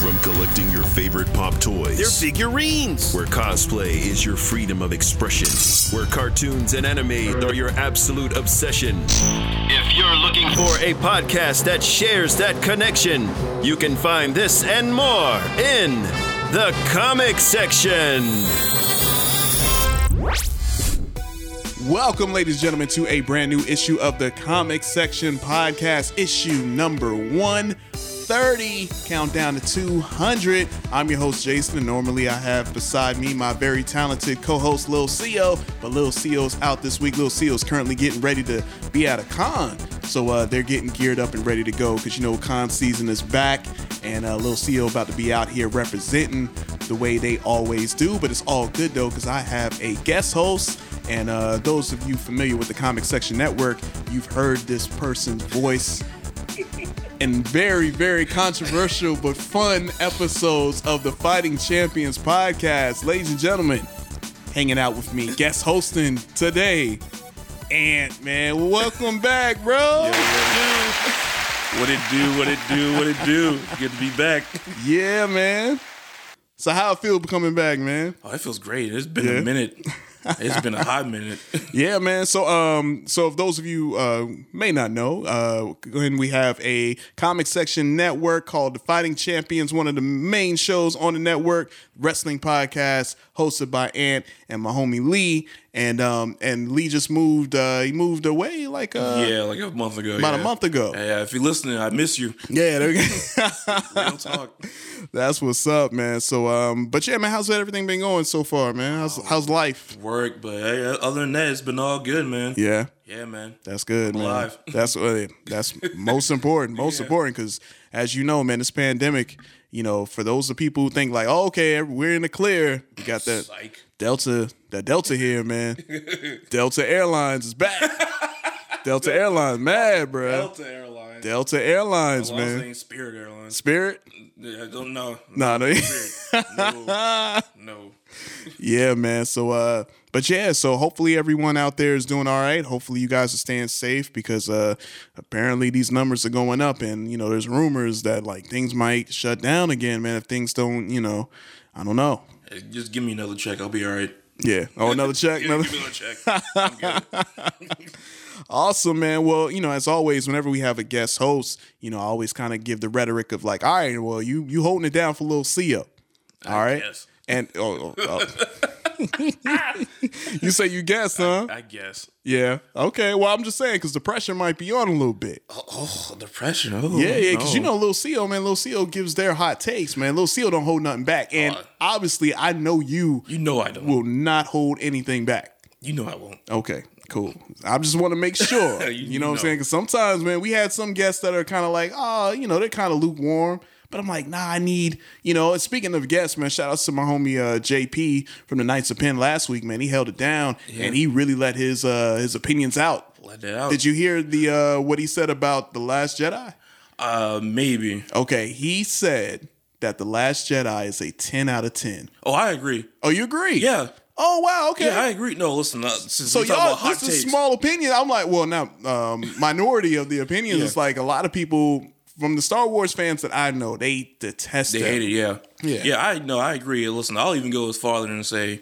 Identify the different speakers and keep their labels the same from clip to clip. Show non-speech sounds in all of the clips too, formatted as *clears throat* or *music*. Speaker 1: From collecting your favorite pop toys.
Speaker 2: They're figurines.
Speaker 1: Where cosplay is your freedom of expression. Where cartoons and anime are your absolute obsession.
Speaker 2: If you're looking for a podcast that shares that connection, you can find this and more in the comic section.
Speaker 3: Welcome, ladies and gentlemen, to a brand new issue of the Comic Section Podcast, issue number 130, countdown to 200. I'm your host, Jason, and normally I have beside me my very talented co host, Lil CEO, but Lil CEO's out this week. Lil CEO's currently getting ready to be at a con, so uh, they're getting geared up and ready to go because you know con season is back, and uh, Lil CEO about to be out here representing the way they always do, but it's all good though because I have a guest host. And uh, those of you familiar with the Comic Section Network, you've heard this person's voice in very, very controversial but fun episodes of the Fighting Champions podcast. Ladies and gentlemen, hanging out with me, guest hosting today, Ant Man. Welcome back, bro.
Speaker 4: What it do, what it do, what it do. Good to be back.
Speaker 3: Yeah, man. So how it feel coming back, man?
Speaker 4: Oh, that feels great. It's been
Speaker 3: Yeah. *laughs*
Speaker 4: a minute. It's been a hot minute.
Speaker 3: Yeah, man. So, um, so if those of you uh, may not know, uh, when we have a comic section network called The Fighting Champions, one of the main shows on the network, wrestling podcast hosted by Ant and my homie Lee, and um, and Lee just moved. Uh, he moved away like uh,
Speaker 4: yeah, like a month ago.
Speaker 3: about a
Speaker 4: yeah.
Speaker 3: month ago.
Speaker 4: Yeah, if you're listening, I miss you.
Speaker 3: yeah. There we go. *laughs*
Speaker 4: Real talk.
Speaker 3: That's what's up, man. So, um, but yeah, man, how's everything been going so far, man? How's how's life?
Speaker 4: Work, but hey, uh, other than that, it's been all good, man.
Speaker 3: Yeah.
Speaker 4: Yeah, man.
Speaker 3: That's good, man.
Speaker 4: alive.
Speaker 3: *laughs* That's what. That's most
Speaker 4: *laughs*
Speaker 3: important. Most important because, as you know, man, this pandemic. You know, for those of people who think like, oh, okay, we're in the clear. We got that
Speaker 4: Psych.
Speaker 3: Delta, that Delta here,
Speaker 4: *laughs*
Speaker 3: man. Delta Airlines is back. Delta Airlines, mad, bruh. Delta,
Speaker 4: Delta
Speaker 3: Airlines,
Speaker 4: Airlines. Well, I was
Speaker 3: man.
Speaker 4: saying Spirit Airlines.
Speaker 3: Spirit.
Speaker 4: Yeah, I
Speaker 3: *laughs*
Speaker 4: don't know.
Speaker 3: Nah, no.
Speaker 4: Spirit. No. No.
Speaker 3: Yeah, man. So, uh, but yeah, so hopefully everyone out there is doing all right. Hopefully you guys are staying safe because uh, apparently these numbers are going up, and you know there's rumors that like things might shut down again, man. If things don't, you know, I don't know.
Speaker 4: Hey, Just give me another check. I'll be all right.
Speaker 3: Yeah. Oh, another
Speaker 4: *laughs*
Speaker 3: check.
Speaker 4: Yeah,
Speaker 3: Another.
Speaker 4: give me another check. I'm good.
Speaker 3: *laughs* Awesome, man. Well, you know, as always, whenever we have a guest host, you know, I always kind of give the rhetoric of like, all right, well, you you holding it down for little Sia. All right.
Speaker 4: guess.
Speaker 3: And oh, oh, *laughs* oh. you say you guess, huh?
Speaker 4: I guess.
Speaker 3: Yeah. Okay. Well, I'm just saying because the pressure might be on a little bit.
Speaker 4: Oh, depression. Oh,
Speaker 3: yeah, yeah. Because you
Speaker 4: no.
Speaker 3: know, Lil Seal, man, Lil Seal gives their hot takes, man. Lil Seal don't hold nothing back, and
Speaker 4: Uh,
Speaker 3: obviously, I know you
Speaker 4: You know I don't.
Speaker 3: will not hold anything back.
Speaker 4: you know I won't.
Speaker 3: Okay. Cool. I just want to
Speaker 4: *laughs*
Speaker 3: make sure. you,
Speaker 4: You-
Speaker 3: know what I'm
Speaker 4: you
Speaker 3: saying? Because sometimes, man, we had some guests that are kind of like, oh, you know, they're kind of lukewarm. But I'm like, nah, I need, you know. And speaking of guests, man, shout out to my homie uh, JP from the Knights of Penn last week, man. He held it down and he really let his uh, his opinions out.
Speaker 4: Let that out.
Speaker 3: Did you hear the uh, what he said about the Last Jedi?
Speaker 4: Uh, maybe.
Speaker 3: Okay, he said that the Last Jedi is a ten out of ten.
Speaker 4: Oh, I agree.
Speaker 3: Oh, you agree?
Speaker 4: Yeah.
Speaker 3: Oh wow. Okay.
Speaker 4: Yeah, I agree. No, listen. Uh, since
Speaker 3: so
Speaker 4: we talk
Speaker 3: y'all,
Speaker 4: about hot
Speaker 3: this is
Speaker 4: takes,
Speaker 3: small opinion. I'm like, well, now um, minority of the opinions
Speaker 4: Yeah.
Speaker 3: is like a lot of people from the Star Wars fans that I know they detest.
Speaker 4: They
Speaker 3: them.
Speaker 4: hate it. Yeah.
Speaker 3: Yeah.
Speaker 4: Yeah. I no, I agree. Listen, I'll even go as farther and say,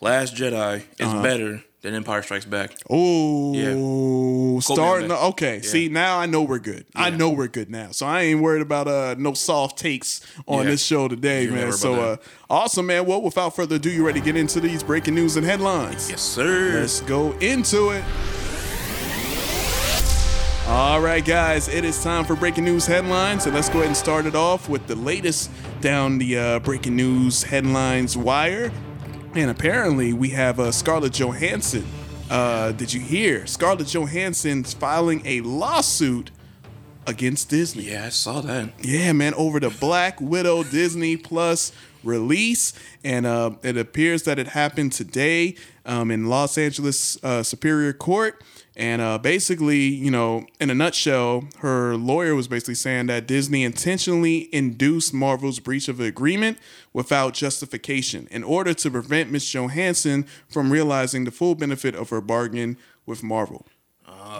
Speaker 4: Last Jedi is
Speaker 3: Uh-huh.
Speaker 4: better than Empire Strikes Back.
Speaker 3: Oh, starting.
Speaker 4: that.
Speaker 3: to- Okay, see now I know we're good. I know we're good now, so I ain't worried about uh no soft takes on
Speaker 4: Yeah.
Speaker 3: this show today,
Speaker 4: You're
Speaker 3: man.
Speaker 4: never
Speaker 3: So uh,
Speaker 4: about
Speaker 3: awesome, man. Well, without further ado, you ready to get into these breaking news and headlines?
Speaker 4: Yes, sir.
Speaker 3: Let's go into it. All right, guys, it is time for breaking news headlines, and let's go ahead and start it off with the latest down the uh, breaking news headlines wire. And apparently, we have uh, Scarlett Johansson. Uh, did you hear? Scarlett Johansson's filing a lawsuit against Disney.
Speaker 4: Yeah, I saw that.
Speaker 3: Yeah, man, over the Black Widow Disney Plus release, and uh, it appears that it happened today um, in Los Angeles uh, Superior Court. And uh, basically, you know, in a nutshell, her lawyer was basically saying that Disney intentionally induced Marvel's breach of agreement without justification in order to prevent Ms. Johansson from realizing the full benefit of her bargain with Marvel.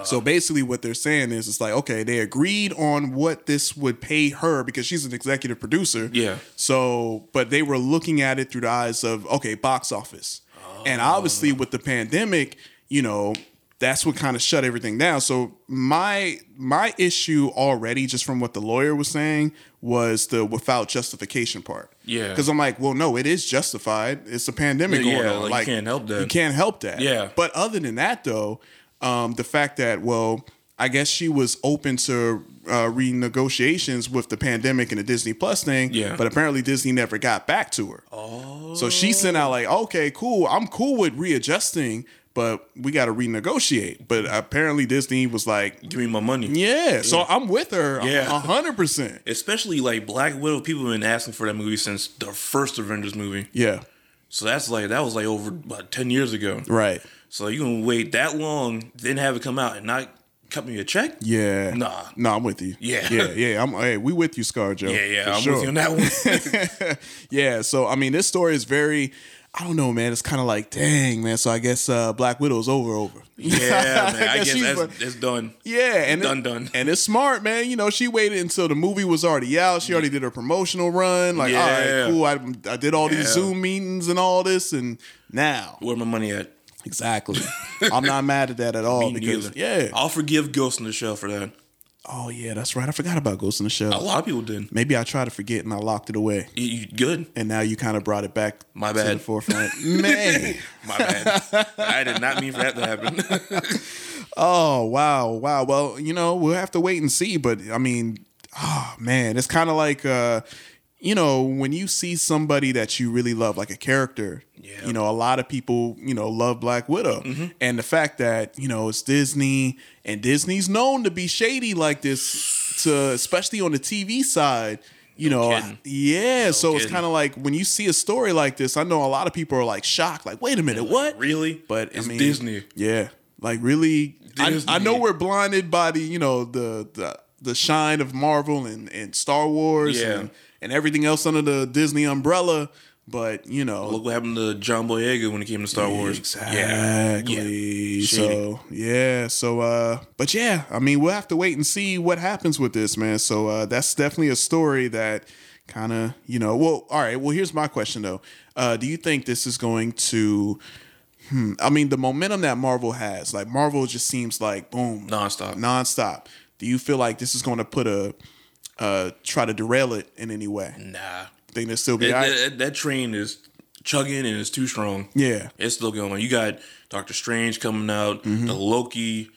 Speaker 3: So basically, what they're saying is, it's like, okay, they agreed on what this would pay her because she's an executive producer.
Speaker 4: Yeah.
Speaker 3: So, but they were looking at it through the eyes of, okay, box office. And obviously, with the pandemic, you know, that's what kind of shut everything down. So my my issue already, just from what the lawyer was saying, was the without justification part.
Speaker 4: Yeah.
Speaker 3: Because I'm like, well, no, it is justified. It's a pandemic
Speaker 4: Yeah,
Speaker 3: going on.
Speaker 4: like, you can't help that.
Speaker 3: You can't help that.
Speaker 4: Yeah.
Speaker 3: But other than that, though, um, the fact that well, I guess she was open to uh, renegotiations with the pandemic and the Disney Plus thing.
Speaker 4: Yeah.
Speaker 3: But apparently Disney never got back to her. Oh. So she sent out like, okay, cool, I'm cool with readjusting, but we got to renegotiate. But apparently Disney was like,
Speaker 4: Give me my money.
Speaker 3: yeah, so I'm with her.
Speaker 4: Yeah.
Speaker 3: a hundred percent.
Speaker 4: Especially like Black Widow, people have been asking for that movie since the first Avengers movie.
Speaker 3: Yeah.
Speaker 4: So that's like that was like over about ten years ago.
Speaker 3: Right.
Speaker 4: So you gonna wait that long, then have it come out and not cut me a check?
Speaker 3: Yeah.
Speaker 4: Nah.
Speaker 3: Nah, I'm with you.
Speaker 4: Yeah.
Speaker 3: Yeah. Yeah. I'm. Hey, we with you, ScarJo.
Speaker 4: Yeah, yeah,
Speaker 3: for
Speaker 4: I'm
Speaker 3: sure.
Speaker 4: with you on that
Speaker 3: *laughs*
Speaker 4: one.
Speaker 3: Yeah, so I mean, this story is very. I don't know, man. It's kind of like, dang, man. So I guess uh, Black Widow's over, over.
Speaker 4: *laughs* yeah, man. I
Speaker 3: guess
Speaker 4: guess
Speaker 3: she's *laughs*
Speaker 4: that's,
Speaker 3: like-
Speaker 4: that's done.
Speaker 3: Yeah, and
Speaker 4: Done,
Speaker 3: it-
Speaker 4: done.
Speaker 3: and it's smart, man. You know, she waited until the movie was already out. She already did her promotional run. Like,
Speaker 4: Yeah.
Speaker 3: all right, cool. I, I did all these
Speaker 4: Yeah.
Speaker 3: Zoom meetings and all this, and now
Speaker 4: Where my money at? *laughs*
Speaker 3: exactly, I'm not mad at that at all.
Speaker 4: Me
Speaker 3: because
Speaker 4: neither.
Speaker 3: yeah,
Speaker 4: I'll forgive Ghost in the Shell for that.
Speaker 3: oh yeah, that's right. I forgot about Ghost in the
Speaker 4: A
Speaker 3: Shell.
Speaker 4: lot of people did.
Speaker 3: Maybe I tried to forget and I locked it away,
Speaker 4: You, you- good.
Speaker 3: and now you kind of brought it back.
Speaker 4: My
Speaker 3: to the
Speaker 4: bad. *laughs*
Speaker 3: forefront, man.
Speaker 4: My
Speaker 3: *laughs*
Speaker 4: bad. I did not mean for that to happen.
Speaker 3: Oh wow, wow. Well, you know, we'll have to wait and see. But I mean, oh man, it's kind of like uh, you know, when you see somebody that you really love, like a character. You know, a lot of people, you know, love Black Widow,
Speaker 4: Mm-hmm.
Speaker 3: and the fact that you know it's Disney, and Disney's known to be shady like this, to especially on the TV side. You know,
Speaker 4: kidding.
Speaker 3: yeah. so it's
Speaker 4: kidding.
Speaker 3: kind of like when you see a story like this, I know a lot of people are like shocked, like, "Wait a minute, *laughs* what?"
Speaker 4: really?
Speaker 3: But I
Speaker 4: it's
Speaker 3: mean,
Speaker 4: Disney.
Speaker 3: Yeah, like really, I, I
Speaker 4: Disney.
Speaker 3: know we're blinded by the you know the the the shine of Marvel and and Star Wars
Speaker 4: Yeah.
Speaker 3: and and everything else under the Disney umbrella, but you know.
Speaker 4: Look what happened to John Boyega when it came to Star Wars.
Speaker 3: Exactly.
Speaker 4: Yeah.
Speaker 3: So yeah. So uh but yeah, I mean we'll have to wait and see what happens with this, man. So uh that's definitely a story that kinda, you know, well, all right, well here's my question though. Uh do you think this is going to hmm, I mean the momentum that Marvel has, like Marvel just seems like boom
Speaker 4: Nonstop.
Speaker 3: nonstop. Do you feel like this is gonna put a uh try to derail it in any way?
Speaker 4: Nah.
Speaker 3: Think this still be
Speaker 4: That,
Speaker 3: all right?
Speaker 4: that, that train is chugging and it's too strong.
Speaker 3: Yeah.
Speaker 4: It's still going on. You got Doctor Strange coming out,
Speaker 3: Mm-hmm.
Speaker 4: the Loki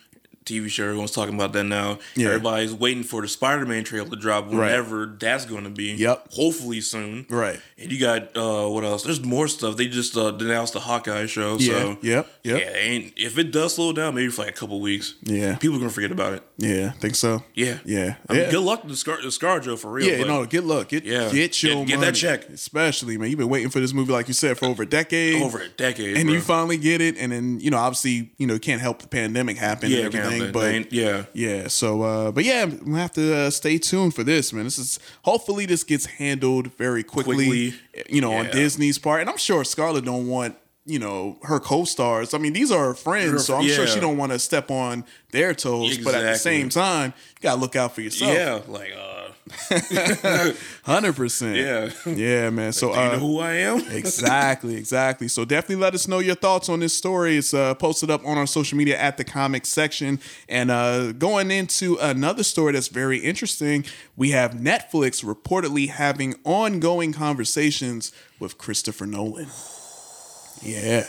Speaker 4: TV show. Everyone's talking about that now.
Speaker 3: Yeah.
Speaker 4: Everybody's waiting for the Spider Man trailer to drop whenever that's going to be.
Speaker 3: Yep.
Speaker 4: Hopefully soon.
Speaker 3: Right.
Speaker 4: And you got uh, what else? There's more stuff. They just uh, denounced the Hawkeye show.
Speaker 3: Yeah.
Speaker 4: So
Speaker 3: Yep. Yep.
Speaker 4: Yeah, and if it does slow down, maybe for like a couple weeks,
Speaker 3: Yeah.
Speaker 4: people are gonna forget about it.
Speaker 3: Yeah. Think so.
Speaker 4: Yeah,
Speaker 3: Yeah.
Speaker 4: I mean,
Speaker 3: Yeah.
Speaker 4: good luck to the Scar, the Scarjo for real.
Speaker 3: Yeah,
Speaker 4: but
Speaker 3: no, get look, get
Speaker 4: Yeah.
Speaker 3: get your
Speaker 4: Get- get that
Speaker 3: money.
Speaker 4: check.
Speaker 3: especially man. You've been waiting for this movie, like you said, for over a decade,
Speaker 4: over a decade,
Speaker 3: and
Speaker 4: bro.
Speaker 3: you finally get it. And then you know, obviously, you know, can't help the pandemic happen
Speaker 4: yeah,
Speaker 3: and everything,
Speaker 4: everything,
Speaker 3: but.
Speaker 4: yeah,
Speaker 3: yeah, so uh but yeah, we'll have to uh, stay tuned for this, man. This is hopefully this gets handled very quickly,
Speaker 4: Quickly.
Speaker 3: you know, on
Speaker 4: Yeah.
Speaker 3: Disney's part. And I'm sure Scarlett don't want, you know, her co-stars. I mean, these are her friends,
Speaker 4: Her-
Speaker 3: so I'm sure
Speaker 4: yeah.
Speaker 3: she don't want to step on their toes, but at the
Speaker 4: Exactly.
Speaker 3: same time, you got to look out for yourself.
Speaker 4: yeah, like uh,
Speaker 3: *laughs* 100%.
Speaker 4: yeah.
Speaker 3: Yeah, man. So
Speaker 4: Do you
Speaker 3: uh,
Speaker 4: know who I am?
Speaker 3: exactly, exactly. So definitely let us know your thoughts on this story. It's uh, posted up on our social media at the comic section. And uh, going into another story that's very interesting, we have Netflix reportedly having ongoing conversations with Christopher Nolan. Yeah.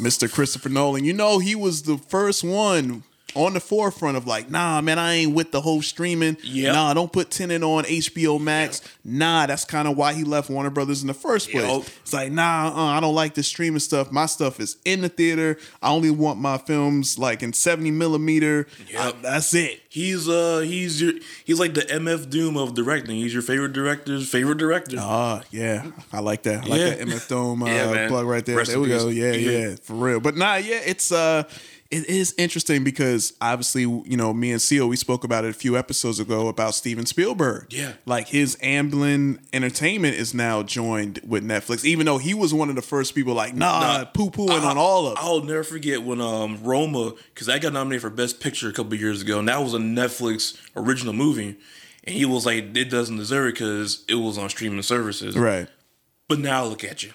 Speaker 3: Mr. Christopher Nolan. You know, he was the first one on the forefront of like, nah, man, I ain't with the whole streaming.
Speaker 4: Yep.
Speaker 3: Nah, don't put Tenant on HBO Max. Nah, that's kind of why he left Warner Brothers in the first place.
Speaker 4: Yep.
Speaker 3: It's like, nah, uh, I don't like the streaming stuff. My stuff is in the theater. I only want my films like in 70 millimeter. I-
Speaker 4: Yep.
Speaker 3: that's it.
Speaker 4: He's uh, he's your, he's like the MF Doom of directing. He's your favorite director's favorite director.
Speaker 3: Ah, yeah, I like that. I like
Speaker 4: Yeah.
Speaker 3: that MF Dome uh,
Speaker 4: *laughs* Yeah, man.
Speaker 3: plug right there.
Speaker 4: Rest
Speaker 3: there
Speaker 4: in
Speaker 3: we go.
Speaker 4: peace. Mm-hmm.
Speaker 3: Yeah, yeah,
Speaker 4: Yeah.
Speaker 3: for real. But nah, yeah, it's uh, it is interesting because obviously, you know, me and Seal, we spoke about it a few episodes ago about Steven Spielberg.
Speaker 4: Yeah.
Speaker 3: Like his Amblin Entertainment is now joined with Netflix, even though he was one of the first people like, nah,
Speaker 4: Nah. Uh-huh. Oh.
Speaker 3: poo pooing on all of it.
Speaker 4: I'll never forget when um, Roma, because I got nominated for Best Picture a couple of years ago, and that was a Netflix original movie. And he was like, it doesn't deserve it because it was on streaming services.
Speaker 3: Right.
Speaker 4: But now look at you.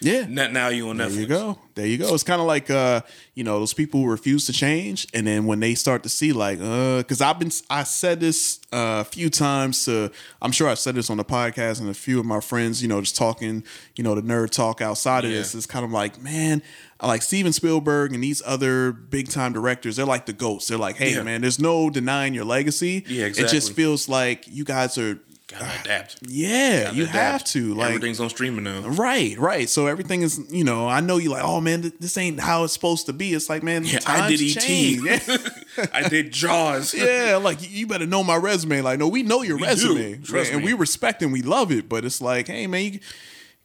Speaker 3: Yeah.
Speaker 4: Now, now you on Netflix.
Speaker 3: There you go. There you go. It's kind of like uh, you know, those people who refuse to change, and then when they start to see like, uh, because I've been I said this uh, a few times to I'm sure I've said this on the podcast and a few of my friends, you know, just talking, you know, the nerd talk outside of
Speaker 4: Yeah.
Speaker 3: this. It's kind of like, man, like Steven Spielberg and these other big time directors, they're like the goats. They're like, hey,
Speaker 4: Yeah.
Speaker 3: man, there's no denying your legacy.
Speaker 4: Yeah,
Speaker 3: It just
Speaker 4: exactly.
Speaker 3: feels like you guys are.
Speaker 4: Gotta adapt.
Speaker 3: Yeah,
Speaker 4: Gotta
Speaker 3: you have
Speaker 4: adapt.
Speaker 3: to. Like
Speaker 4: Everything's on
Speaker 3: *laughs*
Speaker 4: streaming now.
Speaker 3: Right, right. So everything is, you know, I know you like, oh man, th- this ain't how it's supposed to be. It's like, man,
Speaker 4: Yeah, I
Speaker 3: times
Speaker 4: did E
Speaker 3: change. *laughs*
Speaker 4: ET. I did Jaws.
Speaker 3: Yeah, yeah, like you better know my resume. Like, no, we know your
Speaker 4: We
Speaker 3: resume,
Speaker 4: do.
Speaker 3: right?
Speaker 4: Trust
Speaker 3: and
Speaker 4: me.
Speaker 3: we respect and we love it. But it's like, hey, man, you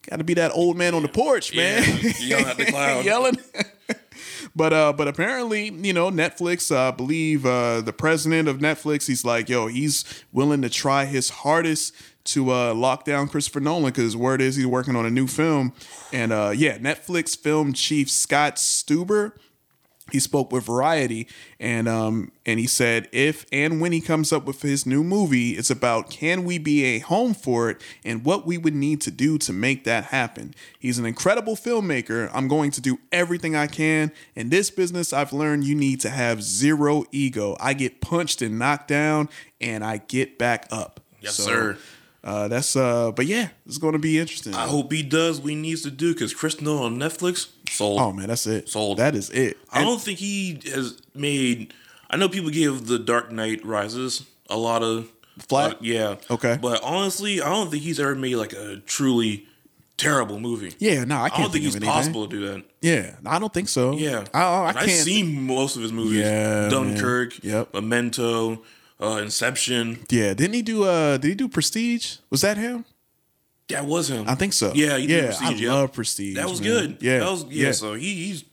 Speaker 3: got to be that old man on the porch, man,
Speaker 4: *laughs*
Speaker 3: *laughs*
Speaker 4: Yeah, yelling at the cloud.
Speaker 3: yelling. *laughs* But uh, but apparently, you know, Netflix. uh, I believe uh, the president of Netflix. He's like, yo, he's willing to try his hardest to uh, lock down Christopher Nolan because word is he's working on a new film. And uh, yeah, Netflix film chief Scott Stuber he spoke with Variety, and um, and he said if and when he comes up with his new movie, it's about can we be a home for it and what we would need to do to make that happen. He's an incredible filmmaker. I'm going to do everything I can. In this business, I've learned you need to have zero ego. I get punched and knocked down, and I get back up.
Speaker 4: Yes, sir.
Speaker 3: Uh, that's uh, but yeah, it's going to be interesting.
Speaker 4: I hope he does what he needs to do because Chris Nolan on Netflix sold.
Speaker 3: oh man, that's it.
Speaker 4: Sold.
Speaker 3: That is it.
Speaker 4: I don't think he has made. I know people give The Dark Knight Rises a lot of
Speaker 3: Flack?
Speaker 4: uh, yeah.
Speaker 3: Okay.
Speaker 4: But honestly, I don't think he's ever made like a truly terrible movie.
Speaker 3: yeah, no, I
Speaker 4: I,
Speaker 3: can't
Speaker 4: don't think,
Speaker 3: think
Speaker 4: he's
Speaker 3: of anything.
Speaker 4: possible to do that.
Speaker 3: Yeah, I don't think so.
Speaker 4: Yeah.
Speaker 3: I, I, I
Speaker 4: And
Speaker 3: can't.
Speaker 4: I've seen most of his movies.
Speaker 3: Yeah, man.
Speaker 4: Dunkirk.
Speaker 3: Yep.
Speaker 4: Memento. Uh, Inception.
Speaker 3: yeah, didn't he do? Uh, did he do Prestige? Was that him?
Speaker 4: That was him.
Speaker 3: I think so.
Speaker 4: Yeah. He
Speaker 3: yeah.
Speaker 4: did Prestige,
Speaker 3: I
Speaker 4: yeah.
Speaker 3: love Prestige.
Speaker 4: That was
Speaker 3: man.
Speaker 4: good.
Speaker 3: Yeah,
Speaker 4: That was, yeah,
Speaker 3: yeah.
Speaker 4: So he, he's.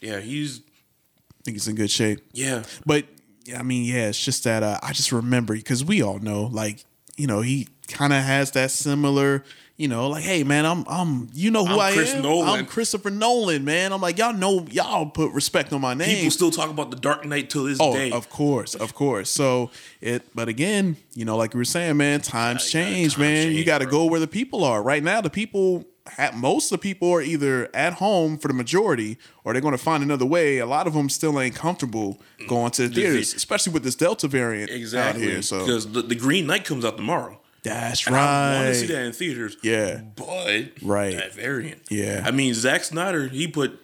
Speaker 4: Yeah. He's.
Speaker 3: I think he's in good shape.
Speaker 4: Yeah.
Speaker 3: But yeah, I mean, yeah, it's just that uh, I just remember because we all know, like, you know, he kind of has that similar, you know, like, hey, man, I'm, I'm, you know who
Speaker 4: I'm
Speaker 3: I
Speaker 4: Chris
Speaker 3: am.
Speaker 4: Nolan.
Speaker 3: I'm Christopher Nolan, man. I'm like, y'all know, y'all put respect on my name.
Speaker 4: People still talk about the Dark Knight till this
Speaker 3: Oh,
Speaker 4: day.
Speaker 3: of course, of course. So it, but again, you know, like we were saying, man, times
Speaker 4: Yeah, you gotta-
Speaker 3: change,
Speaker 4: times
Speaker 3: man. you
Speaker 4: change,
Speaker 3: got to
Speaker 4: bro.
Speaker 3: go where the people are. Right now, the people, at most of the people are either at home for the majority, or they're going to find another way. A lot of them still ain't comfortable going to the theaters, espally with this Delta variant
Speaker 4: Exactly.
Speaker 3: out here. So
Speaker 4: because the, the Green Knight comes out tomorrow.
Speaker 3: that's
Speaker 4: And I want to see
Speaker 3: right.
Speaker 4: that in theaters.
Speaker 3: Yeah.
Speaker 4: But
Speaker 3: Right.
Speaker 4: that variant.
Speaker 3: Yeah.
Speaker 4: I mean, Zack Snyder, he put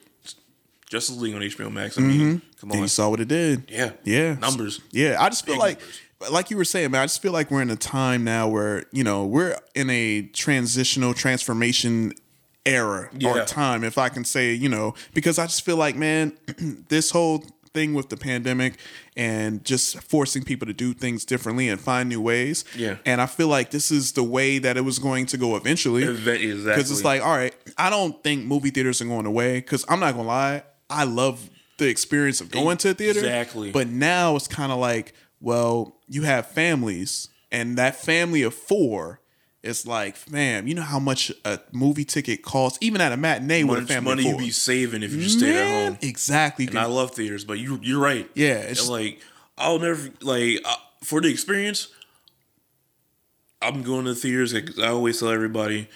Speaker 4: Justice League on HBO Max. I mean, come
Speaker 3: Mm-hmm. Then
Speaker 4: on.
Speaker 3: you saw what it did.
Speaker 4: Yeah.
Speaker 3: Yeah.
Speaker 4: Numbers.
Speaker 3: Yeah, I just feel
Speaker 4: Big
Speaker 3: like
Speaker 4: numbers.
Speaker 3: like you were saying, man, I just feel like we're in a time now where, you know, we're in a transitional transformation era
Speaker 4: Yeah.
Speaker 3: or time, if I can say, you know, because I just feel like, man, *clears throat* this whole thing with the pandemic and just forcing people to do things differently and find new ways.
Speaker 4: Yeah.
Speaker 3: And I feel like this is the way that it was going to go eventually.
Speaker 4: Event- Exactly.
Speaker 3: Because it's like, all right, I don't think movie theaters are going away. Because I'm not gonna lie, I love the experience of going to a theater.
Speaker 4: Exactly.
Speaker 3: But now it's kind of like, well, you have families, and that family of four. It's like, man, you know how much a movie ticket costs, even at a matinee with a
Speaker 4: much
Speaker 3: family
Speaker 4: money
Speaker 3: of
Speaker 4: you
Speaker 3: four.
Speaker 4: be saving if you just stayed at
Speaker 3: Man,
Speaker 4: home.
Speaker 3: Exactly.
Speaker 4: And I love theaters, but you you're right.
Speaker 3: Yeah, it's-
Speaker 4: And, like I'll never like uh, for the experience. I'm going to theaters. like, I always tell everybody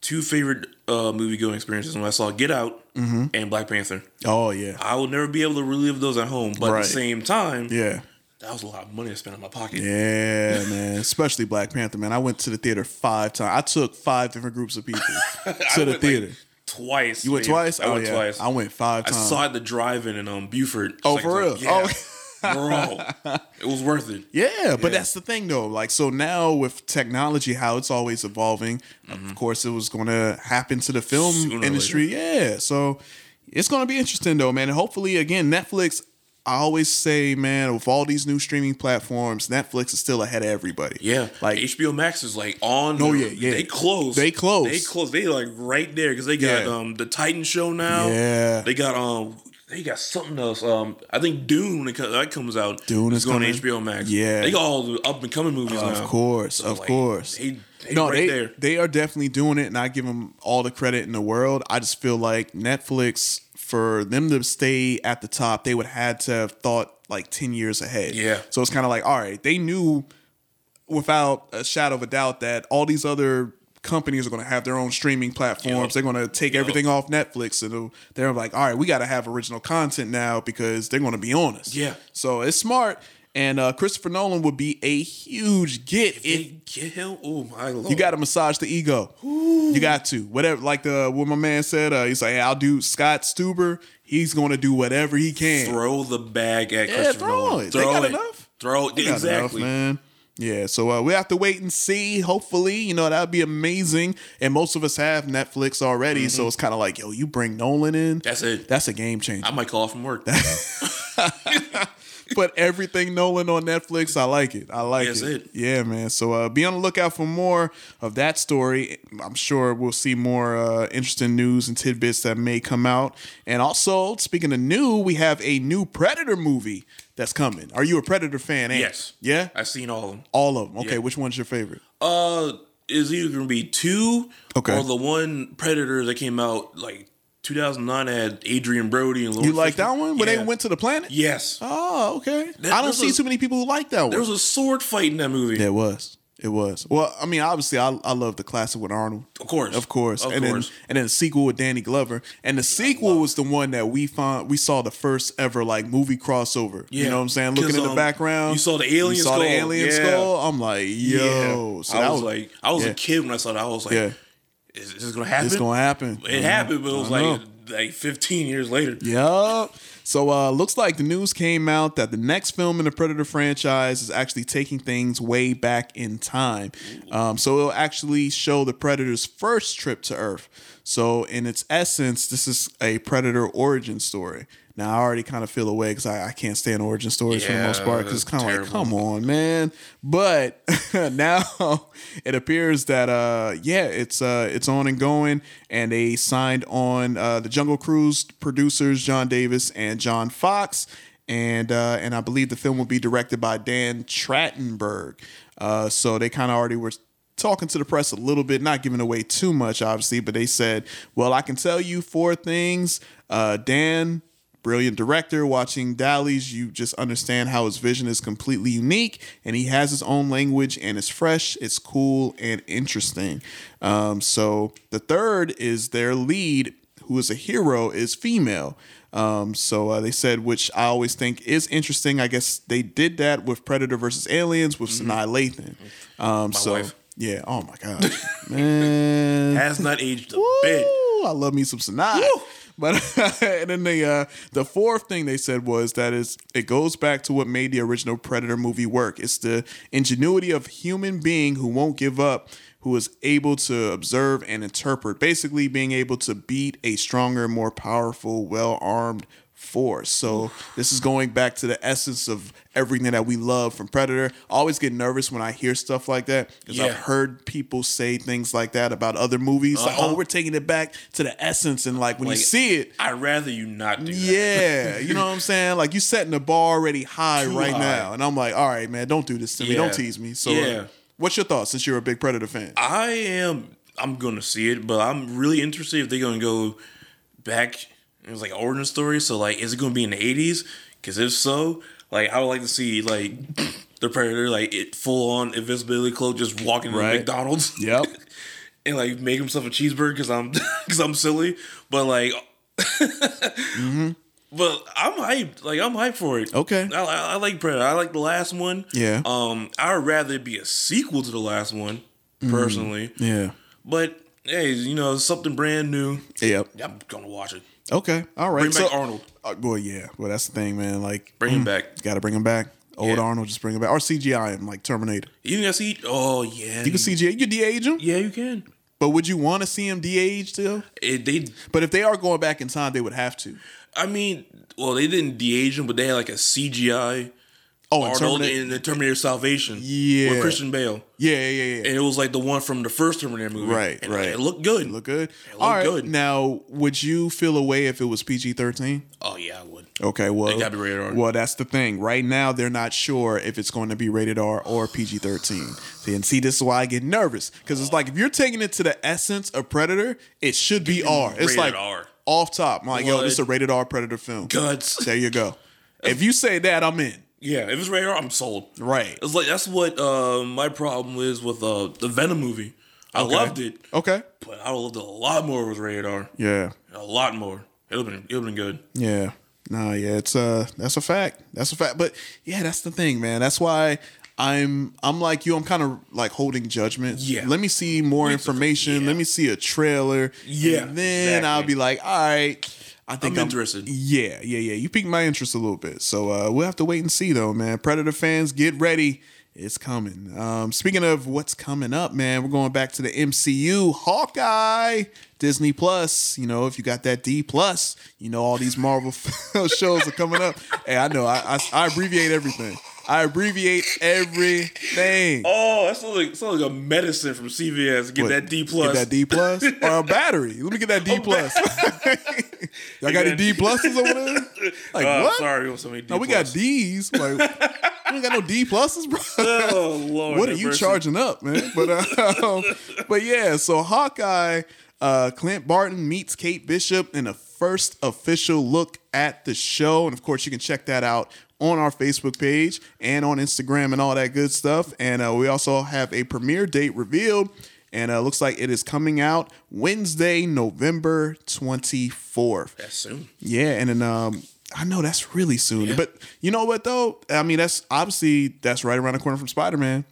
Speaker 4: two favorite uh, movie going experiences when I saw Get Out
Speaker 3: Mm-hmm.
Speaker 4: and Black Panther.
Speaker 3: oh yeah,
Speaker 4: I will never be able to relive those at home, but
Speaker 3: Right.
Speaker 4: at the same time,
Speaker 3: yeah.
Speaker 4: that was a lot of money I spent on my pocket.
Speaker 3: Yeah,
Speaker 4: *laughs*
Speaker 3: man. Especially Black Panther, man. I went to the theater five times. I took five different groups of
Speaker 4: *laughs*
Speaker 3: people to the
Speaker 4: went, like,
Speaker 3: theater.
Speaker 4: Twice.
Speaker 3: you went
Speaker 4: man.
Speaker 3: twice?
Speaker 4: I
Speaker 3: oh,
Speaker 4: went
Speaker 3: yeah.
Speaker 4: twice.
Speaker 3: I went five
Speaker 4: I
Speaker 3: times.
Speaker 4: saw it at the drive-in in um Buford.
Speaker 3: Oh,
Speaker 4: It's
Speaker 3: for real?
Speaker 4: it's yeah,
Speaker 3: *laughs*
Speaker 4: bro, it was worth it.
Speaker 3: Yeah, but that's the thing though. Like so now with technology, how it's always evolving. Of course, it was going to happen to the film
Speaker 4: Mm-hmm. Sooner or
Speaker 3: industry. Yeah, so it's going to be interesting though, man. And hopefully, again, Netflix. I always say, man, with all these new streaming platforms, Netflix is still ahead of everybody.
Speaker 4: Yeah,
Speaker 3: like
Speaker 4: like HBO Max is like on.
Speaker 3: Oh,
Speaker 4: their-
Speaker 3: yeah, yeah.
Speaker 4: They close.
Speaker 3: They close.
Speaker 4: They close. They like right there because they got
Speaker 3: Yeah.
Speaker 4: um the Titan show now.
Speaker 3: Yeah.
Speaker 4: They got um They got something else. Um, I think Dune when it co- that comes out,
Speaker 3: Dune
Speaker 4: it's
Speaker 3: is
Speaker 4: going
Speaker 3: coming.
Speaker 4: to HBO Max.
Speaker 3: Yeah.
Speaker 4: they got all the up and coming movies now.
Speaker 3: Of course,
Speaker 4: So,
Speaker 3: of
Speaker 4: like,
Speaker 3: course.
Speaker 4: they, they
Speaker 3: no,
Speaker 4: right
Speaker 3: they
Speaker 4: there.
Speaker 3: they are definitely doing it, and I give them all the credit in the world. I just feel like Netflix, for them to stay at the top, they would had to have thought like ten years ahead.
Speaker 4: Yeah.
Speaker 3: So it's kind of like, all right, they knew without a shadow of a doubt that all these other companies are going to have their own streaming platforms. They're going to take everything off Netflix, and it'll- they're like, all right, we got to have original content now because they're going to be on us.
Speaker 4: Yeah.
Speaker 3: So it's smart. And uh, Christopher Nolan would be a huge get if,
Speaker 4: They get him. Oh my lord!
Speaker 3: you got to massage the ego. You got to whatever. Like the what my man said. Uh, he's like, hey, I'll do Scott Stuber. He's going to do whatever he can.
Speaker 4: throw the bag at
Speaker 3: Yeah,
Speaker 4: Christopher
Speaker 3: throw
Speaker 4: Nolan.
Speaker 3: it. They
Speaker 4: Throw
Speaker 3: got
Speaker 4: it.
Speaker 3: enough.
Speaker 4: Throw it.
Speaker 3: Got enough,
Speaker 4: exactly.
Speaker 3: man. Yeah, so uh, we have to wait and see. Hopefully, you know that'd be amazing. And most of us have Netflix already, so it's kind of like, yo, you bring Nolan in.
Speaker 4: Mm-hmm. That's it.
Speaker 3: That's a game changer.
Speaker 4: I might call off
Speaker 3: *laughs*
Speaker 4: from work.
Speaker 3: But everything Nolan on Netflix. I like it. I like
Speaker 4: That's
Speaker 3: it.
Speaker 4: it.
Speaker 3: Yeah, man. So uh, be on the lookout for more of that story. I'm sure we'll see more uh, interesting news and tidbits that may come out. And also, speaking of new, we have a new Predator movie that's coming. Are you a Predator fan? Ant?
Speaker 4: yes.
Speaker 3: Yeah.
Speaker 4: I've seen all of them.
Speaker 3: All of them. Okay.
Speaker 4: Yeah.
Speaker 3: Which one's your favorite?
Speaker 4: Uh, is either gonna be two
Speaker 3: Okay.
Speaker 4: or the one Predator that came out like 2009 that had Adrian Brody and Lawrence
Speaker 3: You like that
Speaker 4: Fishburne?
Speaker 3: one when
Speaker 4: yeah.
Speaker 3: they went to the planet?
Speaker 4: Yes,
Speaker 3: Oh, okay.
Speaker 4: There-
Speaker 3: I don't
Speaker 4: there's
Speaker 3: see
Speaker 4: a-
Speaker 3: too many people who like that one.
Speaker 4: there was a sword fight in that movie.
Speaker 3: Yeah, it was. It was. Well, I mean, obviously, I, I love the classic with Arnold.
Speaker 4: Of course,
Speaker 3: Of course.
Speaker 4: of
Speaker 3: and
Speaker 4: course.
Speaker 3: then and then the sequel with Danny Glover. And the sequel was the one that we found we saw the first ever like movie crossover. You
Speaker 4: Yeah.
Speaker 3: know what I'm saying? Looking
Speaker 4: 'Cause,
Speaker 3: in the
Speaker 4: um,
Speaker 3: background.
Speaker 4: you saw the alien
Speaker 3: You saw the
Speaker 4: skull.
Speaker 3: alien
Speaker 4: Yeah.
Speaker 3: skull. I'm like,
Speaker 4: Yeah.
Speaker 3: yo. So
Speaker 4: I
Speaker 3: that
Speaker 4: was, like, I was
Speaker 3: yeah.
Speaker 4: a kid when I saw that. I was like,
Speaker 3: Yeah.
Speaker 4: is, is this gonna happen?
Speaker 3: It's gonna happen.
Speaker 4: It happened, but it was
Speaker 3: I know.
Speaker 4: like like 15 years later.
Speaker 3: Yup. So uh looks like the news came out that the next film in the Predator franchise is actually taking things way back in time. Um, so it'll actually show the Predator's first trip to Earth. So in its essence, this is a Predator origin story. Now I already kind of feel away because I, I can't stand origin stories for the most
Speaker 4: Yeah,
Speaker 3: part because it's
Speaker 4: that's
Speaker 3: kind of like,
Speaker 4: terrible.
Speaker 3: come on, man. But *laughs* now it appears that uh yeah, it's uh it's on and going and they signed on uh the Jungle Cruise producers John Davis and John Fox and uh and I believe the film will be directed by Dan Trattenberg. Uh so they kind of already were talking to the press a little bit, not giving away too much obviously, but they said, "Well, I can tell you four things. Uh Dan brilliant director. Watching Dally's, you just understand how his vision is completely unique, and he has his own language, and it's fresh, it's cool, and interesting. Um, so the third is their lead, who is a hero, is female. Um, so uh, they said, which I always think is interesting. I guess they did that with Predator versus Aliens with Sinai Lathan. Um, so
Speaker 4: wife.
Speaker 3: yeah, oh my god, *laughs* man.
Speaker 4: Has not aged a
Speaker 3: Woo!
Speaker 4: bit.
Speaker 3: I love me some Sinai. But *laughs* and then the uh, the fourth thing they said was that is it goes back to what made the original Predator movie work. It's the ingenuity of human being who won't give up, who is able to observe and interpret. Basically, being able to beat a stronger, more powerful, well armed force. So this is going back to the essence of everything that we love from Predator. I always get nervous when I hear stuff like that because I've
Speaker 4: Yeah.
Speaker 3: heard people say things like that about other movies.
Speaker 4: Uh-huh.
Speaker 3: Like, oh, we're taking it back to the essence, and like when
Speaker 4: Like,
Speaker 3: you see it,
Speaker 4: I'd rather you not do that.
Speaker 3: yeah, you know what I'm saying. Like you setting the bar already high
Speaker 4: Too
Speaker 3: right
Speaker 4: high.
Speaker 3: now, and I'm like, all right, man, don't do this to me,
Speaker 4: Yeah.
Speaker 3: don't tease me. So, uh,
Speaker 4: Yeah.
Speaker 3: what's your thoughts since you're a big Predator fan?
Speaker 4: I am. I'm gonna see it, but I'm really interested if they're gonna go back. It was like an origin story, so like, is it gonna be in the '80s? Because if so, like, I would like to see like *clears throat* the predator, like it full on invisibility cloak, just walking
Speaker 3: Right.
Speaker 4: to McDonald's.
Speaker 3: Yep.
Speaker 4: *laughs* and like make himself a cheeseburger because I'm *laughs* because I'm silly, but like. *laughs* But I'm hyped. Like I'm hyped for it.
Speaker 3: Mm-hmm.
Speaker 4: *laughs*
Speaker 3: Okay.
Speaker 4: I, I, I like Predator. I like the last one.
Speaker 3: Yeah.
Speaker 4: Um, I'd rather it be a sequel to the last one,
Speaker 3: Mm.
Speaker 4: personally.
Speaker 3: Yeah.
Speaker 4: But hey, you know, something brand new.
Speaker 3: Yep.
Speaker 4: I'm gonna watch it.
Speaker 3: Okay. All right.
Speaker 4: Bring
Speaker 3: so,
Speaker 4: back Arnold.
Speaker 3: uh, well, yeah. Well, that's the thing, man. Like,
Speaker 4: Bring him back.
Speaker 3: got to bring him back. Old
Speaker 4: Yeah.
Speaker 3: Arnold, just bring him back. Or CGI him, like Terminator.
Speaker 4: You can see. Oh yeah.
Speaker 3: You can CGI, you can de-age him,
Speaker 4: Yeah, you can.
Speaker 3: but would you want to see him de-aged still?
Speaker 4: It, they.
Speaker 3: But if they are going back in time, they would have to.
Speaker 4: I mean, well, they didn't de-age him, but they had like a CGI
Speaker 3: Oh, and
Speaker 4: Arnold
Speaker 3: Terminator-
Speaker 4: in the Terminator Salvation.
Speaker 3: Yeah.
Speaker 4: With Christian Bale.
Speaker 3: Yeah, yeah, yeah. yeah.
Speaker 4: And it was like the one from the first Terminator movie.
Speaker 3: Right,
Speaker 4: And
Speaker 3: right.
Speaker 4: It looked good.
Speaker 3: Look good.
Speaker 4: looked
Speaker 3: All right.
Speaker 4: good.
Speaker 3: Now, would you feel away if it was PG thirteen?
Speaker 4: Oh yeah, I would.
Speaker 3: Okay, well,
Speaker 4: gotta be rated R.
Speaker 3: well, that's the thing. Right now, they're not sure if it's going to be rated R or PG thirteen. See, and see, this is why I get nervous because it's like if you're taking it to the essence of Predator, it should be R. It's
Speaker 4: rated
Speaker 3: like
Speaker 4: R.
Speaker 3: off top. I'm like, yo, this is a
Speaker 4: Blood.
Speaker 3: rated R Predator film.
Speaker 4: Guts.
Speaker 3: *laughs* There you go. If you say that, I'm in.
Speaker 4: Yeah, if it's rated R, I'm sold.
Speaker 3: Right.
Speaker 4: It's like that's what uh, my problem is with uh, the Venom movie. I loved it,
Speaker 3: Okay.
Speaker 4: but I loved it a lot more with rated R.
Speaker 3: Yeah.
Speaker 4: A lot more. It'll been it'll been good.
Speaker 3: Yeah. No, yeah, it's uh that's a fact. That's a fact. But yeah, that's the thing, man. That's why I'm I'm like you, I'm kind of like holding judgment.
Speaker 4: Yeah.
Speaker 3: Let me see more information. Let me see a trailer.
Speaker 4: Yeah,
Speaker 3: And then I'll
Speaker 4: exactly.
Speaker 3: be like, all right, I think
Speaker 4: I'm interested.
Speaker 3: Yeah, yeah, yeah. You piqued my interest a little bit. So uh we'll have to wait and see though, man. Predator fans, get ready. It's coming. Um, speaking of what's coming up, man, we're going back to the MCU. Hawkeye, Disney Plus. You know, if you got that D Plus, you know all these Marvel *laughs* shows are coming up. Hey, I know. I, I I abbreviate everything. I abbreviate everything.
Speaker 4: Oh, that sounds like sounds like a medicine from CVS. Get
Speaker 3: What?
Speaker 4: that D plus. Oh,
Speaker 3: Get that D plus or a battery. Let me get that D plus. *laughs* Y'all got any D pluses over
Speaker 4: *laughs*
Speaker 3: there? Like
Speaker 4: Uh,
Speaker 3: what?
Speaker 4: Sorry, we got so many D.
Speaker 3: No, we got D's. Like we ain't got no D pluses, bro.
Speaker 4: *laughs* Oh lord,
Speaker 3: what are
Speaker 4: have
Speaker 3: you
Speaker 4: mercy.
Speaker 3: charging up, man? But *laughs* um, but yeah, so Hawkeye, uh, Clint Barton meets Kate Bishop in the first official look at the show, and of course you can check that out on our Facebook page and on Instagram and all that good stuff. And uh, we also have a premiere date revealed, and uh, looks like it is coming out Wednesday, November twenty fourth.
Speaker 4: That's soon.
Speaker 3: Yeah, and then um, I know that's really soon. But you know what though? I mean, that's obviously that's right around the corner from Spider Man.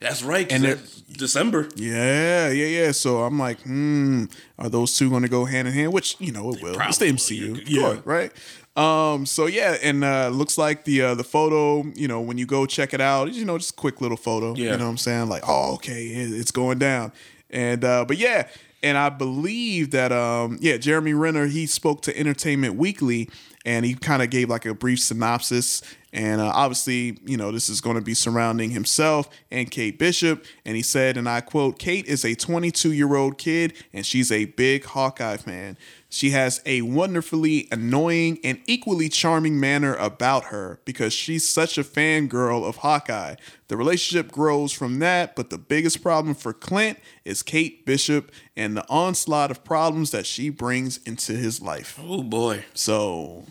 Speaker 4: That's right.
Speaker 3: And
Speaker 4: And December.
Speaker 3: Yeah, yeah, yeah. So I'm like, hmm, are those two going to go hand in hand? Which you know it will. it's the
Speaker 4: probably
Speaker 3: MCU,
Speaker 4: will.
Speaker 3: Of
Speaker 4: Yeah.
Speaker 3: course, right? Um, so yeah, and uh, looks like the uh, the photo. You know, when you go check it out, you know, just a quick little photo.
Speaker 4: Yeah.
Speaker 3: You know what I'm saying? Like, oh, okay, it- it's going down. And uh, but yeah, and I believe that um, yeah, Jeremy Renner he spoke to Entertainment Weekly and he kind of gave like a brief synopsis. And uh, obviously, you know, this is going to be surrounding himself and Kate Bishop. And he said, and I quote, Kate is a 22 year old kid and she's a big Hawkeye fan. She has a wonderfully annoying and equally charming manner about her because she's such a fangirl of Hawkeye. The relationship grows from that, but the biggest problem for Clint is Kate Bishop and the onslaught of problems that she brings into his life.
Speaker 4: Oh boy.
Speaker 3: So,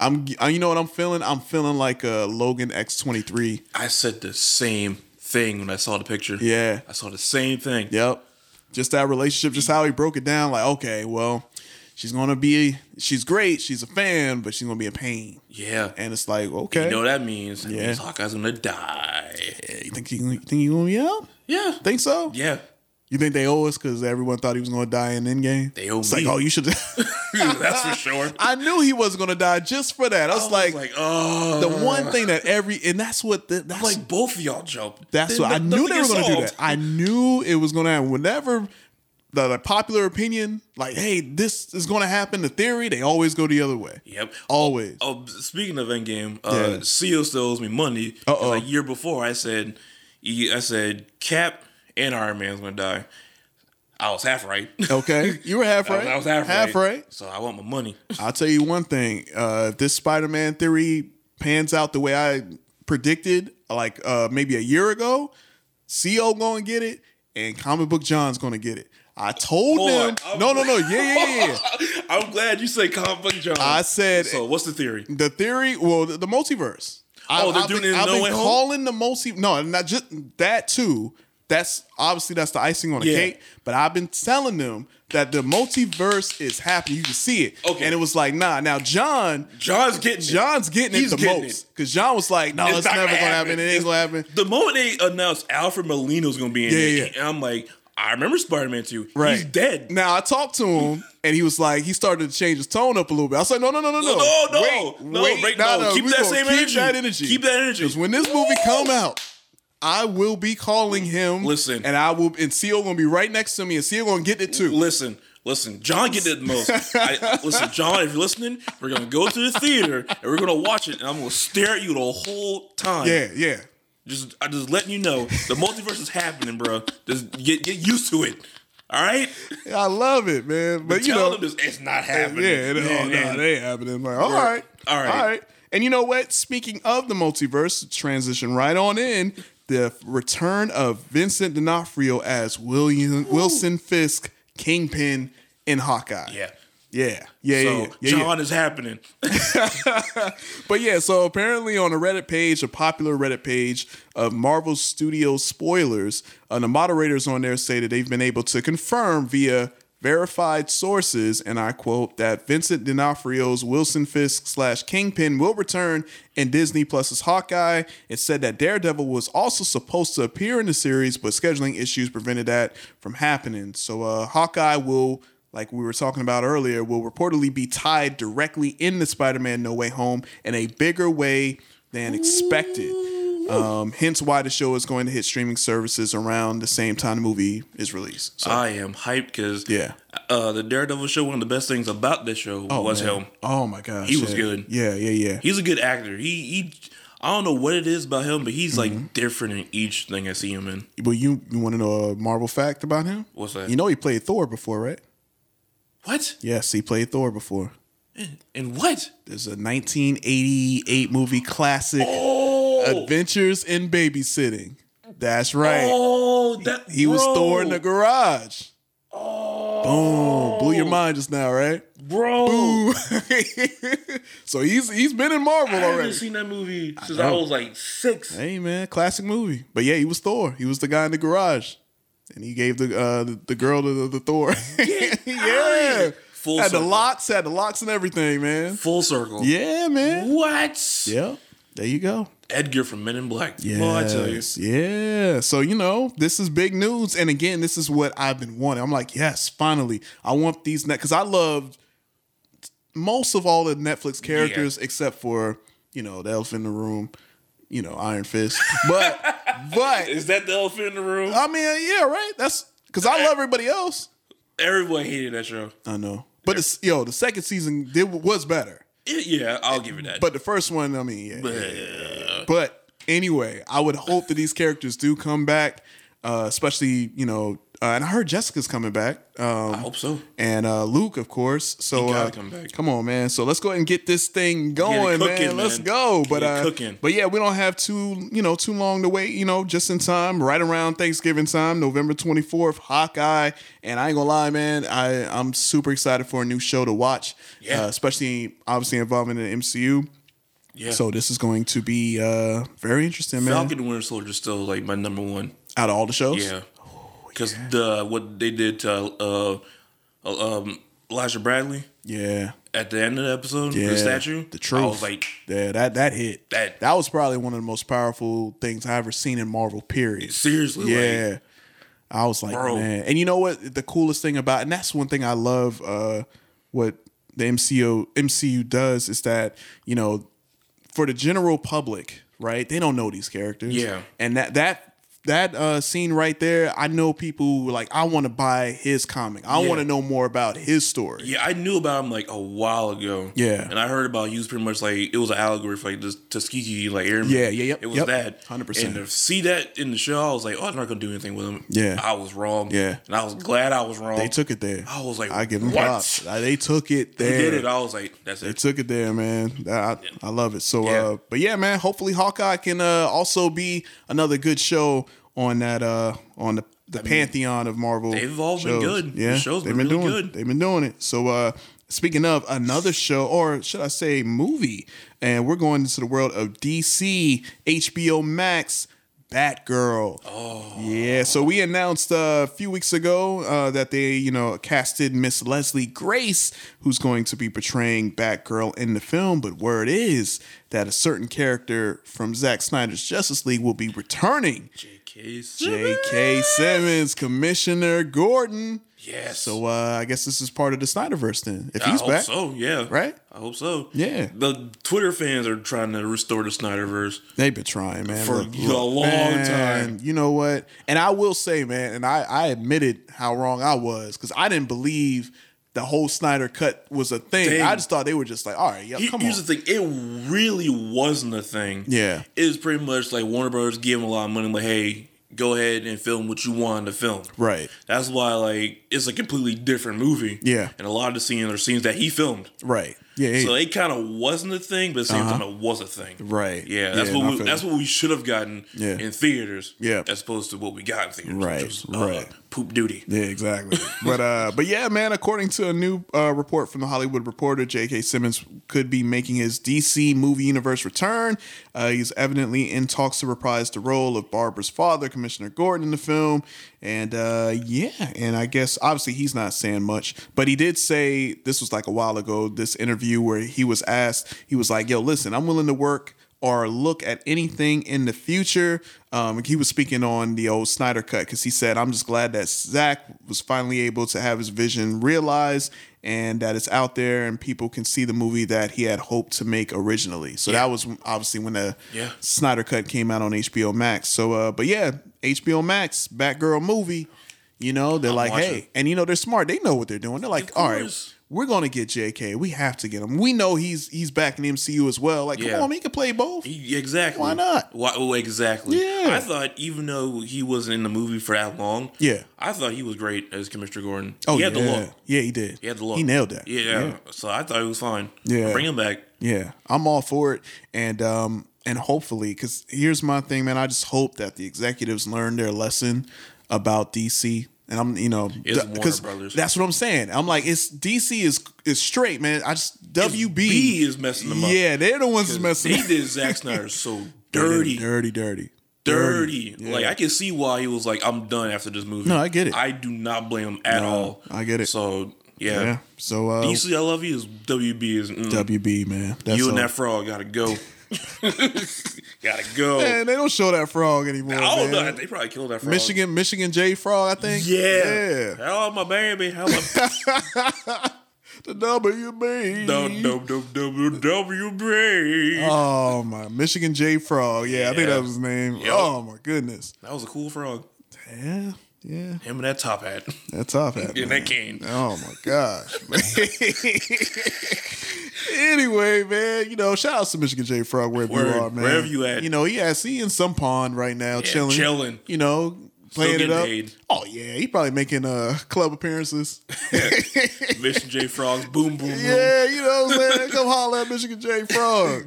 Speaker 3: I'm I- you know what I'm feeling? I'm feeling like a Logan X23.
Speaker 4: I said the same thing when I saw the picture.
Speaker 3: Yeah.
Speaker 4: I saw the same thing.
Speaker 3: Yep. Just that relationship, just how he broke it down like, okay, well, she's going to be she's great, she's a fan, but she's going to be a pain.
Speaker 4: Yeah.
Speaker 3: And it's like, okay.
Speaker 4: You know what that means? That
Speaker 3: Yeah.
Speaker 4: means Hawkeye's gonna die.
Speaker 3: You think you think you gonna be out?
Speaker 4: Yeah. *laughs*
Speaker 3: Think so?
Speaker 4: Yeah.
Speaker 3: You think they owe us because everyone thought he was gonna die in Endgame?
Speaker 4: They owe
Speaker 3: It's
Speaker 4: me.
Speaker 3: like, oh, you should.
Speaker 4: *laughs*
Speaker 3: *laughs*
Speaker 4: That's for sure.
Speaker 3: I knew he was gonna die just for that. I was, like,
Speaker 4: like, oh,
Speaker 3: the one thing that every and that's what the, that's
Speaker 4: like both of y'all jump.
Speaker 3: that's
Speaker 4: Then
Speaker 3: what I
Speaker 4: no-
Speaker 3: knew
Speaker 4: nothing
Speaker 3: they were
Speaker 4: is
Speaker 3: gonna do
Speaker 4: solved.
Speaker 3: that. I knew it was gonna happen. Whenever the, the popular opinion, like, hey, this is gonna happen, the theory, they always go the other way.
Speaker 4: Yep.
Speaker 3: Always.
Speaker 4: Oh, speaking of Endgame, uh,
Speaker 3: Yeah.
Speaker 4: Seal still owes me money. 'Cause
Speaker 3: Uh-oh.
Speaker 4: A year before, I said, e, I said Cap and Iron Man's gonna die. I was half right. *laughs*
Speaker 3: Okay, you were half right.
Speaker 4: I was half,
Speaker 3: half right.
Speaker 4: So I want my money. *laughs*
Speaker 3: I'll tell you one thing. Uh, if this Spider-Man theory pans out the way I predicted, like uh, maybe a year ago, Co going to get it, and Comic Book John's going to get it. I told
Speaker 4: Hold
Speaker 3: them.
Speaker 4: on. I'm-
Speaker 3: no, no, no. Yeah,
Speaker 4: *laughs*
Speaker 3: yeah, yeah.
Speaker 4: I'm glad you said comic book John.
Speaker 3: I said-
Speaker 4: So what's the theory?
Speaker 3: the theory. Well, the, the multiverse.
Speaker 4: Oh, they're
Speaker 3: I've
Speaker 4: doing
Speaker 3: been,
Speaker 4: it in
Speaker 3: I've
Speaker 4: No
Speaker 3: been
Speaker 4: Way Home?
Speaker 3: calling the multi. No, not just that too. That's obviously that's the icing on the
Speaker 4: Yeah.
Speaker 3: cake. But I've been telling them that the multiverse is happening. You can see it.
Speaker 4: Okay.
Speaker 3: And it was like, nah. Now John
Speaker 4: John's getting it.
Speaker 3: John's getting
Speaker 4: He's
Speaker 3: it the
Speaker 4: getting
Speaker 3: most because John was like, "No, it's,
Speaker 4: not
Speaker 3: never gonna happen. It ain't gonna happen."
Speaker 4: The moment they announced Alfred Molina's gonna be in
Speaker 3: Yeah,
Speaker 4: it,
Speaker 3: yeah, yeah.
Speaker 4: and I'm like, I remember Spider Man 2.
Speaker 3: Right.
Speaker 4: He's dead.
Speaker 3: Now I talked to him and he was like, he started to change his tone up a little bit. I said, "No, no, no, no, no,
Speaker 4: No, no, no,
Speaker 3: wait,
Speaker 4: no,
Speaker 3: wait,
Speaker 4: Rick,
Speaker 3: no,
Speaker 4: no,
Speaker 3: no,
Speaker 4: keep
Speaker 3: we
Speaker 4: that
Speaker 3: gonna
Speaker 4: same
Speaker 3: keep
Speaker 4: energy.
Speaker 3: that energy,
Speaker 4: Keep that energy.
Speaker 3: 'Cause when this movie come out." I will be calling him.
Speaker 4: Listen.
Speaker 3: and I will, and Seal gonna be right next to me, and Seal gonna get it too.
Speaker 4: Listen, Listen, John get it the most. I, listen, John, if you're listening, we're gonna go to the theater and we're gonna watch it, and I'm gonna stare at you the whole time.
Speaker 3: Yeah, yeah.
Speaker 4: Just I just letting you know the multiverse is happening, bro. Just get get used to it. All right.
Speaker 3: I love it, man. But you
Speaker 4: Tell
Speaker 3: know,
Speaker 4: them this, it's not happening.
Speaker 3: Yeah, it, oh,
Speaker 4: Yeah,
Speaker 3: no, it ain't happening. I'm like, all
Speaker 4: Right.
Speaker 3: right,
Speaker 4: All right.
Speaker 3: all right. And you know what? Speaking of the multiverse, transition right on in. The return of Vincent D'Onofrio as William Wilson Fisk, Kingpin in Hawkeye.
Speaker 4: yeah.
Speaker 3: yeah, yeah, yeah.
Speaker 4: So
Speaker 3: yeah, yeah.
Speaker 4: John is happening.
Speaker 3: But yeah, so apparently on a Reddit page, a popular Reddit page of Marvel Studios spoilers, uh, the moderators on there say that they've been able to confirm via verified sources, and I quote, that Vincent D'Onofrio's Wilson Fisk slash Kingpin will return in Disney Plus's Hawkeye. It said that Daredevil was also supposed to appear in the series, but scheduling issues prevented that from happening. So uh, Hawkeye will like we were talking about earlier, will reportedly be tied directly into Spider Man No Way Home in a bigger way than expected. Um, hence why the show is going to hit streaming services around the same time the movie is released. So,
Speaker 4: I am hyped because
Speaker 3: Yeah.
Speaker 4: uh, the Daredevil show. One of the best things about this show was
Speaker 3: man.
Speaker 4: him.
Speaker 3: Oh my gosh.
Speaker 4: He was
Speaker 3: yeah.
Speaker 4: good.
Speaker 3: Yeah, yeah, yeah.
Speaker 4: He's a good actor. He he. I don't know what it is about him, but he's
Speaker 3: Mm-hmm.
Speaker 4: like different in each thing I see him in.
Speaker 3: but you, you want to know a Marvel fact about him?
Speaker 4: What's that?
Speaker 3: You know he played Thor before, right?
Speaker 4: What?
Speaker 3: Yes, he played Thor before.
Speaker 4: And what?
Speaker 3: There's a 1988 movie classic,
Speaker 4: Oh!
Speaker 3: Adventures in Babysitting. That's right.
Speaker 4: Oh, that
Speaker 3: He was
Speaker 4: bro,
Speaker 3: Thor in the garage.
Speaker 4: Oh.
Speaker 3: Boom! Blew your mind just now,
Speaker 4: *laughs*
Speaker 3: right?
Speaker 4: bro.
Speaker 3: so he's he's been in Marvel
Speaker 4: I haven't
Speaker 3: already.
Speaker 4: seen that movie since I,
Speaker 3: know.
Speaker 4: was like six.
Speaker 3: Hey man, classic movie. But yeah, he was Thor. He was the guy in the garage, and he gave the uh, the, the girl to the, the Thor. *laughs* yeah,
Speaker 4: Full
Speaker 3: had the
Speaker 4: circle.
Speaker 3: locks, had the locks and everything, man.
Speaker 4: Full circle.
Speaker 3: Yeah, man.
Speaker 4: What?
Speaker 3: Yeah, there you go.
Speaker 4: Edgar from Men in Black.
Speaker 3: Yes.
Speaker 4: Boy, I tell you.
Speaker 3: Yeah. So, you know, this is big news. And again, this is what I've been wanting. I'm like, yes, finally. I want these next because I loved most of all the Netflix characters except for, you know, the elf in the room, you know, Iron Fist. But but
Speaker 4: Is that the elephant in the room?
Speaker 3: I mean, yeah, right? That's because I love everybody else.
Speaker 4: Everyone hated that show.
Speaker 3: I know. But it's, yo, the second season did was better.
Speaker 4: It- yeah, I'll give you that.
Speaker 3: But the first one, I mean, yeah, yeah, yeah, yeah. But anyway, I would hope that these characters do come back, uh, especially you know. Uh, and I heard Jessica's coming back, um,
Speaker 4: I hope so.
Speaker 3: and uh, Luke, of course. So
Speaker 4: He gotta
Speaker 3: uh,
Speaker 4: come back.
Speaker 3: on, man. So let's go ahead and get this thing going,
Speaker 4: cooking,
Speaker 3: man. Let's
Speaker 4: man.
Speaker 3: go.
Speaker 4: Get
Speaker 3: But
Speaker 4: it
Speaker 3: uh,
Speaker 4: cooking.
Speaker 3: but yeah, we don't have too you know too long to wait. You know, just in time, right around Thanksgiving time, November twenty fourth, Hawkeye. And I ain't gonna lie, man. I I'm super excited for a new show to watch,
Speaker 4: Yeah.
Speaker 3: uh, especially obviously involving the MCU.
Speaker 4: Yeah.
Speaker 3: So this is going to be uh very interesting, man. Oh,
Speaker 4: Falcon and Winter Soldier is still like my number one.
Speaker 3: Out of all the shows,
Speaker 4: Yeah. Because the what they did to uh, uh, um, Elijah Bradley
Speaker 3: yeah,
Speaker 4: at the end of the episode,
Speaker 3: yeah.
Speaker 4: the statue.
Speaker 3: the truth.
Speaker 4: I was like,
Speaker 3: yeah, that that hit.
Speaker 4: That-
Speaker 3: that was probably one of the most powerful things I ever seen in Marvel. Period.
Speaker 4: seriously, yeah.
Speaker 3: Yeah. I was like,
Speaker 4: Bro.
Speaker 3: man. And you know what? The coolest thing about, and that's one thing I love. Uh, what the MCO MCU does is that you know, for the general public, right? They don't know these characters.
Speaker 4: Yeah.
Speaker 3: And that that that uh, scene right there, I know people were like, I want to buy his comic. I
Speaker 4: Yeah.
Speaker 3: want to know more about his story.
Speaker 4: Yeah, I knew about him like a while ago.
Speaker 3: Yeah.
Speaker 4: and I heard about you pretty much like it was an allegory for like this Tuskegee like airman.
Speaker 3: Yeah, yeah, yep,
Speaker 4: It was
Speaker 3: yep.
Speaker 4: that
Speaker 3: 100%.
Speaker 4: And to see that in the show, I was like, oh, I'm not gonna do anything with him.
Speaker 3: Yeah.
Speaker 4: I was wrong.
Speaker 3: Yeah.
Speaker 4: and I was glad I was wrong.
Speaker 3: They took it there.
Speaker 4: I was like,
Speaker 3: I give them
Speaker 4: what?
Speaker 3: props. Uh, They took it
Speaker 4: They
Speaker 3: there.
Speaker 4: did it. I was like, that's
Speaker 3: They
Speaker 4: it.
Speaker 3: took it there, man. I, I- I love it. So,
Speaker 4: Yeah.
Speaker 3: uh, but yeah, man. Hopefully, Hawkeye can uh, also be another good show on that uh, on the, the pantheon of Marvel.
Speaker 4: they've all been
Speaker 3: shows.
Speaker 4: good. The
Speaker 3: Yeah,
Speaker 4: show's
Speaker 3: they've
Speaker 4: been
Speaker 3: been
Speaker 4: really
Speaker 3: doing.
Speaker 4: good.
Speaker 3: They've been doing it. So, uh, speaking of another show, or should I say movie, and we're going into the world of DC, HBO Max. Batgirl. Oh. Yeah. So we announced uh, a few weeks ago uh, that they, you know, casted Miss Leslie Grace, who's going to be portraying Batgirl in the film. But word is that a certain character from Zack Snyder's Justice League will be returning.
Speaker 4: J.K.
Speaker 3: J.K. Simmons, Commissioner Gordon.
Speaker 4: Yes.
Speaker 3: So uh, I guess this is part of the Snyderverse then. If
Speaker 4: I
Speaker 3: he's
Speaker 4: hope
Speaker 3: back,
Speaker 4: so. Yeah.
Speaker 3: right?
Speaker 4: I hope so.
Speaker 3: Yeah.
Speaker 4: The Twitter fans are trying to restore the Snyderverse.
Speaker 3: They've been trying, man,
Speaker 4: For a long time.
Speaker 3: You know what? And I will say, man, and I, I admitted how wrong I was because I didn't believe the whole Snyder cut was a thing.
Speaker 4: Dang.
Speaker 3: I just thought they were just like, all right, yeah,
Speaker 4: He-
Speaker 3: Oh, come on.
Speaker 4: here's the thing: it really wasn't a thing.
Speaker 3: Yeah.
Speaker 4: It was pretty much like Warner Brothers gave him a lot of money, like, hey, go ahead and film what you want to film.
Speaker 3: Right,
Speaker 4: That's why, like, it's a completely different movie.
Speaker 3: Yeah.
Speaker 4: and a lot of the scenes are scenes that he filmed.
Speaker 3: right, yeah, yeah. Uh-huh.
Speaker 4: So it kind of wasn't a thing, but at the same time, it was a thing.
Speaker 3: Right.
Speaker 4: Yeah, that's
Speaker 3: Yeah, no, I
Speaker 4: what we,
Speaker 3: feel
Speaker 4: that's
Speaker 3: you.
Speaker 4: what we should have gotten
Speaker 3: Yeah.
Speaker 4: in theaters.
Speaker 3: Yeah.
Speaker 4: as opposed to what we got in theaters.
Speaker 3: Right,
Speaker 4: which uh,
Speaker 3: right.
Speaker 4: Poop duty.
Speaker 3: Yeah, exactly. but uh, but yeah, man. According to a new uh, report from the Hollywood Reporter, J.K. Simmons could be making his DC movie universe return. Uh, he's evidently in talks to reprise the role of Barbara's father, Commissioner Gordon, in the film. And uh, yeah, and I guess obviously he's not saying much, but he did say this was like a while ago. This interview where he was asked, he was like, "Yo, listen, I'm willing to work." or look at anything in the future. Um, he was speaking on the old Snyder cut because he said, "I'm just glad that Zach was finally able to have his vision realized and that it's out there and people can see the movie that he had hoped to make originally." So that was obviously when the
Speaker 4: Yeah.
Speaker 3: Snyder cut came out on HBO Max. So, uh, but yeah, HBO Max Batgirl movie. You know, they're like,
Speaker 4: watching.
Speaker 3: hey, and you know they're smart. They know what they're doing. They're like,
Speaker 4: Of
Speaker 3: all right,
Speaker 4: course.
Speaker 3: we're gonna get J.K. We have to get him. We know he's he's back in the MCU as well. Like,
Speaker 4: Yeah.
Speaker 3: come on, he can play both.
Speaker 4: He- Exactly.
Speaker 3: Why not?
Speaker 4: Why, oh, exactly.
Speaker 3: Yeah.
Speaker 4: I thought even though he wasn't in the movie for that long,
Speaker 3: Yeah.
Speaker 4: I thought he was great as Commissioner Gordon.
Speaker 3: Oh
Speaker 4: he
Speaker 3: yeah,
Speaker 4: had the look.
Speaker 3: yeah, he did.
Speaker 4: He had the look.
Speaker 3: He nailed that.
Speaker 4: Yeah,
Speaker 3: yeah,
Speaker 4: So I thought he was fine.
Speaker 3: Yeah.
Speaker 4: Bring him back.
Speaker 3: Yeah. I'm all for it, and um, and hopefully, because here's my thing, man. I just hope that the executives learn their lesson about DC. And I'm, you know,
Speaker 4: It's
Speaker 3: th-
Speaker 4: Warner
Speaker 3: 'cause
Speaker 4: Brothers.
Speaker 3: That's what I'm saying. I'm like, it's DC is is straight, man. I just WB
Speaker 4: B is messing them up.
Speaker 3: Yeah, they're the ones that's
Speaker 4: He
Speaker 3: messing. *laughs* up.
Speaker 4: did Zack Snyder so
Speaker 3: *laughs* They did
Speaker 4: dirty.
Speaker 3: dirty, dirty,
Speaker 4: dirty.
Speaker 3: Yeah.
Speaker 4: Like I can see why he was like, "I'm done after this movie."
Speaker 3: No, I get it.
Speaker 4: I do not blame him at
Speaker 3: No,
Speaker 4: all.
Speaker 3: I get it.
Speaker 4: So
Speaker 3: Yeah.
Speaker 4: yeah,
Speaker 3: So uh,
Speaker 4: DC, I love you. Is WB is mm,
Speaker 3: WB, man. That's
Speaker 4: you and
Speaker 3: all.
Speaker 4: that frog
Speaker 3: *laughs*
Speaker 4: gotta go. *laughs* gotta go.
Speaker 3: Man, they don't show that frog anymore.
Speaker 4: oh
Speaker 3: man.
Speaker 4: no, they probably killed that frog.
Speaker 3: Michigan, Michigan J Frog, I think. Yeah.
Speaker 4: Yeah. How my baby? How
Speaker 3: *laughs*
Speaker 4: my
Speaker 3: The WB.
Speaker 4: dum dum dum dum W brain?
Speaker 3: Oh my Michigan J Frog. Yeah, I think
Speaker 4: Yeah.
Speaker 3: that was his name.
Speaker 4: Yep.
Speaker 3: Oh my goodness.
Speaker 4: That was a cool frog.
Speaker 3: Yeah. Yeah.
Speaker 4: Him and that top hat. *laughs*
Speaker 3: That's off hat.
Speaker 4: and
Speaker 3: man.
Speaker 4: that cane.
Speaker 3: Oh my gosh. *laughs* man. anyway, man, you know, shout out to Michigan J Frog wherever
Speaker 4: Word.
Speaker 3: you are, man.
Speaker 4: Wherever you at.
Speaker 3: You know, he has he in some pond right now, chilling.
Speaker 4: chilling.
Speaker 3: You know, playing it
Speaker 4: getting
Speaker 3: up.
Speaker 4: paid.
Speaker 3: Oh yeah, he probably making uh club
Speaker 4: *laughs*
Speaker 3: appearances.
Speaker 4: Mission J Frogs. Boom boom boom.
Speaker 3: Yeah, you know what I'm saying? Come holler at Michigan J Frog.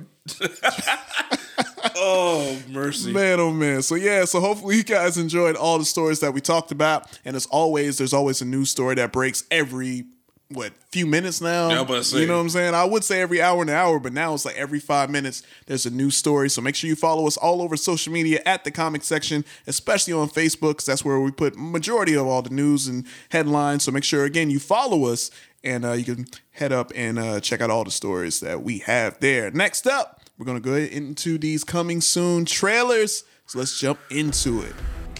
Speaker 4: Oh mercy.
Speaker 3: Man, oh man. So yeah, so hopefully you guys enjoyed all the stories that we talked about. And as always, there's always a new story that breaks every what few minutes now.
Speaker 4: Yeah, I was about to say.
Speaker 3: You know what I'm saying? I would say every hour and an hour, but now it's like every five minutes there's a new story. So make sure you follow us all over social media at the comic section, especially on Facebook, 'cause that's where we put majority of all the news and headlines. So make sure again you follow us and uh, you can head up and uh, check out all the stories that we have there. Next up, we're gonna go into these coming soon trailers. So let's jump into it.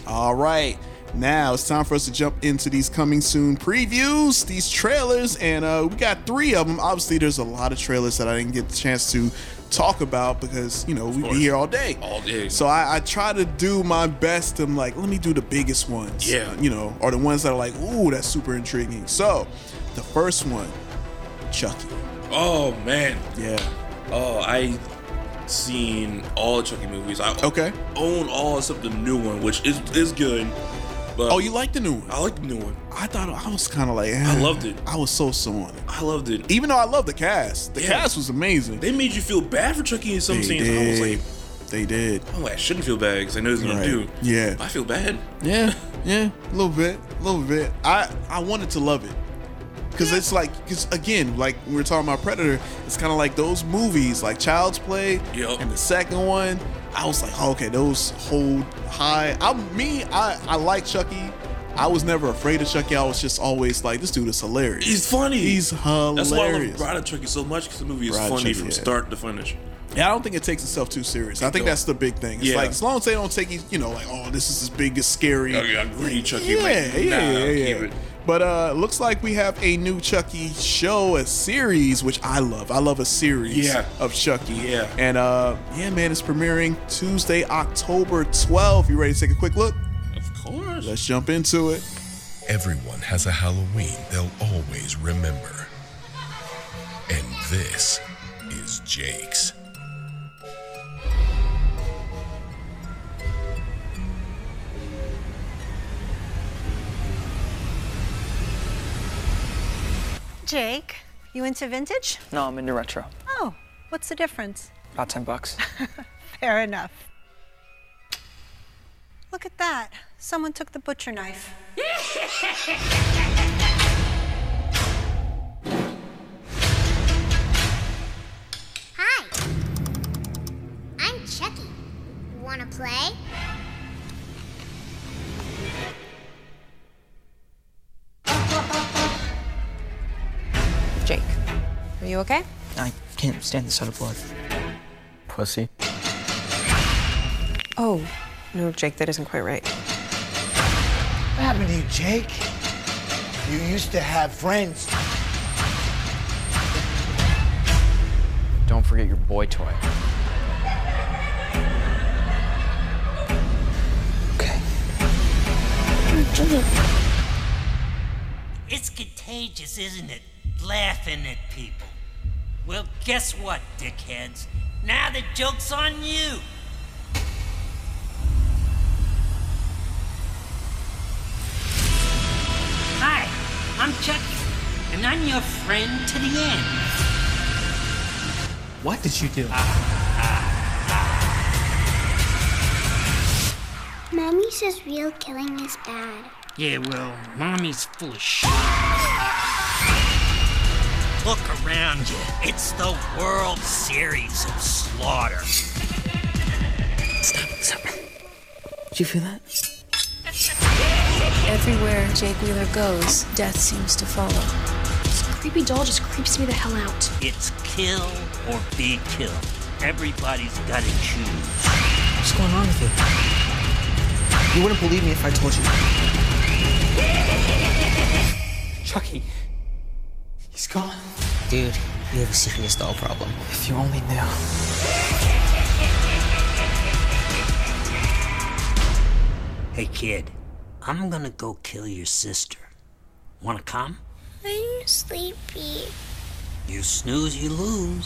Speaker 3: All right. Now it's time for us to jump into these coming soon previews, these trailers, and uh, we got three of them. Obviously, there's a lot of trailers that I didn't get the chance to talk about because you know we'd be here all day.
Speaker 4: All day.
Speaker 3: So I, I try to do my best. I'm like, let me do the biggest ones.
Speaker 4: Yeah.
Speaker 3: You know, or the ones that are like, ooh, that's super intriguing. So the first one, Chucky.
Speaker 4: Oh man.
Speaker 3: Yeah.
Speaker 4: Oh, I seen all the Chucky movies. I
Speaker 3: Okay.
Speaker 4: own all except the new one, which is is good. But
Speaker 3: Oh, you like the new one?
Speaker 4: I like the new one.
Speaker 3: I thought I was kind of like,
Speaker 4: I
Speaker 3: eh.
Speaker 4: loved it.
Speaker 3: I was so so on it.
Speaker 4: I loved it.
Speaker 3: Even though I love the cast, the
Speaker 4: Yeah.
Speaker 3: cast was amazing.
Speaker 4: They made you feel bad for Chucky in some scenes. I was like,
Speaker 3: they did.
Speaker 4: oh, I shouldn't feel bad because I know he's gonna
Speaker 3: Right.
Speaker 4: do.
Speaker 3: Yeah.
Speaker 4: I feel bad.
Speaker 3: Yeah, yeah, a little bit, a little bit. I I wanted to love it because it's like because again, like we were talking about Predator, it's kind of like those movies, like Child's Play,
Speaker 4: Yup.
Speaker 3: and the second one. I was like, oh, okay, those hold high. I me, I I like Chucky. I was never afraid of Chucky. I was just always like, this dude is hilarious.
Speaker 4: He's funny.
Speaker 3: He's
Speaker 4: That's why I
Speaker 3: hilarious.
Speaker 4: love Bride of Chucky so much because the movie is
Speaker 3: Bride of
Speaker 4: funny
Speaker 3: Chucky,
Speaker 4: from
Speaker 3: yeah.
Speaker 4: start to finish.
Speaker 3: Yeah, I don't think it takes itself too serious. I think that's the big thing. It's
Speaker 4: Yeah.
Speaker 3: like as long as they don't take you, you know, like oh, this is as big as scary.
Speaker 4: I agree, Oh, Chucky.
Speaker 3: Yeah, yeah,
Speaker 4: like, nah,
Speaker 3: yeah, yeah.
Speaker 4: keep it.
Speaker 3: But uh, looks like we have a new Chucky show, a series, which I love. I love a series
Speaker 4: Yeah.
Speaker 3: of Chucky.
Speaker 4: Yeah.
Speaker 3: And uh, yeah, man, it's premiering Tuesday, October 12th. You ready to take a quick look?
Speaker 4: Of course.
Speaker 3: Let's jump into it.
Speaker 5: Everyone has a Halloween they'll always remember. And this is Jake's.
Speaker 6: Jake, you into vintage?
Speaker 7: No, I'm into retro.
Speaker 6: Oh, what's the difference?
Speaker 7: About 10 bucks.
Speaker 6: *laughs* Fair enough. Look at that. Someone took the butcher knife.
Speaker 8: Hi. I'm Chucky. Wanna play?
Speaker 9: Jake, are you okay?
Speaker 7: I can't stand the sight of blood. Pussy.
Speaker 9: Oh, no, Jake, that isn't quite right.
Speaker 10: What happened to you, Jake? You used to have friends.
Speaker 7: Don't forget your boy toy. Okay.
Speaker 10: It's contagious, isn't it? Laughing at people. Well, guess what, dickheads? Now the joke's on you. Hi, I'm Chucky, and I'm your friend to the end.
Speaker 7: What did you do?
Speaker 8: Mommy says real killing is bad.
Speaker 10: Yeah, well, mommy's full of shit. Look around you. It's the World Series of Slaughter.
Speaker 9: Stop, stop. Do you feel that? Everywhere Jake Wheeler goes, death seems to follow. This creepy doll just creeps me the hell out.
Speaker 10: It's kill or be killed. Everybody's gotta choose.
Speaker 7: What's going on with you? You wouldn't believe me if I told you. Chucky. He's gone. Dude, you have a serious doll problem. If you only knew.
Speaker 10: Hey, kid, I'm gonna go kill your sister. Wanna come?
Speaker 8: I'm sleepy.
Speaker 10: You snooze, you lose.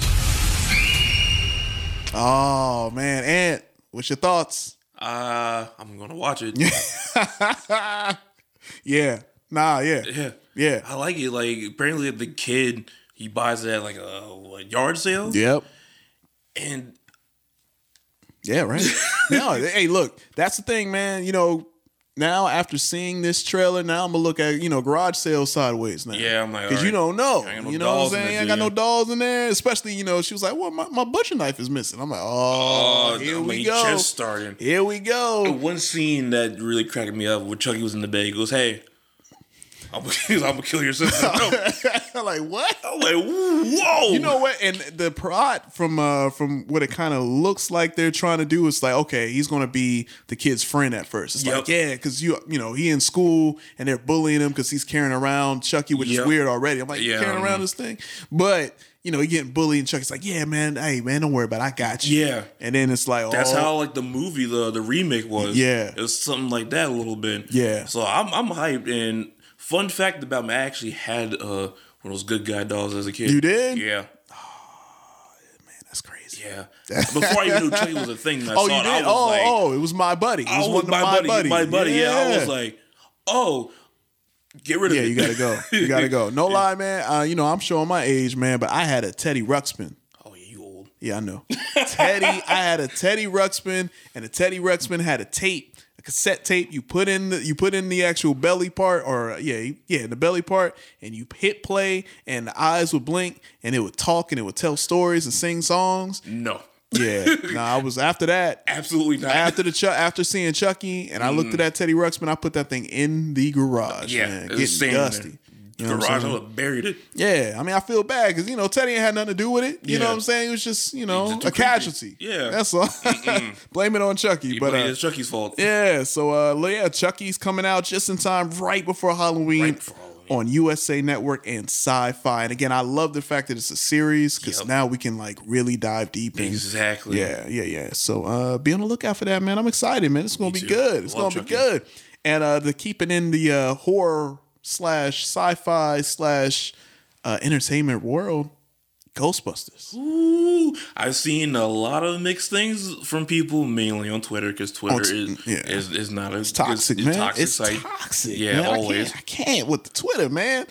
Speaker 3: Oh man, Ant, what's your thoughts? *laughs*
Speaker 4: Uh, I'm gonna watch it.
Speaker 3: yeah. Nah. Yeah.
Speaker 4: Yeah.
Speaker 3: Yeah.
Speaker 4: I like it. Like apparently the kid he buys it at like a, what, yard sale.
Speaker 3: Yep.
Speaker 4: And
Speaker 3: Yeah,
Speaker 4: *laughs*
Speaker 3: right. no, hey, look, that's the thing, man. You know, now after seeing this trailer, now I'm gonna look at you know garage sales sideways now.
Speaker 4: Yeah, I'm like,
Speaker 3: because you don't know,
Speaker 4: alright. I ain't got no
Speaker 3: you know what I'm
Speaker 4: dolls in
Speaker 3: saying?
Speaker 4: there,
Speaker 3: I got
Speaker 4: do
Speaker 3: no
Speaker 4: ya?
Speaker 3: dolls in there, especially you know she was like, "Well, my, my butcher knife is missing." I'm like, "Oh,
Speaker 4: Oh,
Speaker 3: here
Speaker 4: I'm
Speaker 3: we
Speaker 4: like,
Speaker 3: go,
Speaker 4: just starting.
Speaker 3: here we go."
Speaker 4: one scene that really cracked me up when Chucky was in the bed. He goes, "Hey, I'm gonna, *laughs* I'm gonna kill
Speaker 3: *laughs*
Speaker 4: your sister." No.
Speaker 3: like what?
Speaker 4: I'm like, "Whoa!"
Speaker 3: You know what? And the prod from uh from what it kind of looks like they're trying to do is like, okay, he's gonna be the kid's friend at first. It's like,
Speaker 4: Yep.
Speaker 3: yeah, because you you know he in school and they're bullying him because he's carrying around Chucky, which is
Speaker 4: Yep.
Speaker 3: weird already. I'm like, you
Speaker 4: Yeah,
Speaker 3: carrying
Speaker 4: I
Speaker 3: around
Speaker 4: know.
Speaker 3: this thing, but you know he getting bullied and Chucky's like, yeah, man, hey man, don't worry about, it. I got you.
Speaker 4: Yeah.
Speaker 3: and then it's like,
Speaker 4: That's
Speaker 3: oh,
Speaker 4: how like the movie the the remake was.
Speaker 3: Yeah.
Speaker 4: it was something like that a little bit.
Speaker 3: Yeah.
Speaker 4: So I'm I'm hyped. And fun fact about me, I actually had uh one of those good guy dolls as a kid.
Speaker 3: You did?
Speaker 4: Yeah.
Speaker 3: that's crazy. *laughs*
Speaker 4: Yeah. Before I even knew Chucky was a thing, when I
Speaker 3: Oh,
Speaker 4: saw
Speaker 3: you
Speaker 4: it. I
Speaker 3: did?
Speaker 4: was
Speaker 3: Oh,
Speaker 4: like,
Speaker 3: oh, it was my buddy. It
Speaker 4: I
Speaker 3: was,
Speaker 4: was
Speaker 3: one of
Speaker 4: my, buddy,
Speaker 3: buddies.
Speaker 4: my buddy. Yeah. I was like, oh, get rid of
Speaker 3: Yeah,
Speaker 4: it.
Speaker 3: you gotta go. You gotta go. No lie, man. Uh, you know, I'm showing my age, man, but I had a Teddy Ruxpin.
Speaker 4: *laughs* oh, yeah, you old.
Speaker 3: Yeah, I know. Teddy, I had a Teddy Ruxpin, and the Teddy Ruxpin had a tape, a cassette tape. You put in the you put in the actual belly part, or uh, yeah, yeah, the belly part, and you hit play, and the eyes would blink, and it would talk, and it would tell stories and sing songs.
Speaker 4: No,
Speaker 3: Yeah, nah, I was after that.
Speaker 4: absolutely not. *laughs*
Speaker 3: After the Chuck, after seeing Chucky, and I looked at that Teddy Ruxpin, I put that thing in the garage.
Speaker 4: Mm. yeah,
Speaker 3: man,
Speaker 4: it was
Speaker 3: getting
Speaker 4: same
Speaker 3: dusty.
Speaker 4: dusty.
Speaker 3: You know what I'm
Speaker 4: garage. I
Speaker 3: saying?
Speaker 4: would have buried it.
Speaker 3: Yeah, I mean, I feel bad because you know Teddy ain't had nothing to do with it. You know
Speaker 4: Yeah.
Speaker 3: what I'm saying? It was just you know
Speaker 4: just
Speaker 3: a
Speaker 4: too creepy.
Speaker 3: casualty.
Speaker 4: Yeah.
Speaker 3: that's all.
Speaker 4: Mm-mm.
Speaker 3: *laughs* Blame it on Chucky,
Speaker 4: You
Speaker 3: but
Speaker 4: blame
Speaker 3: uh,
Speaker 4: it, it's Chucky's fault.
Speaker 3: Yeah, so uh, li- yeah, Chucky's coming out just in time, right before Halloween. On USA Network and Sci-Fi, and again, I love the fact that it's a series because now we can like really dive deep. in-
Speaker 4: Exactly.
Speaker 3: Yeah, yeah, yeah. So uh, be on the lookout for that, man. I'm excited, man. It's gonna be good. It's
Speaker 4: Love
Speaker 3: gonna be good. And uh, the keeping in the uh, horror slash sci-fi slash uh, entertainment world, Ghostbusters.
Speaker 4: Ooh, I've seen a lot of mixed things from people, mainly on Twitter, because Twitter is, is is not a it's
Speaker 3: toxic,
Speaker 4: it's,
Speaker 3: man.
Speaker 4: Toxic
Speaker 3: It's
Speaker 4: site.
Speaker 3: toxic.
Speaker 4: Yeah,
Speaker 3: man.
Speaker 4: always.
Speaker 3: I can't, I can't with the Twitter,
Speaker 4: *laughs*
Speaker 3: man.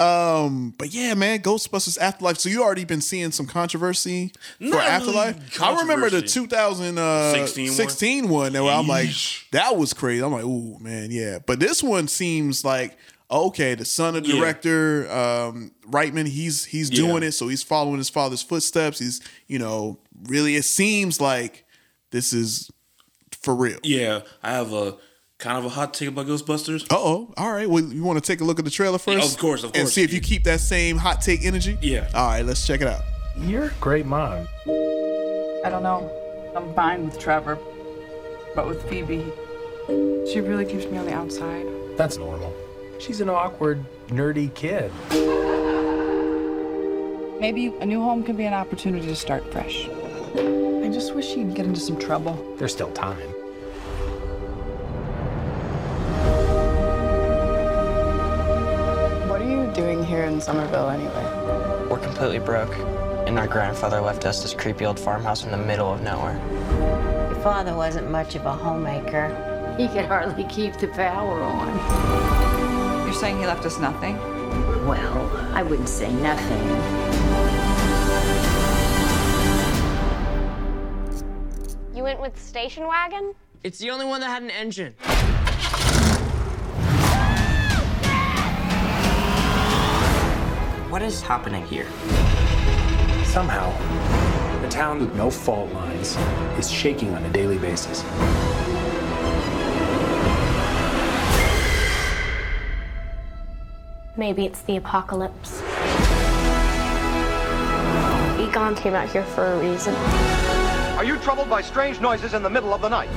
Speaker 3: um, but yeah, man, Ghostbusters Afterlife. So you already been seeing some controversy for
Speaker 4: Not really
Speaker 3: Afterlife. I remember the
Speaker 4: controversy.
Speaker 3: 2016
Speaker 4: 16 one.
Speaker 3: 16 one, that where I'm like, that was crazy. I'm like, ooh, man, yeah. But this one seems like okay. The son of the
Speaker 4: Yeah.
Speaker 3: director, um, Reitman, he's he's
Speaker 4: Yeah.
Speaker 3: doing it, so he's following his father's footsteps. He's you know really. It seems like this is for real.
Speaker 4: Yeah, I have a kind of a hot take about Ghostbusters.
Speaker 3: Uh oh. All right. Well, you want to take a look at the trailer first?
Speaker 4: Of course, of
Speaker 3: And
Speaker 4: course.
Speaker 3: see if you keep that same hot take energy?
Speaker 4: Yeah.
Speaker 3: All right, let's check it out.
Speaker 11: You're a great mom.
Speaker 12: I don't know. I'm fine with Trevor, but with Phoebe, she really keeps me on the outside.
Speaker 11: That's normal. She's an awkward, nerdy kid.
Speaker 12: Maybe a new home can be an opportunity to start fresh. I just wish she'd get into some trouble.
Speaker 11: There's still time.
Speaker 12: What are you doing here in Somerville anyway?
Speaker 13: We're completely broke, and our grandfather left us this creepy old farmhouse in the middle of nowhere.
Speaker 14: Your father wasn't much of a homemaker. He could hardly keep the power on.
Speaker 12: You're saying he left us nothing?
Speaker 14: Well, I wouldn't say nothing.
Speaker 15: You went with the station wagon?
Speaker 13: It's the only one that had an engine. What is happening here?
Speaker 11: Somehow, the town with no fault lines is shaking on a daily basis.
Speaker 16: Maybe it's the apocalypse. Egon came out here for a reason.
Speaker 17: Are you troubled by strange noises in the middle of the night?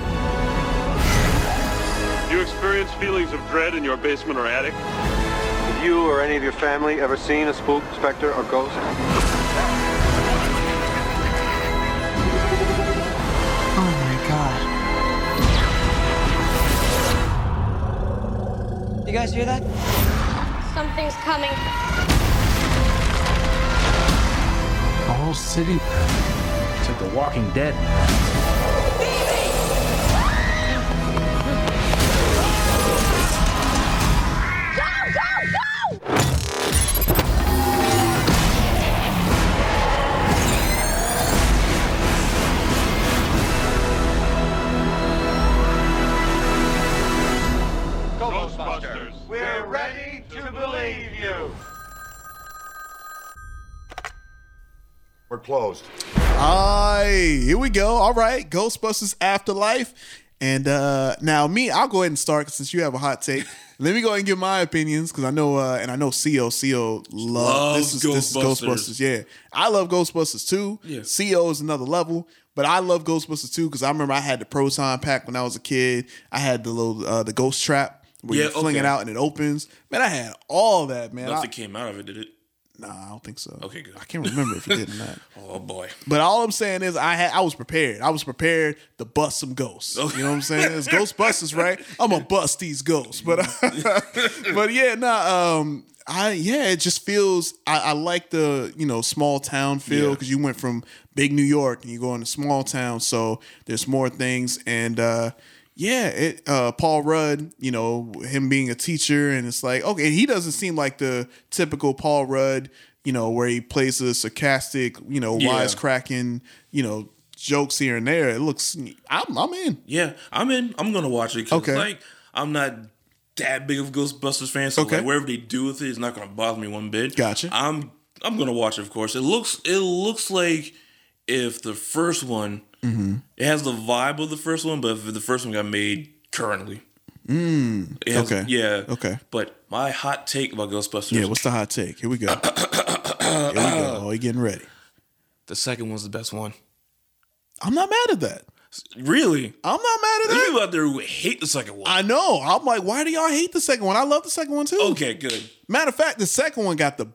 Speaker 18: You experience feelings of dread in your basement or attic?
Speaker 17: Have you or any of your family ever seen a spook, specter, or ghost?
Speaker 13: Oh my god. You guys hear that?
Speaker 8: Something's coming.
Speaker 11: The whole city it's like The Walking Dead.
Speaker 17: Ghostbusters. We're ready to believe you.
Speaker 3: We're closed. Aye, here we go. All right, Ghostbusters Afterlife. And uh now me, I'll go ahead and start since you have a hot
Speaker 4: *laughs*
Speaker 3: take. Let me go ahead and give my opinions because I know, uh, and I know CO, CO love this
Speaker 4: Loves
Speaker 3: is, this is
Speaker 4: Ghostbusters.
Speaker 3: Ghostbusters. Yeah, I love Ghostbusters too.
Speaker 4: Yeah.
Speaker 3: CO is another level, but I love Ghostbusters too because I remember I had the Proton pack when I was a kid. I had the little uh, the ghost trap where you
Speaker 4: Yeah,
Speaker 3: fling it
Speaker 4: okay.
Speaker 3: out and it opens. Man, I had all that. Man, I,
Speaker 4: Nothing came out of it, did it?
Speaker 3: Nah, I don't think so.
Speaker 4: Okay, good.
Speaker 3: I can't remember if it did or
Speaker 4: *laughs*
Speaker 3: not.
Speaker 4: Oh boy.
Speaker 3: But all I'm saying is I had I was prepared. I was prepared to bust some ghosts. You know what I'm saying? It's Ghostbusters, right? I'm gonna bust these ghosts. But *laughs* but yeah, nah. Um, I yeah, it just feels I, I like the you know small town feel
Speaker 4: Yeah.
Speaker 3: because you went from big New York and you go into small town, so there's more things and. uh yeah, it uh Paul Rudd, you know, him being a teacher and it's like, okay, he doesn't seem like the typical Paul Rudd, you know, where he plays a sarcastic, you know,
Speaker 4: Yeah.
Speaker 3: wisecracking, you know, jokes here and there. It looks I'm I'm in.
Speaker 4: Yeah, I'm in. I'm gonna watch it. 'cause,
Speaker 3: Okay.
Speaker 4: Like, I'm not that big of a Ghostbusters fan, so
Speaker 3: Okay.
Speaker 4: like, wherever they do with it, it's not gonna bother me one bit.
Speaker 3: Gotcha.
Speaker 4: I'm I'm gonna watch it. Of course, it looks it looks like if the first one
Speaker 3: Mhm.
Speaker 4: it has the vibe of the first one, but if the first one got made currently,
Speaker 3: Mm.
Speaker 4: It has-
Speaker 3: okay.
Speaker 4: yeah.
Speaker 3: Okay.
Speaker 4: But my hot take about Ghostbusters.
Speaker 3: Yeah, what's the hot take? Here we go. *coughs* Here we go. Oh, you getting ready.
Speaker 4: The second one's the best one.
Speaker 3: I'm not mad at that.
Speaker 4: Really?
Speaker 3: I'm not mad at that.
Speaker 4: People out there who hate the second one.
Speaker 3: I know. I'm like, why do y'all hate the second one? I love the second one too.
Speaker 4: Okay, good.
Speaker 3: Matter of fact, the second one got the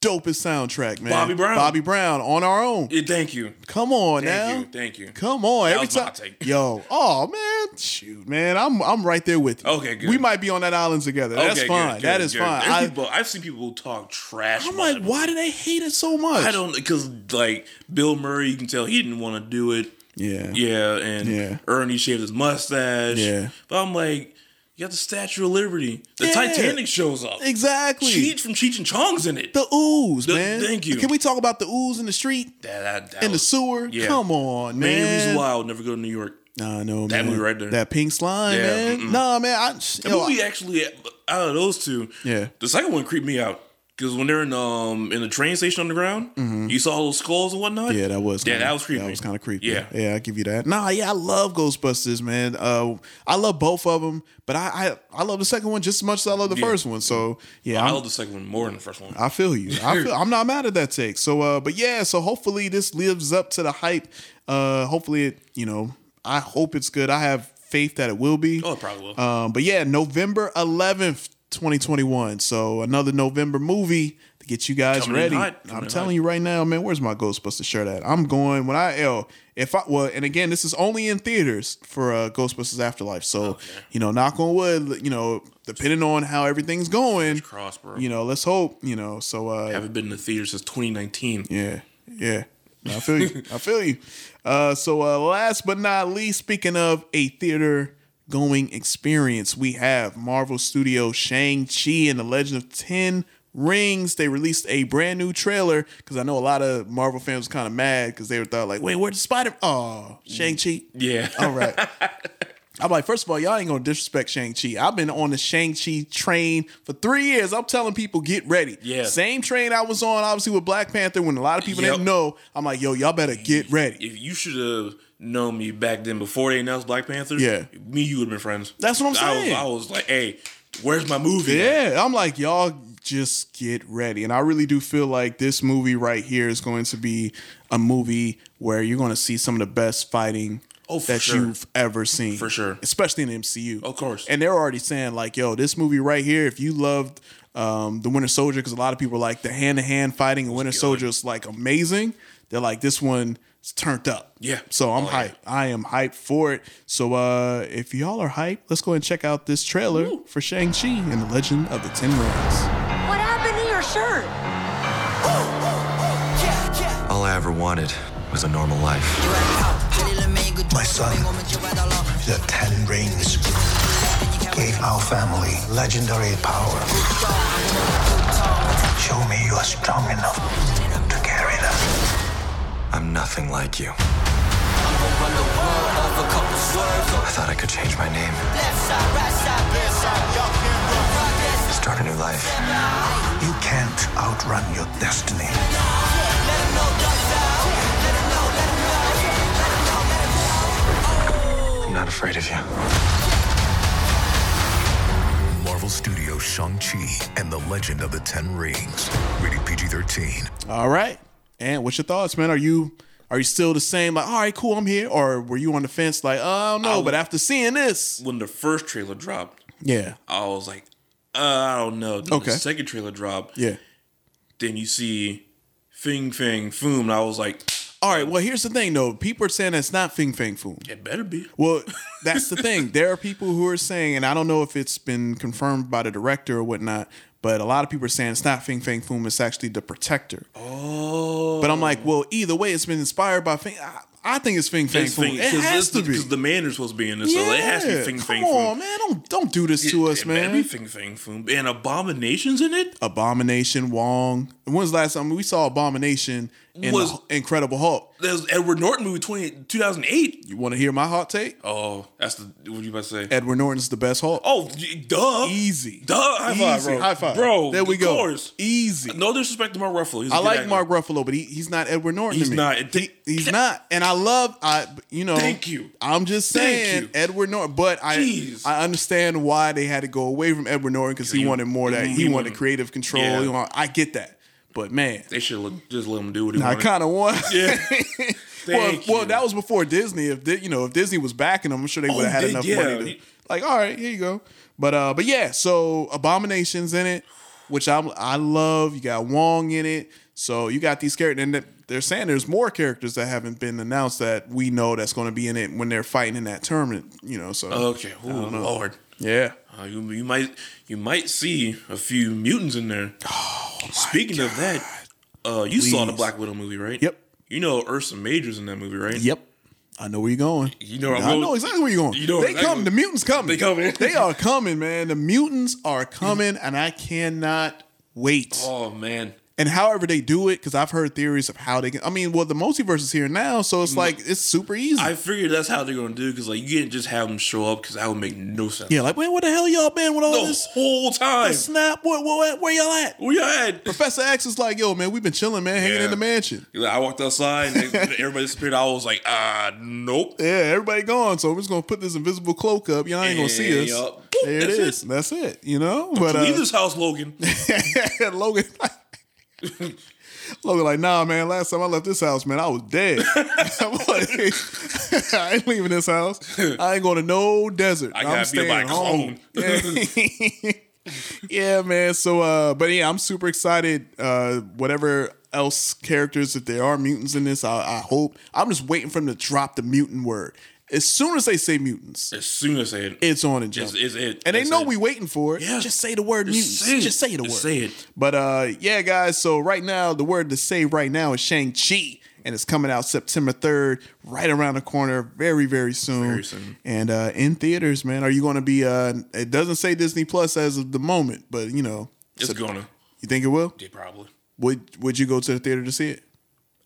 Speaker 3: dopest soundtrack, man.
Speaker 4: Bobby Brown.
Speaker 3: Bobby Brown on our own.
Speaker 4: Yeah, thank you.
Speaker 3: Come on
Speaker 4: Thank
Speaker 3: now.
Speaker 4: you. Thank you.
Speaker 3: Come on.
Speaker 4: That
Speaker 3: Every
Speaker 4: was my
Speaker 3: time.
Speaker 4: take.
Speaker 3: Yo. Oh man. Shoot, man. I'm I'm right there with you.
Speaker 4: Okay, good.
Speaker 3: We might be on that island together. That's
Speaker 4: Okay, good,
Speaker 3: fine.
Speaker 4: good,
Speaker 3: that is
Speaker 4: good.
Speaker 3: fine.
Speaker 4: There's
Speaker 3: I,
Speaker 4: people- I've seen people who talk trash.
Speaker 3: I'm
Speaker 4: about
Speaker 3: like,
Speaker 4: it.
Speaker 3: why do they hate it so much?
Speaker 4: I don't because like Bill Murray, you can tell he didn't want to do it.
Speaker 3: Yeah.
Speaker 4: Yeah, and
Speaker 3: Yeah.
Speaker 4: Ernie shaved his mustache.
Speaker 3: Yeah.
Speaker 4: but I'm like, you got the Statue of Liberty. The
Speaker 3: Yeah.
Speaker 4: Titanic shows up.
Speaker 3: Exactly.
Speaker 4: Cheech from Cheech and Chong's in it.
Speaker 3: The ooze,
Speaker 4: The-
Speaker 3: man.
Speaker 4: thank you.
Speaker 3: Can we talk about the ooze in the street?
Speaker 4: That- that- that
Speaker 3: in the
Speaker 4: was-
Speaker 3: sewer?
Speaker 4: yeah.
Speaker 3: Come on,
Speaker 4: Main
Speaker 3: man.
Speaker 4: reason why I would never go to New York.
Speaker 3: I know,
Speaker 4: That
Speaker 3: man.
Speaker 4: movie right there.
Speaker 3: That pink slime,
Speaker 4: Yeah,
Speaker 3: man.
Speaker 4: mm-mm.
Speaker 3: Nah, man. I,
Speaker 4: The
Speaker 3: yo,
Speaker 4: movie actually, out of those two,
Speaker 3: Yeah.
Speaker 4: the second one creeped me out because when they're in um in the train station on the ground, you saw all those skulls and whatnot.
Speaker 3: Mm-hmm. Yeah, that was.
Speaker 4: yeah,
Speaker 3: kinda-
Speaker 4: that was creepy.
Speaker 3: That was kind of creepy.
Speaker 4: Yeah.
Speaker 3: yeah, I give you that. Nah, yeah, I love Ghostbusters, man. Uh, I love both of them, but I, I I love the second one just as much as I love the
Speaker 4: Yeah.
Speaker 3: first one. So yeah,
Speaker 4: I
Speaker 3: I'm-
Speaker 4: love the second one more than the first one.
Speaker 3: I feel you. I feel, I'm not mad at that take. So, uh, but yeah, so hopefully this lives up to the hype. Uh, hopefully it, you know, I hope it's good. I have faith that it will be.
Speaker 4: Oh, it probably will.
Speaker 3: Um, but yeah, November 11th, 2021. So another November movie to get you guys
Speaker 4: Coming in
Speaker 3: ready.
Speaker 4: hot. Coming
Speaker 3: I'm
Speaker 4: in
Speaker 3: telling
Speaker 4: hot.
Speaker 3: you right now, man, where's my Ghostbuster shirt at? I'm going when I, yo, if I, well, and again, this is only in theaters for uh, Ghostbusters Afterlife. So, you know, knock on wood, you know, depending on how everything's going,
Speaker 4: Cross, bro.
Speaker 3: you know, let's hope, you know, so, uh,
Speaker 4: haven't been in the theater since 2019.
Speaker 3: yeah, yeah. I feel you. I feel you. Uh, so, uh, last but not least, speaking of a theater going experience, we have Marvel Studio Shang-Chi and the Legend of Ten Rings. They released a brand new trailer because I know a lot of Marvel fans kind of mad because they were thought, like, wait, where's the Spider? Oh, Shang-Chi.
Speaker 4: Yeah.
Speaker 3: All right. I'm like, first of all, y'all ain't gonna disrespect Shang-Chi. I've been on the Shang-Chi train for three years. I'm telling people, get ready.
Speaker 4: Yeah.
Speaker 3: Same train I was on, obviously, with Black Panther when a lot of people
Speaker 4: Yep.
Speaker 3: didn't know. I'm like, yo, y'all better get ready.
Speaker 4: *laughs* If you should have known me back then before they announced Black Panther,
Speaker 3: Yeah.
Speaker 4: me you would have been friends.
Speaker 3: That's what I'm
Speaker 4: I was-
Speaker 3: saying.
Speaker 4: I was, like, hey, where's my movie?
Speaker 3: Yeah. I'm like, y'all just get ready. And I really do feel like this movie right here is going to be a movie where you're gonna see some of the best fighting.
Speaker 4: Oh, for
Speaker 3: that
Speaker 4: sure.
Speaker 3: you've ever seen.
Speaker 4: For sure.
Speaker 3: Especially in the MCU.
Speaker 4: Of course.
Speaker 3: and they're already saying like, "Yo, this movie right here. If you loved um, the Winter Soldier, because a lot of people are like the hand to hand fighting in Winter Soldier is like amazing. They're like, this one is turned up.
Speaker 4: Yeah.
Speaker 3: So I'm hyped. I am hyped for it. So uh, if y'all are hyped, let's go and check out this trailer for Shang Chi and the Legend of the Ten Rings.
Speaker 6: What happened to your shirt?
Speaker 19: All I ever wanted was a normal life.
Speaker 20: My son, the Ten Rings gave our family legendary power. Show me you are strong enough to carry them.
Speaker 19: I'm nothing like you. I thought I could change my name, start a new life.
Speaker 20: You can't outrun your destiny.
Speaker 19: I'm not afraid of you.
Speaker 21: Marvel Studios Shang-Chi and the Legend of the Ten Rings. Rated PG-13.
Speaker 3: All right. And what's your thoughts, man? Are you are you still the same? Like, all right, cool, I'm here. Or were you on the fence? Like, oh no. but after seeing this,
Speaker 4: When the first trailer dropped,
Speaker 3: yeah,
Speaker 4: I was like, uh, I don't know. Then
Speaker 3: Okay.
Speaker 4: The second trailer dropped,
Speaker 3: yeah.
Speaker 4: then you see Fing Fing Foom, and I was like,
Speaker 3: All right. Well, here's the thing, though. People are saying that's not Fing Fang Foom.
Speaker 4: it better be.
Speaker 3: Well, that's the thing. There are people who are saying, and I don't know if it's been confirmed by the director or whatnot, but a lot of people are saying it's not Fing Fang Foom. It's actually the Protector.
Speaker 4: Oh.
Speaker 3: But I'm like, well, either way, it's been inspired by Fing. I, I think it's Fing Fang
Speaker 4: It's
Speaker 3: Foom.
Speaker 4: Fing,
Speaker 3: It has to be.
Speaker 4: Because the man is supposed to be in this, so it has to be
Speaker 3: Yeah.
Speaker 4: Fing Fing
Speaker 3: Come
Speaker 4: Foom.
Speaker 3: on, man. Don't don't do this to us,
Speaker 4: it better be
Speaker 3: man.
Speaker 4: Fing Fing Foom. And Abomination's in it?
Speaker 3: Abomination, Wong. When's the last time we saw Abomination in
Speaker 4: Was-
Speaker 3: the Incredible Hulk?
Speaker 4: that was Edward Norton movie 20, 2008.
Speaker 3: You want to hear my hot take?
Speaker 4: Oh, that's the what you about to say.
Speaker 3: Edward Norton's the best Hulk.
Speaker 4: Oh, y- duh.
Speaker 3: Easy.
Speaker 4: Duh. High five,
Speaker 3: Easy.
Speaker 4: bro.
Speaker 3: High five.
Speaker 4: Bro,
Speaker 3: There we
Speaker 4: of
Speaker 3: go.
Speaker 4: course.
Speaker 3: Easy.
Speaker 4: E- No disrespect to Mark Ruffalo. He's a
Speaker 3: I
Speaker 4: good
Speaker 3: like
Speaker 4: actor.
Speaker 3: Mark Ruffalo, but he, he's not Edward Norton.
Speaker 4: He's
Speaker 3: to me.
Speaker 4: not. It-
Speaker 3: He- he's not. And I love. I you know.
Speaker 4: Thank you.
Speaker 3: I'm just
Speaker 4: Thank
Speaker 3: saying
Speaker 4: you.
Speaker 3: Edward Norton, but I
Speaker 4: Jeez.
Speaker 3: I understand why they had to go away from Edward Norton because he wanted more of that. He wanted creative control.
Speaker 4: Yeah.
Speaker 3: He wanted- I get that, but man,
Speaker 4: They should let- just let him do what he
Speaker 3: I
Speaker 4: wanted.
Speaker 3: kind of want.
Speaker 4: Yeah.
Speaker 3: well,
Speaker 4: Thank
Speaker 3: well, that was before Disney. If Di- you know, if Disney was backing them, I'm sure they
Speaker 4: Oh,
Speaker 3: would have had
Speaker 4: they-
Speaker 3: enough
Speaker 4: yeah.
Speaker 3: money to like. All right, here you go. But uh, but yeah, so Abominations in it, which I am I love. You got Wong in it, so you got these characters, and they're saying there's more characters that haven't been announced that we know that's going to be in it when they're fighting in that tournament. You know, so
Speaker 4: Okay.
Speaker 3: I
Speaker 4: Ooh,
Speaker 3: don't know.
Speaker 4: Lord.
Speaker 3: Yeah.
Speaker 4: Uh, you, you might you might see a few mutants in there. Oh, Speaking of that, uh, you saw the
Speaker 3: Please.
Speaker 4: Black Widow movie, right?
Speaker 3: Yep.
Speaker 4: You know Ursa Major's in that movie, right?
Speaker 3: Yep. I know where you're going.
Speaker 4: You know where I'm
Speaker 3: I know
Speaker 4: going.
Speaker 3: exactly where you're going.
Speaker 4: You know
Speaker 3: they
Speaker 4: exactly-
Speaker 3: come. The mutants coming.
Speaker 4: They coming.
Speaker 3: they are coming, man. The mutants are coming, and I cannot
Speaker 4: *laughs*
Speaker 3: wait.
Speaker 4: Oh man.
Speaker 3: And however they do it, because I've heard theories of how they can. I mean, well, the multiverse is here now, so it's like it's super easy.
Speaker 4: Mm. I figured that's how they're gonna do because like you can't just have them show up because that would make no sense.
Speaker 3: yeah, like man, where the hell y'all been with all
Speaker 4: the
Speaker 3: this?
Speaker 4: whole time.
Speaker 3: The snap, what, what, where y'all at?
Speaker 4: Where you at?
Speaker 3: Professor X is like, yo, man, we've been chilling, man, hanging
Speaker 4: Yeah.
Speaker 3: in the mansion.
Speaker 4: *laughs* I walked outside and they- everybody disappeared. I was like, ah, nope.
Speaker 3: Yeah, everybody gone, so we're just gonna put this invisible cloak up. Y'all ain't gonna see
Speaker 4: Yeah,
Speaker 3: us.
Speaker 4: yup.
Speaker 3: There it
Speaker 4: That's it.
Speaker 3: is. That's it. You know, but
Speaker 4: Leave
Speaker 3: uh,
Speaker 4: this house, Logan.
Speaker 3: And *laughs* Logan, like, *laughs* Logan, like, nah, man. Last time I left this house, man, I was dead. *laughs* I'm like, *laughs* I ain't leaving this house. I ain't going to no desert.
Speaker 4: I
Speaker 3: I'm
Speaker 4: gotta be
Speaker 3: staying
Speaker 4: by a
Speaker 3: home.
Speaker 4: clone.
Speaker 3: *laughs* yeah, man. So, uh, but yeah, I'm super excited. Uh, whatever else characters, if there are mutants in this, I, I hope. I'm just waiting for them to drop the mutant word. As soon as they say mutants,
Speaker 4: as soon as
Speaker 3: *laughs*
Speaker 4: I say it,
Speaker 3: it's on and jump.
Speaker 4: It's- it's it.
Speaker 3: And they
Speaker 4: That's
Speaker 3: know
Speaker 4: it.
Speaker 3: we waiting for it.
Speaker 4: Yeah.
Speaker 3: Just say the word
Speaker 4: Just
Speaker 3: mutants.
Speaker 4: say it.
Speaker 3: Just say the word.
Speaker 4: Just say it.
Speaker 3: But uh, yeah, guys. So right now, the word to say right now is Shang Chi, and it's coming out September third, right around the corner, very very soon.
Speaker 4: Very soon.
Speaker 3: And uh, in theaters, man, are you going to be? Uh, it doesn't say Disney Plus as of the moment, but you know,
Speaker 4: it's
Speaker 3: so-
Speaker 4: gonna.
Speaker 3: You think it will?
Speaker 4: Yeah, probably.
Speaker 3: Would Would you go to the theater to see it?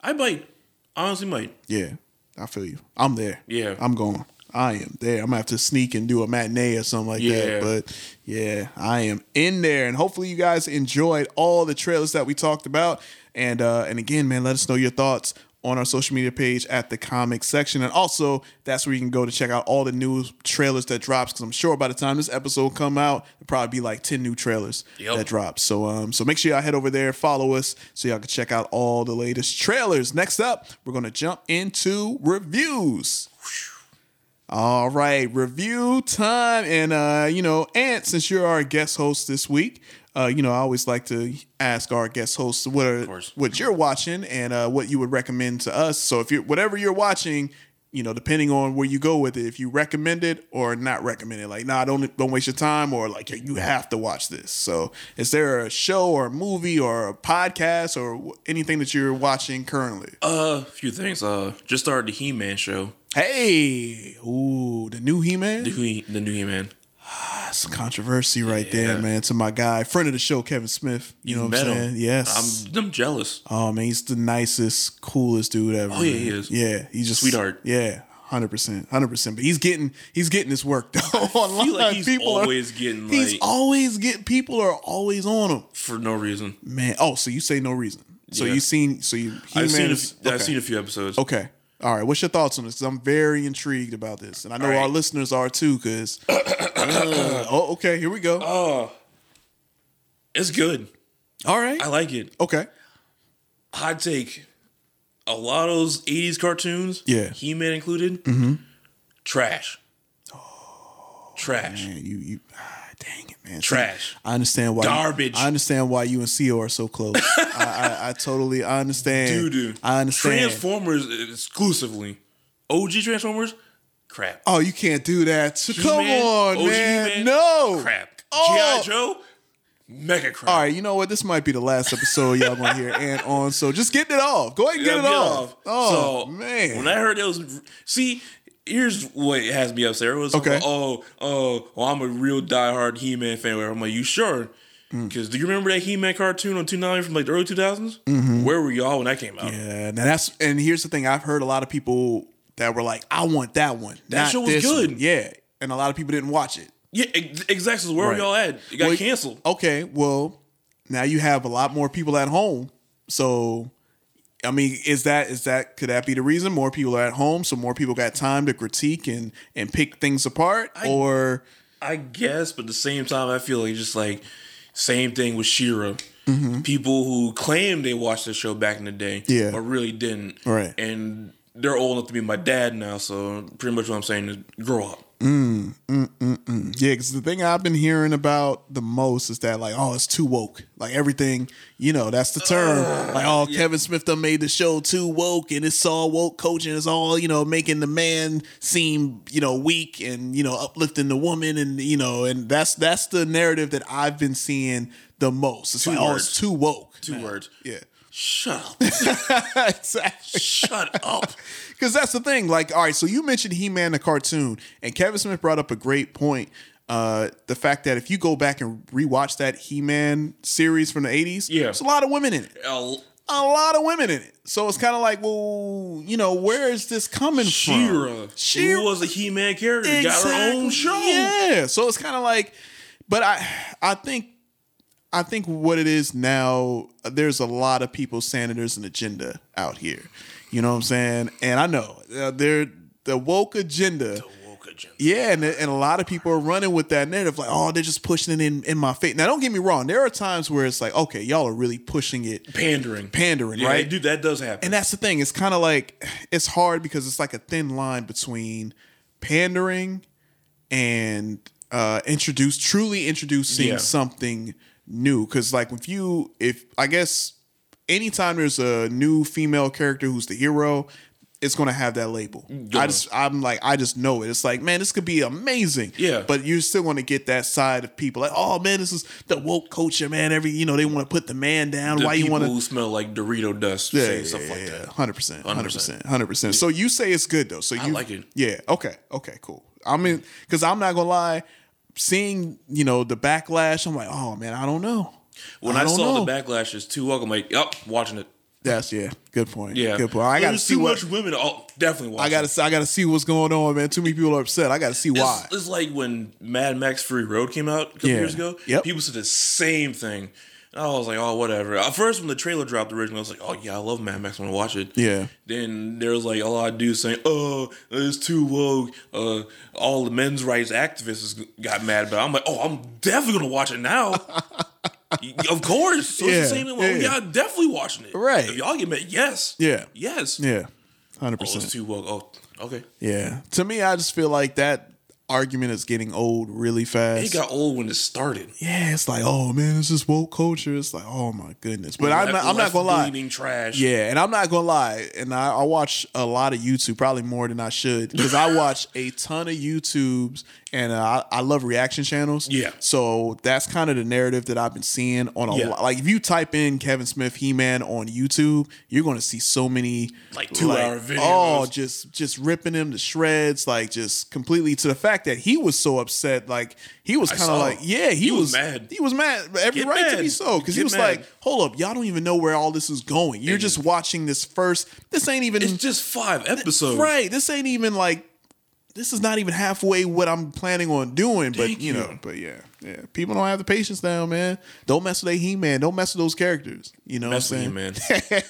Speaker 4: I might. Honestly, might.
Speaker 3: Yeah, I feel you. I'm there.
Speaker 4: Yeah.
Speaker 3: I'm going. I am there. I'm gonna have to sneak and do a matinee or something like
Speaker 4: Yeah.
Speaker 3: that. But yeah, I am in there, and hopefully you guys enjoyed all the trailers that we talked about. And uh, and again, man, let us know your thoughts on our social media page at the comic section, and also that's where you can go to check out all the new trailers that drops. Because I'm sure by the time this episode come out, it'll probably be like ten new trailers
Speaker 4: Yep.
Speaker 3: that drop. So um, so make sure y'all head over there, follow us, so y'all can check out all the latest trailers. Next up, we're gonna jump into reviews. All right, review time, and uh, you know, Ant, since you're our guest host this week, uh, you know, I always like to ask our guest hosts what are, what you're watching and uh, what you would recommend to us. So if you're whatever you're watching, you know, depending on where you go with it, if you recommend it or not recommend it, like nah, don't don't waste your time, or like you have to watch this. So is there a show or a movie or a podcast or wh- anything that you're watching currently?
Speaker 4: Uh, a few things. Uh, just started the He Man show.
Speaker 3: Hey, ooh, the new He Man.
Speaker 4: The, He- the new He Man.
Speaker 3: Some controversy right there, man. To my guy, friend of the show, Kevin Smith. You, know what I'm saying? Yes.
Speaker 4: I'm, I'm jealous.
Speaker 3: oh man, he's the nicest, coolest dude ever.
Speaker 4: Oh, yeah, he
Speaker 3: man.
Speaker 4: is.
Speaker 3: Yeah, he's just
Speaker 4: Sweetheart.
Speaker 3: Yeah, hundred percent, hundred percent. But he's getting he's getting his work *laughs* though online.
Speaker 4: feel like he's
Speaker 3: people
Speaker 4: always
Speaker 3: are,
Speaker 4: getting like
Speaker 3: he's always getting people are always on him,
Speaker 4: for no reason.
Speaker 3: man. Oh, so you say no reason? So
Speaker 4: Yeah.
Speaker 3: you seen? So you?
Speaker 4: I've seen,
Speaker 3: He-Man
Speaker 4: a
Speaker 3: is-
Speaker 4: f- I've
Speaker 3: okay.
Speaker 4: seen a few episodes.
Speaker 3: Okay. All right. What's your thoughts on this? 'Cause I'm very intrigued about this, and I know
Speaker 4: All right.
Speaker 3: our listeners are too.
Speaker 4: *coughs*
Speaker 3: Because oh, okay. Here we go.
Speaker 4: Oh, it's good.
Speaker 3: All right.
Speaker 4: I like it.
Speaker 3: Okay.
Speaker 4: Hot take: a lot of those '80s cartoons,
Speaker 3: Yeah.
Speaker 4: He Man included,
Speaker 3: Mm-hmm.
Speaker 4: trash. Trash.
Speaker 3: Man, you you ah, dang it, man.
Speaker 4: Trash.
Speaker 3: I understand why
Speaker 4: Garbage.
Speaker 3: I understand why you and CO are so
Speaker 4: *laughs*
Speaker 3: close. I, I, I totally I understand.
Speaker 4: Dude, dude.
Speaker 3: I understand.
Speaker 4: Transformers exclusively. OG Transformers, crap.
Speaker 3: oh, you can't do that. So come
Speaker 4: He-Man,
Speaker 3: on,
Speaker 4: OG
Speaker 3: man.
Speaker 4: He-Man,
Speaker 3: No.
Speaker 4: crap.
Speaker 3: Oh.
Speaker 4: GI Joe, mega crap.
Speaker 3: All right, you know what? This might be the last episode y'all gonna
Speaker 4: *laughs*
Speaker 3: hear and on. So just get it off. Go ahead and get
Speaker 4: Yeah,
Speaker 3: it
Speaker 4: get
Speaker 3: off. Oh
Speaker 4: So,
Speaker 3: man.
Speaker 4: When I heard those, see, here's what has me upset. It was oh,
Speaker 3: Okay.
Speaker 4: okay. Oh, oh, well, I'm a real diehard He-Man fan. Whatever. I'm like, you sure?
Speaker 3: Hmm.
Speaker 4: Because do you remember that He Man cartoon on Two Nine from like the early two thousands?
Speaker 3: Mhm.
Speaker 4: Where were y'all when that came out?
Speaker 3: Yeah, now that's and here's the thing. I've heard a lot of people that were like, "I want that one."
Speaker 4: That
Speaker 3: not
Speaker 4: show was
Speaker 3: this
Speaker 4: good.
Speaker 3: one." Yeah, and a lot of people didn't watch it.
Speaker 4: Yeah, ex- exactly. So Where
Speaker 3: Right.
Speaker 4: were y'all at? It got
Speaker 3: Well,
Speaker 4: canceled.
Speaker 3: Okay, well, now you have a lot more people at home. So, I mean, is that is that could that be the reason more people are at home, so more people got time to critique and and pick things apart, or
Speaker 4: I guess, but at the same time, I feel like just like same thing with Shira. People who claim they watched the show back in the day,
Speaker 3: Mm-hmm. Yeah.
Speaker 4: but really didn't,
Speaker 3: Right.
Speaker 4: And they're old enough to be my dad now, so pretty much what I'm saying is grow up.
Speaker 3: Mm, mm, mm, mm. Yeah, because the thing I've been hearing about the most is that like, oh, it's too woke. Like everything, you know, that's the term. like, oh, Kevin Smith done made the show too woke, and it's all woke coaching. It's all you know, making the man seem you know weak, and you know, uplifting the woman, and you know, and that's that's the narrative that I've been seeing the most. It's
Speaker 4: Two
Speaker 3: like, oh, it's
Speaker 4: words.
Speaker 3: too woke. *laughs*
Speaker 4: Two words.
Speaker 3: Yeah.
Speaker 4: Shut up.
Speaker 3: *laughs* exactly.
Speaker 4: Shut up.
Speaker 3: Because that's the thing. Like, all right, so you mentioned He Man, the cartoon, and Kevin Smith brought up a great point. Uh, the fact that if you go back and rewatch that He Man series from the 80s, yeah. there's a lot of women in it.
Speaker 4: L-
Speaker 3: A lot of women in it. So it's kind of like, well, you know, where is this coming
Speaker 4: She-Ra.
Speaker 3: from?
Speaker 4: She was a He Man character. Got her own
Speaker 3: Exactly.
Speaker 4: show.
Speaker 3: Yeah. So it's kind of like, but I, I think, I think what it is now, there's a lot of people saying that there's an agenda out here. You know what I'm saying? And I know uh, there the woke agenda. Yeah, and, and a lot of people are running with that narrative, like, oh, they're just pushing it in, in my face. Now, don't get me wrong. There are times where it's like, okay, y'all are really pushing it,
Speaker 4: Pandering.
Speaker 3: pandering,
Speaker 4: Yeah,
Speaker 3: right?
Speaker 4: Dude, that does happen.
Speaker 3: And that's the thing. It's kind of like it's hard because it's like a thin line between pandering and uh introduce truly introducing
Speaker 4: Yeah.
Speaker 3: something new. Because like if you if I guess anytime there's a new female character who's the hero. It's gonna have that label. I just, I'm like, I just know it. It's like, man, this could be amazing.
Speaker 4: Yeah.
Speaker 3: But you're still gonna get that side of people, like, oh man, this is the woke culture, man. Every, you know, they want to put the man down.
Speaker 4: The
Speaker 3: Why you
Speaker 4: people
Speaker 3: want to
Speaker 4: who smell like Dorito dust
Speaker 3: Yeah,
Speaker 4: say
Speaker 3: yeah,
Speaker 4: stuff like that.
Speaker 3: Hundred percent, hundred
Speaker 4: 100%.
Speaker 3: percent, hundred percent. So you say it's good though. So you
Speaker 4: I like it.
Speaker 3: Yeah. Okay. Okay. Cool. I mean, because I'm not gonna lie, seeing you know the backlash, I'm like, oh man, I don't know.
Speaker 4: When
Speaker 3: I
Speaker 4: I,
Speaker 3: don't
Speaker 4: saw
Speaker 3: know.
Speaker 4: the backlashes too, I'm like, yup, watching it.
Speaker 3: That's yeah. Good point.
Speaker 4: Yeah,
Speaker 3: Good point. I gotta
Speaker 4: There's
Speaker 3: see
Speaker 4: too
Speaker 3: what
Speaker 4: much women. Oh, definitely. Watching
Speaker 3: I gotta. I gotta see what's going on, man. Too many people are upset. I gotta see why.
Speaker 4: It's, it's like when Mad Max Free Road came out a couple
Speaker 3: Yeah.
Speaker 4: years ago.
Speaker 3: Yep.
Speaker 4: People said the same thing. And I was like, oh, whatever. At first, when the trailer dropped originally, I was like, oh, yeah, I love Mad Max. when I watch it.
Speaker 3: Yeah.
Speaker 4: Then there was like a lot of dudes saying, oh, it's too woke. Uh, all the men's rights activists got mad about it. I'm like, oh, I'm definitely going to watch it now.
Speaker 3: *laughs*
Speaker 4: Y- of course. So it's the
Speaker 3: Yeah,
Speaker 4: same thing. Oh,
Speaker 3: yeah.
Speaker 4: yeah, I'm definitely watching it.
Speaker 3: Right.
Speaker 4: If y'all get mad, yes.
Speaker 3: Yeah.
Speaker 4: Yes.
Speaker 3: Yeah. Hundred
Speaker 4: Oh, it's
Speaker 3: percent.
Speaker 4: too woke. Oh, okay.
Speaker 3: Yeah. To me, I just feel like that argument is getting old really fast.
Speaker 4: It got old when it started.
Speaker 3: yeah, it's like, oh man, it's this woke culture. It's like, oh my goodness. But I'm not, I'm not gonna lie.
Speaker 4: Bleeding trash.
Speaker 3: Yeah, and I'm not gonna lie, and I, I watch a lot of YouTube, probably more than I should, because
Speaker 4: *laughs*
Speaker 3: I watch a ton of YouTubes, and uh, I, I love reaction channels.
Speaker 4: Yeah.
Speaker 3: so that's kind of the narrative that I've been seeing on a
Speaker 4: Yeah.
Speaker 3: lot. Like if you type in Kevin Smith He Man on YouTube, you're gonna see so many
Speaker 4: Like two-hour videos.
Speaker 3: Oh, just just ripping him to shreds, like just completely to the fact that he was so upset. Like he was
Speaker 4: I
Speaker 3: kind
Speaker 4: saw.
Speaker 3: of like, yeah, he,
Speaker 4: He was
Speaker 3: was
Speaker 4: mad.
Speaker 3: He was mad, but every
Speaker 4: Get
Speaker 3: right to
Speaker 4: mad.
Speaker 3: be so, because he
Speaker 4: Get
Speaker 3: was
Speaker 4: mad.
Speaker 3: like, hold up, y'all don't even know where all this is going. You're just watching this first. This ain't even.
Speaker 4: It's just five episodes.
Speaker 3: Right. This ain't even like. This is not even halfway what I'm planning on doing. But
Speaker 4: Thank
Speaker 3: you
Speaker 4: you.
Speaker 3: know, but yeah, yeah. People don't have the patience now, man. Don't mess with a He Man. Don't mess with those characters. You know
Speaker 4: Mess
Speaker 3: what
Speaker 4: with
Speaker 3: I'm
Speaker 4: you,
Speaker 3: saying?
Speaker 4: *laughs* man.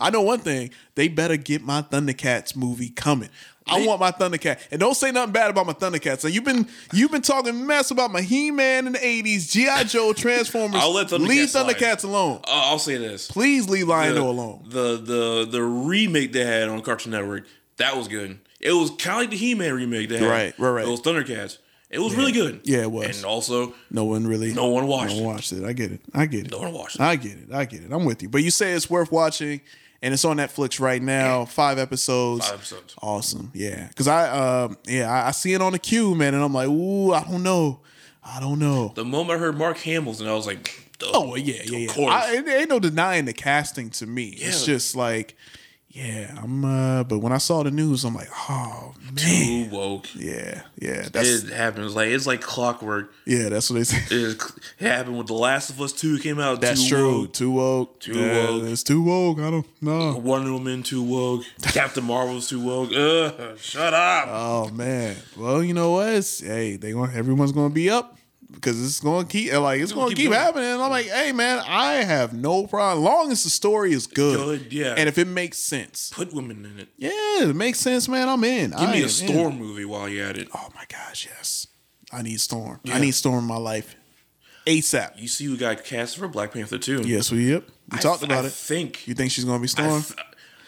Speaker 3: I know one thing. They better get my Thundercats movie coming. I want my Thundercat, and don't say nothing bad about my Thundercats. Now you've been you've been talking mess about my He Man in the '80s, GI
Speaker 4: *laughs*
Speaker 3: Joe, Transformers.
Speaker 4: I'll let Thundercats
Speaker 3: leave
Speaker 4: slide.
Speaker 3: Thundercats alone.
Speaker 4: Uh, I'll say this.
Speaker 3: Please leave Lionel
Speaker 4: the,
Speaker 3: alone.
Speaker 4: The the the remake they had on Cartoon Network that was good. It was kind of like the He Man remake they had.
Speaker 3: Right, right, right.
Speaker 4: It was Thundercats. It was really good.
Speaker 3: Yeah, it was.
Speaker 4: And also,
Speaker 3: No one really.
Speaker 4: No one watched
Speaker 3: No one watched it. I get it. I get it.
Speaker 4: No one watched it.
Speaker 3: I get it. I get it. I'm with you. But you say it's worth watching, and it's on Netflix right now. Five episodes.
Speaker 4: Five episodes.
Speaker 3: Awesome. Yeah. Because I, um, yeah, I, I see it on the queue, man, and I'm like, ooh, I don't know. I don't know.
Speaker 4: the moment I heard Mark Hamill's, and I was like, duh,
Speaker 3: Oh well, yeah, yeah,
Speaker 4: of
Speaker 3: yeah.
Speaker 4: course.
Speaker 3: I, it ain't no denying the casting to me. It's
Speaker 4: Yeah.
Speaker 3: just like, Yeah, I'm. Uh, but when I saw the news, I'm like, oh man,
Speaker 4: Too woke.
Speaker 3: Yeah, yeah. That's
Speaker 4: it happens like it's like clockwork.
Speaker 3: yeah, that's what they say.
Speaker 4: It, is, it happened with The Last of Us Two came out.
Speaker 3: That's
Speaker 4: too
Speaker 3: true.
Speaker 4: woke.
Speaker 3: Too woke.
Speaker 4: Too
Speaker 3: Yeah,
Speaker 4: woke.
Speaker 3: It's too woke. I don't know.
Speaker 4: Wonder Woman too woke. Captain Marvel's too woke. Ugh, shut up.
Speaker 3: Oh man. Well, you know what? It's- hey, they going everyone's gonna be up because it's gonna keep like it's gonna keep,
Speaker 4: keep going.
Speaker 3: happening. And I'm like, hey man, I have no problem. Long as the story is good.
Speaker 4: Good, yeah.
Speaker 3: And if it makes sense.
Speaker 4: Put women in it.
Speaker 3: Yeah, it makes sense, man. I'm in.
Speaker 4: Give
Speaker 3: I
Speaker 4: me
Speaker 3: am
Speaker 4: a storm
Speaker 3: in.
Speaker 4: movie while you're at it.
Speaker 3: Oh my gosh, yes. I need storm. I
Speaker 4: Yeah.
Speaker 3: need storm in my life. ASAP.
Speaker 4: You see, we got cast for Black Panther too.
Speaker 3: Yes, we yep. We
Speaker 4: I
Speaker 3: talked
Speaker 4: th-
Speaker 3: about
Speaker 4: I
Speaker 3: it.
Speaker 4: think.
Speaker 3: You think she's gonna be storm?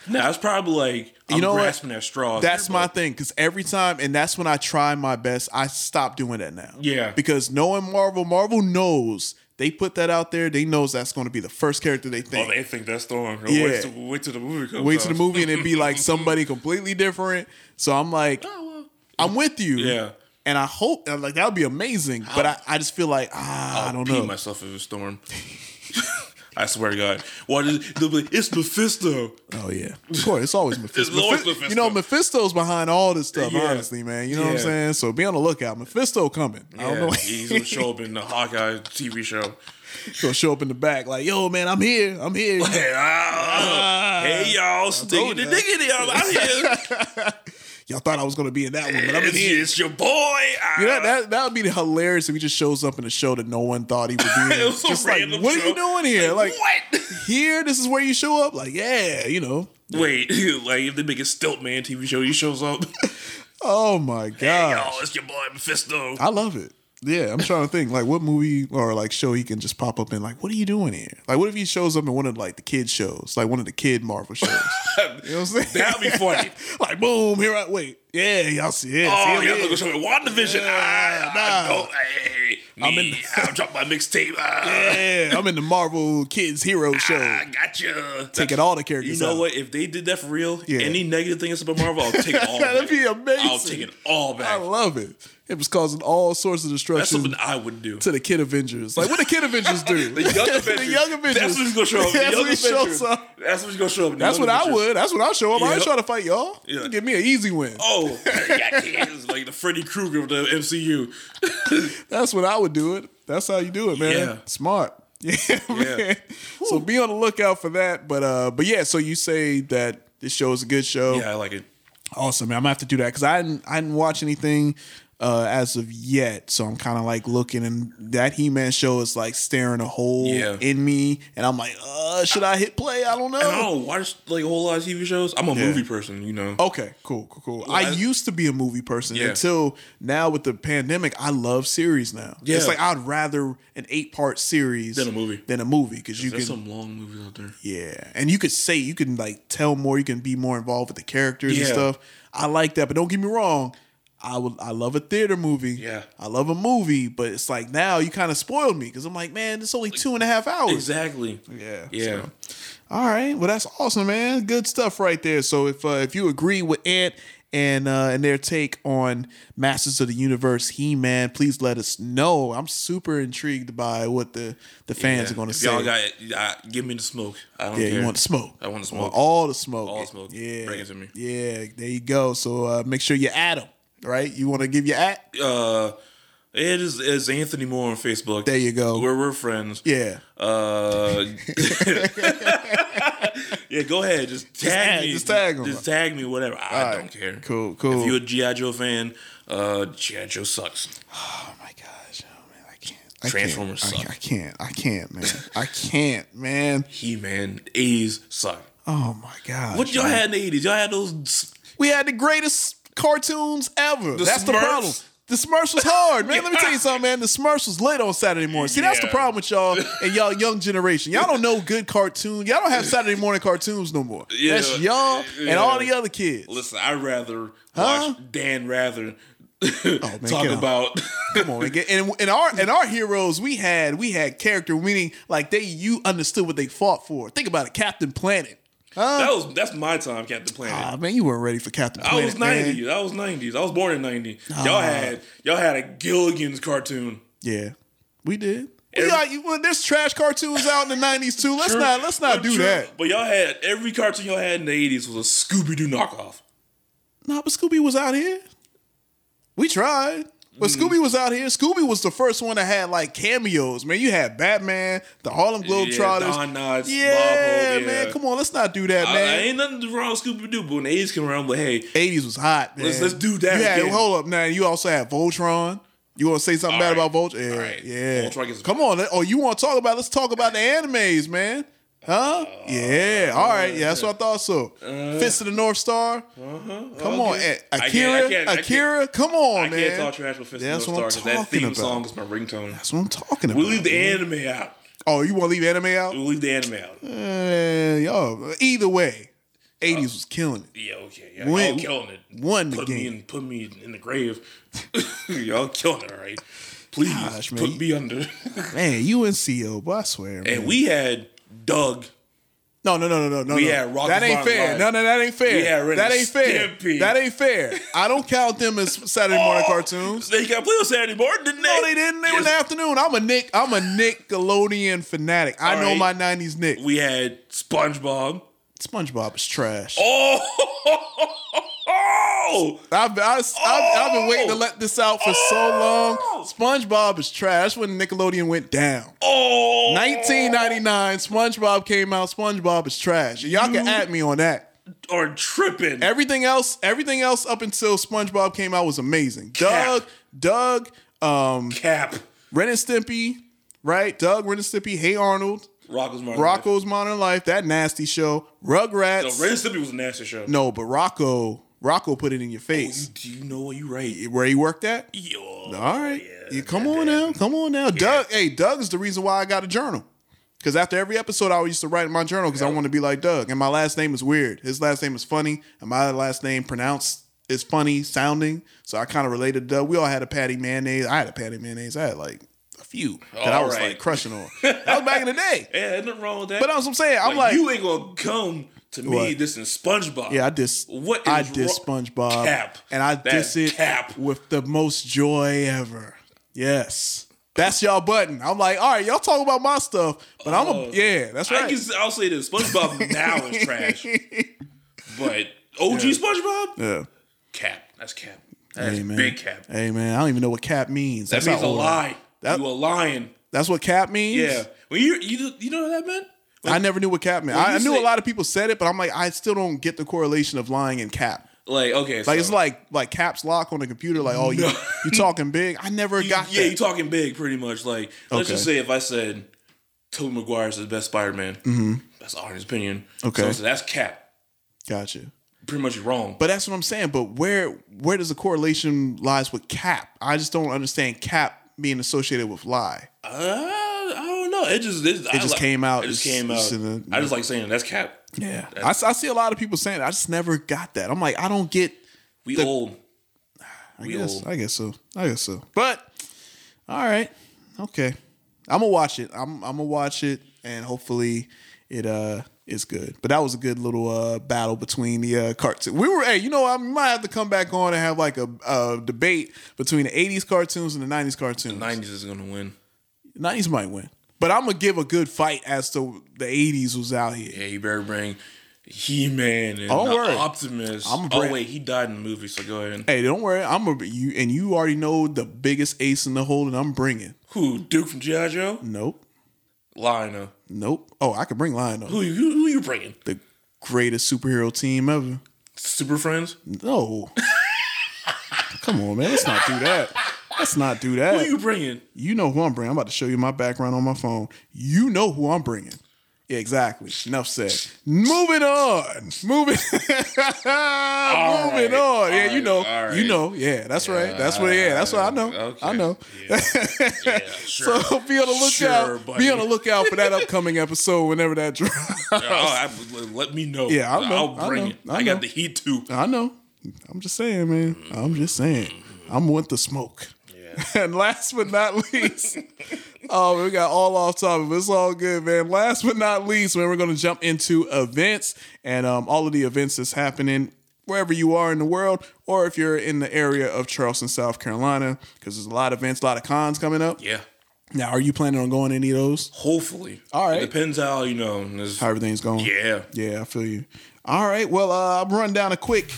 Speaker 4: No, nah, it's probably like I'm
Speaker 3: you know
Speaker 4: grasping
Speaker 3: what?
Speaker 4: at straws.
Speaker 3: That's my thing because every time, and that's when I try my best. I stop doing that now.
Speaker 4: Yeah.
Speaker 3: because knowing Marvel, Marvel knows they put that out there. They knows that's going to be the first character they
Speaker 4: Oh,
Speaker 3: think.
Speaker 4: they think that's Storm.
Speaker 3: Yeah.
Speaker 4: Wait, till, wait till the movie comes.
Speaker 3: Wait to the
Speaker 4: out.
Speaker 3: movie and it be
Speaker 4: *laughs*
Speaker 3: like somebody completely different. So I'm like, I'm with you.
Speaker 4: Oh, Yeah.
Speaker 3: and I hope and like that would be amazing. But I, I just feel like ah, I
Speaker 4: I'll
Speaker 3: don't
Speaker 4: pee
Speaker 3: know.
Speaker 4: myself if it's Storm. *laughs* I swear to God. Why does they'll be like, it's Mephisto?
Speaker 3: Oh yeah, of course. It's
Speaker 4: *laughs*
Speaker 3: always Mephisto.
Speaker 4: It's always
Speaker 3: Mephi-
Speaker 4: Mephisto.
Speaker 3: You know, Mephisto's behind all this stuff.
Speaker 4: Yeah.
Speaker 3: Honestly, man, you know what I'm
Speaker 4: Yeah.
Speaker 3: saying. So be on the lookout. Mephisto coming. I don't know.
Speaker 4: he's
Speaker 3: *laughs*
Speaker 4: gonna show up in the Hawkeye TV show.
Speaker 3: Gonna show up in the back like, yo, man, I'm here. I'm here. *laughs*
Speaker 4: *laughs* hey y'all, sticky
Speaker 3: told
Speaker 4: the
Speaker 3: ya.
Speaker 4: diggity, I'm out here.
Speaker 3: Y'all thought I was gonna be in that one, *laughs* but I'm in
Speaker 4: It's,
Speaker 3: here.
Speaker 4: it's your boy. Ah.
Speaker 3: You know, that that would be hilarious if he just shows up in a show that no one thought he would be in.
Speaker 4: *laughs* It was a
Speaker 3: just like,
Speaker 4: random
Speaker 3: what are
Speaker 4: show.
Speaker 3: you doing here? Like,
Speaker 4: Uh, what?
Speaker 3: *laughs* Here, this is where you show up. Like, yeah, you know.
Speaker 4: Wait, *laughs* like if they make a Stilt Man TV show, he shows up. *laughs*
Speaker 3: Oh my god,
Speaker 4: y'all, it's your boy Mephisto.
Speaker 3: I love it. Yeah, I'm trying to think like what movie or like show he can just pop up in. Like, what are you doing here? Like, what if he shows up in one of like the kid shows, like one of the kid Marvel shows? you know what I'm saying?
Speaker 4: *laughs*
Speaker 3: *laughs*
Speaker 4: That'd be funny.
Speaker 3: like, boom, here I wait. Yeah, y'all see it.
Speaker 4: oh,
Speaker 3: see
Speaker 4: y'all
Speaker 3: it.
Speaker 4: gonna show me WandaVision. Yeah, I, I
Speaker 3: Ah, nah.
Speaker 4: know. Hey,
Speaker 3: I'm
Speaker 4: I'm in. I dropped my mixtape. Ah,
Speaker 3: *laughs* Yeah, I'm in the Marvel Kids Hero show.
Speaker 4: I got you.
Speaker 3: Taking all the characters
Speaker 4: You know
Speaker 3: out.
Speaker 4: what? If they did that for real,
Speaker 3: Yeah.
Speaker 4: any negative thing that's about Marvel, I'll
Speaker 3: *laughs*
Speaker 4: take it all.
Speaker 3: That'd
Speaker 4: back.
Speaker 3: be amazing.
Speaker 4: I'll take it all
Speaker 3: I
Speaker 4: back.
Speaker 3: love it. It was causing all sorts of
Speaker 4: That's
Speaker 3: destruction
Speaker 4: something I would do.
Speaker 3: to the Kid Avengers. Like what *laughs* the Kid Avengers do?
Speaker 4: *laughs* The young
Speaker 3: *laughs*
Speaker 4: Avengers.
Speaker 3: the Young Avengers.
Speaker 4: That's
Speaker 3: *laughs*
Speaker 4: what's gonna show up. The
Speaker 3: That's
Speaker 4: Young
Speaker 3: what he
Speaker 4: Avengers.
Speaker 3: shows up.
Speaker 4: That's what's gonna show up. The
Speaker 3: That's
Speaker 4: Young
Speaker 3: what I
Speaker 4: Avengers.
Speaker 3: would. That's what I'll show up. I ain't
Speaker 4: Yep.
Speaker 3: trying to fight y'all.
Speaker 4: Yeah.
Speaker 3: Give me an easy win. *laughs*
Speaker 4: Oh, yeah, yeah, it's like the Freddy Krueger of the MCU.
Speaker 3: That's what I would do it. That's how you do it, man.
Speaker 4: Yeah.
Speaker 3: Smart. *laughs* Yeah, man. So be on the lookout for that. But uh, but yeah. So you say that this show is a good show.
Speaker 4: Yeah, I like it.
Speaker 3: Awesome, man. I'm gonna have to do that because I didn't I didn't watch anything uh as of yet. So I'm kind of like looking, and that He Man show is like staring a hole
Speaker 4: Yeah.
Speaker 3: in me, and I'm like, uh, should I hit play? I don't know.
Speaker 4: And I don't watch like a whole lot of TV shows. I'm a
Speaker 3: Oh. Yeah. Oh,
Speaker 4: movie person, you know.
Speaker 3: Okay, cool, cool, cool.
Speaker 4: Well,
Speaker 3: I,
Speaker 4: I-
Speaker 3: used to be a movie person
Speaker 4: Yeah.
Speaker 3: until now with the pandemic. I love series now.
Speaker 4: Yeah.
Speaker 3: It's like I'd rather an eight part series
Speaker 4: Than a movie.
Speaker 3: than a movie because you can
Speaker 4: There's some long movies out there.
Speaker 3: yeah, and you could say you can like tell more. You can be more involved with the characters and
Speaker 4: Yeah.
Speaker 3: stuff. I like that, but don't get me wrong. I would I love a theater movie.
Speaker 4: Yeah.
Speaker 3: I love a movie, but it's like now you kind of spoiled me because I'm like, man, it's only two and a half hours.
Speaker 4: Exactly.
Speaker 3: Oh. Yeah.
Speaker 4: Yeah.
Speaker 3: so. All right. Well, that's awesome, man. Good stuff right there. So if uh, if you agree with Ant and uh, and their take on Masters of the Universe, He Man, please let us know. I'm super intrigued by what the the fans
Speaker 4: Yeah.
Speaker 3: are going to
Speaker 4: If
Speaker 3: say.
Speaker 4: Y'all got uh, give me the smoke. I don't
Speaker 3: yeah,
Speaker 4: care.
Speaker 3: you want the smoke.
Speaker 4: I want the
Speaker 3: You
Speaker 4: smoke.
Speaker 3: all the smoke.
Speaker 4: All the smoke.
Speaker 3: Yeah.
Speaker 4: Bring it to me.
Speaker 3: Yeah. There you go. So uh, make sure you add them. Right. You want to give your at?
Speaker 4: Uh, it is is Anthony Moore on Facebook.
Speaker 3: There you go.
Speaker 4: We're we're friends.
Speaker 3: Yeah.
Speaker 4: Uh, *laughs* yeah. Go ahead. Just tag
Speaker 3: add-
Speaker 4: me.
Speaker 3: just tag 'em.
Speaker 4: Just tag me. Whatever. I don't care.
Speaker 3: Cool. Cool.
Speaker 4: If you're a GI Joe fan, uh, GI Joe sucks.
Speaker 3: Oh I can't.
Speaker 4: Transformers
Speaker 3: I,
Speaker 4: suck.
Speaker 3: I can't. I can't, man. I can't, *laughs* man.
Speaker 4: He man, eighties suck.
Speaker 3: Oh my god.
Speaker 4: What y'all had in the eighties? Y'all had those.
Speaker 3: We had the greatest cartoons ever.
Speaker 4: The
Speaker 3: that's the
Speaker 4: Smurfs?
Speaker 3: problem. The Smurfs was hard, man. Let me tell
Speaker 4: *laughs*
Speaker 3: you something, man. The Smurfs was late on Saturday morning. See, that's the
Speaker 4: Yeah.
Speaker 3: problem with
Speaker 4: *laughs*
Speaker 3: y'all and y'all young generation. Y'all don't know good cartoon. Y'all don't have Saturday morning cartoons no more.
Speaker 4: Yeah.
Speaker 3: That's y'all and all the
Speaker 4: Yeah.
Speaker 3: other kids.
Speaker 4: Listen, I'd rather
Speaker 3: Huh? Oh,
Speaker 4: watch Dan Rather *laughs*
Speaker 3: man,
Speaker 4: talk
Speaker 3: get out.
Speaker 4: about. *laughs*
Speaker 3: Come on, nigga. and and our and our heroes we had we had character meaning like they you understood what they fought for. Think about it, Captain Planet.
Speaker 4: that was that's my time, Captain Planet.
Speaker 3: Ah man, you weren't ready for Captain
Speaker 4: I
Speaker 3: Ah, Planet.
Speaker 4: was
Speaker 3: man. Ah.
Speaker 4: nineties. I was nineties. I was born in ninety. Y'all had y'all had a Gilligan's cartoon.
Speaker 3: Yeah, we did. We got- you- well, there's trash cartoons out in the '90s too. Let's
Speaker 4: True.
Speaker 3: not let's not do
Speaker 4: True.
Speaker 3: that.
Speaker 4: But y'all had every cartoon y'all had in the 80s was a Scooby Doo knockoff.
Speaker 3: Nah, but Scooby was out here. We tried. But
Speaker 4: Mm.
Speaker 3: Scooby was out here. Scooby was the first one that had like cameos. Man, you had Batman, the Harlem Globetrotters.
Speaker 4: Don Knotts,
Speaker 3: yeah,
Speaker 4: Bob Hope,
Speaker 3: man.
Speaker 4: yeah.
Speaker 3: Come on, let's not do that,
Speaker 4: I-
Speaker 3: man.
Speaker 4: I ain't nothing wrong with Scooby Doo, but when the 80s came around, but hey,
Speaker 3: 80s was hot, man.
Speaker 4: Let's- let's do that
Speaker 3: You had-
Speaker 4: again.
Speaker 3: hold up now. You also had Voltron. You want to say something bad
Speaker 4: All right.
Speaker 3: about Voltron? Yeah.
Speaker 4: All right.
Speaker 3: yeah.
Speaker 4: Voltron gets-
Speaker 3: Come on. let- Oh, you want to talk about? Let's talk about the animes, man. Huh?
Speaker 4: Oh,
Speaker 3: yeah. All right. Yeah, that's what I thought so. Fist of the North Star.
Speaker 4: Uh-huh.
Speaker 3: Come on,
Speaker 4: Okay.
Speaker 3: A-
Speaker 4: I
Speaker 3: Akira.
Speaker 4: can't- I can't- I can't-
Speaker 3: Akira. Come on,
Speaker 4: I
Speaker 3: man.
Speaker 4: can't talk trash with Fist of the
Speaker 3: That's
Speaker 4: North
Speaker 3: what
Speaker 4: Star
Speaker 3: I'm
Speaker 4: 'cause that
Speaker 3: talking
Speaker 4: theme
Speaker 3: about.
Speaker 4: song is my ringtone.
Speaker 3: That's what I'm talking about.
Speaker 4: We leave the anime out.
Speaker 3: Oh, you want to leave anime out?
Speaker 4: We leave the anime out.
Speaker 3: Uh, yo, either way, 80s
Speaker 4: Uh-huh.
Speaker 3: was killing it.
Speaker 4: Yeah, okay. Yeah,
Speaker 3: Win-
Speaker 4: y'all killing it.
Speaker 3: won the
Speaker 4: put
Speaker 3: game.
Speaker 4: Me in, put me in the grave. *laughs* y'all killing it, all right? Please
Speaker 3: Gosh, man,
Speaker 4: put
Speaker 3: you-
Speaker 4: me under.
Speaker 3: Man, UNCO, boy, I swear.
Speaker 4: and
Speaker 3: man.
Speaker 4: we had Doug.
Speaker 3: No, no, no, no, no, no.
Speaker 4: We
Speaker 3: no.
Speaker 4: had Rocky
Speaker 3: That ain't
Speaker 4: Mountain
Speaker 3: fair.
Speaker 4: Lion.
Speaker 3: No, no, that ain't fair.
Speaker 4: We had Ren
Speaker 3: that
Speaker 4: and
Speaker 3: ain't fair.
Speaker 4: Stimpy.
Speaker 3: That ain't fair. I don't count them as Saturday
Speaker 4: Oh.
Speaker 3: morning cartoons.
Speaker 4: They got played on Saturday morning, didn't they?
Speaker 3: No, they didn't. They were in the afternoon. I'm a Nick. I'm a Nickelodeon fanatic. I
Speaker 4: All
Speaker 3: know
Speaker 4: right.
Speaker 3: my '90s Nick.
Speaker 4: We had SpongeBob.
Speaker 3: SpongeBob is trash.
Speaker 4: Oh,
Speaker 3: I've, I, have I've been waiting to let this out for so long. SpongeBob is trash. That's when Nickelodeon went down.
Speaker 4: *laughs* Oh,
Speaker 3: 1999, SpongeBob came out. SpongeBob is trash. Y'all can
Speaker 4: You
Speaker 3: at me on that.
Speaker 4: Or tripping.
Speaker 3: Everything else, everything else up until SpongeBob came out was amazing. Doug, Doug, um,
Speaker 4: Cap,
Speaker 3: Ren and Stimpy, right? Doug, Ren and Stimpy, Hey Arnold,
Speaker 4: Rocko's Modern Life.
Speaker 3: Rocco's Modern Life, that nasty show, Rugrats.
Speaker 4: No, Ren and Stimpy was a nasty show.
Speaker 3: No, but Rocco, Rocco put it in your face.
Speaker 4: Do you know what you right?
Speaker 3: Where he worked at? All right. you come on now. Come on now. Doug, hey, Doug's the reason why I got a journal. Because after every episode, I always used to write in my journal because I want to be like Doug. And my last name is weird. His last name is funny, and my last name pronounced is funny sounding. So I kind of related to Doug. We all had a patty mayonnaise. I had a patty mayonnaise. I had like a few that I
Speaker 4: All
Speaker 3: was
Speaker 4: right.
Speaker 3: like crushing on. That was back in the day.
Speaker 4: *laughs* Yeah, there's nothing wrong with that.
Speaker 3: But that's what I'm saying. I'm like-
Speaker 4: you ain't gonna come to me
Speaker 3: What?
Speaker 4: this in SpongeBob.
Speaker 3: Yeah, I diss.
Speaker 4: What is
Speaker 3: I diss
Speaker 4: wrong-
Speaker 3: SpongeBob,
Speaker 4: Cap.
Speaker 3: and I
Speaker 4: That
Speaker 3: diss it
Speaker 4: cap.
Speaker 3: with the most joy ever. Yes, that's y'all button. I'm like, all right, y'all talk about my stuff, but I'm a
Speaker 4: Uh,
Speaker 3: yeah. That's
Speaker 4: I
Speaker 3: right.
Speaker 4: can, I'll say this: SpongeBob now
Speaker 3: *laughs*
Speaker 4: is trash, but OG
Speaker 3: Yeah.
Speaker 4: SpongeBob,
Speaker 3: yeah.
Speaker 4: cap. That's cap. That's
Speaker 3: hey man,
Speaker 4: big cap.
Speaker 3: Hey man, I don't even know what cap means.
Speaker 4: That
Speaker 3: That's
Speaker 4: means
Speaker 3: how
Speaker 4: a
Speaker 3: old I-
Speaker 4: lie.
Speaker 3: That-
Speaker 4: you a lying.
Speaker 3: That's what cap means.
Speaker 4: Yeah. When you you you know what that meant?
Speaker 3: I never knew what cap meant.
Speaker 4: When
Speaker 3: I, I
Speaker 4: you
Speaker 3: knew a
Speaker 4: say-
Speaker 3: lot of people said it, but I'm like, I still don't get the correlation of lying and cap.
Speaker 4: Like okay,
Speaker 3: Like
Speaker 4: so-
Speaker 3: it's like like caps lock on the computer. Like oh you
Speaker 4: No.
Speaker 3: you talking big? I never
Speaker 4: *laughs* You-
Speaker 3: got
Speaker 4: yeah,
Speaker 3: that.
Speaker 4: you talking big, pretty much. Like, let's just
Speaker 3: Okay.
Speaker 4: say if I said Tobey Maguire's the best Spider-Man,
Speaker 3: Mhm.
Speaker 4: that's our opinion.
Speaker 3: Okay.
Speaker 4: so, I said, that's cap.
Speaker 3: Gotcha.
Speaker 4: Pretty much wrong.
Speaker 3: But that's what I'm saying. But where where does the correlation lies with cap? I just don't understand cap being associated with lie.
Speaker 4: Uh, I don't know. It just it,
Speaker 3: It just came out.
Speaker 4: It just
Speaker 3: It's-
Speaker 4: came out.
Speaker 3: it's in the-
Speaker 4: I just like saying that's cap.
Speaker 3: Yeah, I, s- I see a lot of people saying. It. I just never got that. I'm like, I don't get.
Speaker 4: We old.
Speaker 3: I
Speaker 4: we
Speaker 3: guess.
Speaker 4: old.
Speaker 3: I guess so. I guess so. But all right, okay. I'm gonna watch it. I'm I'm gonna watch it, and hopefully it uh is good. But that was a good little uh battle between the uh cartoons. We were hey, you know, what? I might have to come back on and have like a, a debate between the '80s cartoons and the '90s cartoons.
Speaker 4: Nineties is gonna win.
Speaker 3: '90s might win, but I'm gonna give a good fight as to the '80s was out here.
Speaker 4: Yeah, you better bring He Man and
Speaker 3: Don't worry.
Speaker 4: Optimus.
Speaker 3: I'ma
Speaker 4: oh
Speaker 3: bring-
Speaker 4: wait, he died in the movie, so go ahead.
Speaker 3: Hey, don't worry. I'm a you, and you already know the biggest ace in the hole that I'm bringing.
Speaker 4: Who? Duke from GI Joe?
Speaker 3: Nope.
Speaker 4: Lionel.
Speaker 3: Nope. Oh, I could bring Lionel.
Speaker 4: Who you? Who, who you bringing?
Speaker 3: The greatest superhero team ever.
Speaker 4: Super Friends.
Speaker 3: No. *laughs* Come on, man. Let's not do that. Let's not do that.
Speaker 4: Who
Speaker 3: *laughs*
Speaker 4: you bringing?
Speaker 3: You know who I'm bringing. I'm about to show you my background on my phone. You know who I'm bringing. Yeah, exactly. Enough said. Moving on. Moving. *laughs* Moving
Speaker 4: right.
Speaker 3: on. yeah,
Speaker 4: All
Speaker 3: you know.
Speaker 4: right. All
Speaker 3: You
Speaker 4: right.
Speaker 3: know. Yeah, that's right. That's what. Yeah, that's what I know. I know. So *laughs* be on the
Speaker 4: Sure,
Speaker 3: lookout.
Speaker 4: buddy.
Speaker 3: be on the lookout for that upcoming episode whenever that *laughs* drops.
Speaker 4: Oh, I, let me know.
Speaker 3: Yeah, I know,
Speaker 4: will
Speaker 3: I
Speaker 4: bring
Speaker 3: know,
Speaker 4: it.
Speaker 3: I
Speaker 4: I,
Speaker 3: know.
Speaker 4: got the heat too.
Speaker 3: I know. I'm just saying, man. I'm just saying. I'm with the smoke. *laughs* and last but not least, *laughs* oh, we got all off topic, but it's all good, man. Last but not least, man, we're going to jump into events and um, all of the events that's happening wherever you are in the world, or if you're in the area of Charleston, South Carolina, because there's a lot of events, a lot of cons coming up.
Speaker 4: Yeah.
Speaker 3: Now, are you planning on going to any of those?
Speaker 4: Hopefully.
Speaker 3: All right.
Speaker 4: It depends how, you know, this-
Speaker 3: How everything's going?
Speaker 4: Yeah.
Speaker 3: Yeah, I feel you. All right. Well, uh, I'll run down a quick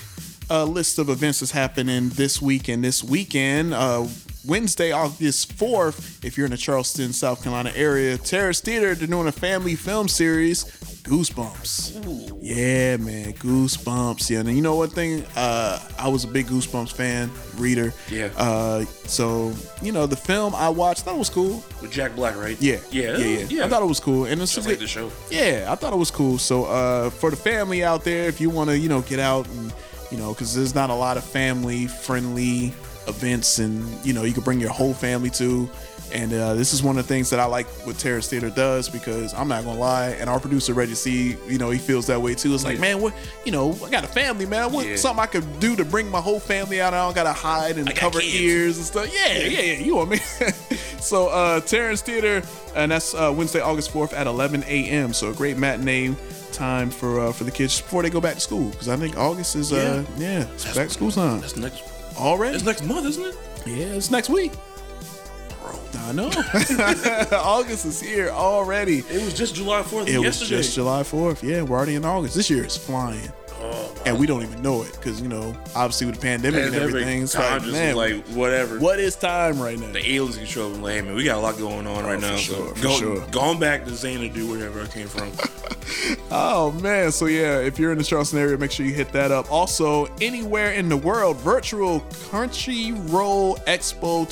Speaker 3: uh, list of events that's happening this week and this weekend. Uh, Wednesday, August 4th, if you're in the Charleston, South Carolina area, Terrace Theater, they're doing a family film series, Goosebumps. Yeah, man, Goosebumps. Yeah, and you know one thing? Uh, I was a big Goosebumps fan, reader.
Speaker 4: Yeah.
Speaker 3: Uh, so, you know, the film I watched, thought it was cool.
Speaker 4: With Jack Black, right?
Speaker 3: Yeah.
Speaker 4: Yeah.
Speaker 3: Yeah. yeah. I thought it was cool. And it's just
Speaker 4: Just like the show.
Speaker 3: Yeah, I thought it was cool. So uh, for the family out there, if you want to, you know, get out and, you know, because there's not a lot of family friendly events and, you know, you can bring your whole family to. And uh, this is one of the things that I like what Terrace Theater does because I'm not gonna lie, and our producer Reggie C, you know, he feels that way too. It's like,
Speaker 4: Yeah.
Speaker 3: man, what, you know, I got a family, man. What
Speaker 4: Yeah.
Speaker 3: something I could do to bring my whole family out? I don't gotta hide and cover ears and stuff. Yeah, yeah, yeah. You know what I mean? *laughs* so uh Terrence Theater, and that's uh, Wednesday, August 4th at 11 a.m. So a great matinee time for uh, for the kids before they go back to school because I think August is uh yeah, it's back to school time. That's
Speaker 4: next
Speaker 3: already.
Speaker 4: It's next month, isn't it?
Speaker 3: Yeah, it's next week. I know. *laughs* August is here already.
Speaker 4: It was just July 4th
Speaker 3: It was
Speaker 4: yesterday.
Speaker 3: just July 4th. Yeah, we're already in August. This year is flying.
Speaker 4: Oh,
Speaker 3: and we don't even know it because, you know, obviously with the pandemic, and everything, it's
Speaker 4: I'm
Speaker 3: like,
Speaker 4: just
Speaker 3: man,
Speaker 4: like whatever.
Speaker 3: what is time right now?
Speaker 4: The aliens control them. Like, hey man, we got a lot going on right now.
Speaker 3: sure,
Speaker 4: so
Speaker 3: Oh, for
Speaker 4: go,
Speaker 3: sure.
Speaker 4: going back to Zane to do wherever I
Speaker 3: *laughs*
Speaker 4: came from.
Speaker 3: Oh man, so yeah, if you're in the Charleston area, make sure you hit that up. Also, anywhere in the world, virtual Country Roll Expo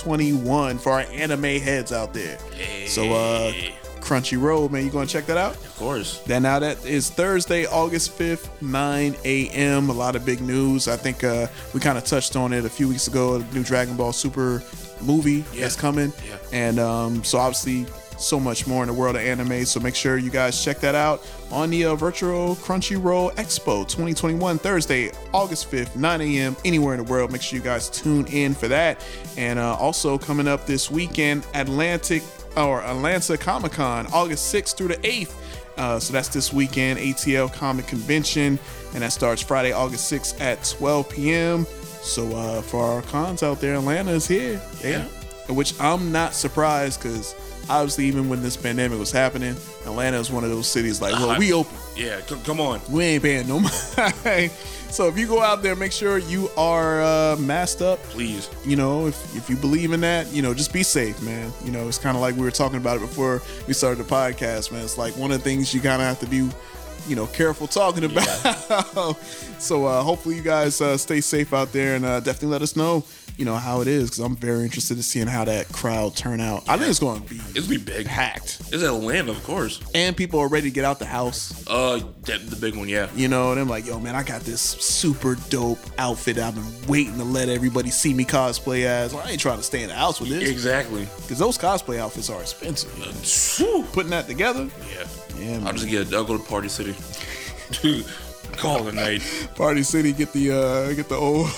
Speaker 3: 2021 for our anime heads out there. So uh Crunchyroll, man, you gonna check that out? Of
Speaker 4: course.
Speaker 3: Then now that is Thursday, August 5th, 9 a.m. A lot of big news. I think uh we kind of touched on it a few weeks ago. The new Dragon Ball Super movie that's coming. And um, so obviously so much more in the world of anime. So make sure you guys check that out on the uh, virtual Crunchyroll Expo 2021 Thursday, August 5th, 9 a.m. anywhere in the world. Make sure you guys tune in for that. And uh, also coming up this weekend, Atlantic or Atlanta Comic Con, August 6th through the 8th. Uh, so that's this weekend, ATL Comic Convention, and that starts Friday, August 6th at 12 p.m. So uh, for our cons out there, Atlanta is here. Yeah. Which I'm not surprised because obviously, even when this pandemic was happening, Atlanta is one of those cities like, well, we open.
Speaker 4: Yeah, c- come on.
Speaker 3: We ain't paying no *laughs* money. so if you go out there, make sure you are uh, masked up.
Speaker 4: Please.
Speaker 3: You know, if, if you believe in that, you know, just be safe, man. You know, it's kind of like we were talking about it before we started the podcast, man. It's like one of the things you kind of have to be, you know, careful talking about. *laughs* so uh, hopefully you guys uh, stay safe out there and uh, definitely let us know, you know, how it is because I'm very interested in seeing how that crowd turn out. I think it's going to be,
Speaker 4: It's be big.
Speaker 3: Hacked.
Speaker 4: It's Atlanta, of course.
Speaker 3: and people are ready to get out the house.
Speaker 4: Uh, that, the big one, yeah.
Speaker 3: You know, and I'm like, yo, man, I got this super dope outfit that I've been waiting to let everybody see me cosplay as. I ain't trying to stay in the house with this.
Speaker 4: Exactly.
Speaker 3: Because those cosplay outfits are expensive. Putting that together.
Speaker 4: Yeah.
Speaker 3: Yeah,
Speaker 4: I'll just get. I'll go to Party City. Call the night.
Speaker 3: Party City, get the uh get the old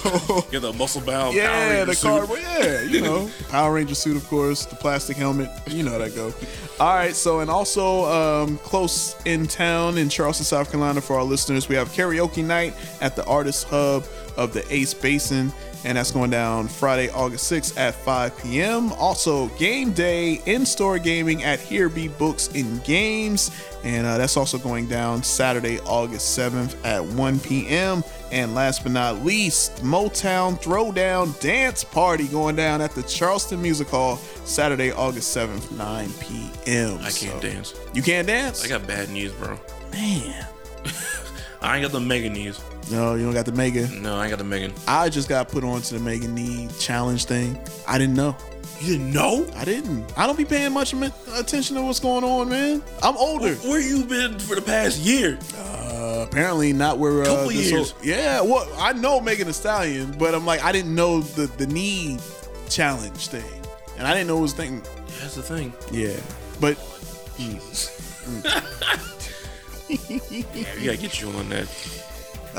Speaker 3: *laughs*
Speaker 4: Get the muscle bound. Power
Speaker 3: Yeah,
Speaker 4: Ranger
Speaker 3: the
Speaker 4: suit.
Speaker 3: cardboard. Yeah, *laughs* you know, Power Ranger suit, of course, the plastic helmet. You know how that go. All right. So, and also um, close in town in Charleston, South Carolina, for our listeners, we have karaoke night at the Artist Hub of the Ace Basin, and that's going down Friday, August 6th at 5 p.m. Also, game day in-store gaming at Here Be Books and Games, and uh, that's also going down Saturday, August 7th at 1 p.m. And last but not least, Motown Throwdown Dance Party going down at the Charleston Music Hall Saturday, August 7th, 9 p.m.
Speaker 4: I can't dance.
Speaker 3: You can't dance?
Speaker 4: I got bad knees, bro.
Speaker 3: Man.
Speaker 4: I ain't got the mega knees.
Speaker 3: No, you don't got the Mega.
Speaker 4: No, I ain't got the Megan.
Speaker 3: I just got put onto the Mega Knee Challenge thing. I didn't know.
Speaker 4: You didn't know?
Speaker 3: I didn't. I don't be paying much ama- attention to what's going on, man. I'm older.
Speaker 4: Where you been for the past year?
Speaker 3: Uh, apparently not where uh,
Speaker 4: Couple
Speaker 3: this
Speaker 4: years.
Speaker 3: whole- yeah, well, I know Megan Thee Stallion, but I'm like, I didn't know the the knee challenge thing, and I didn't know it was a thing.
Speaker 4: That's the thing.
Speaker 3: Yeah, but
Speaker 4: Yeah, we gotta get you on that.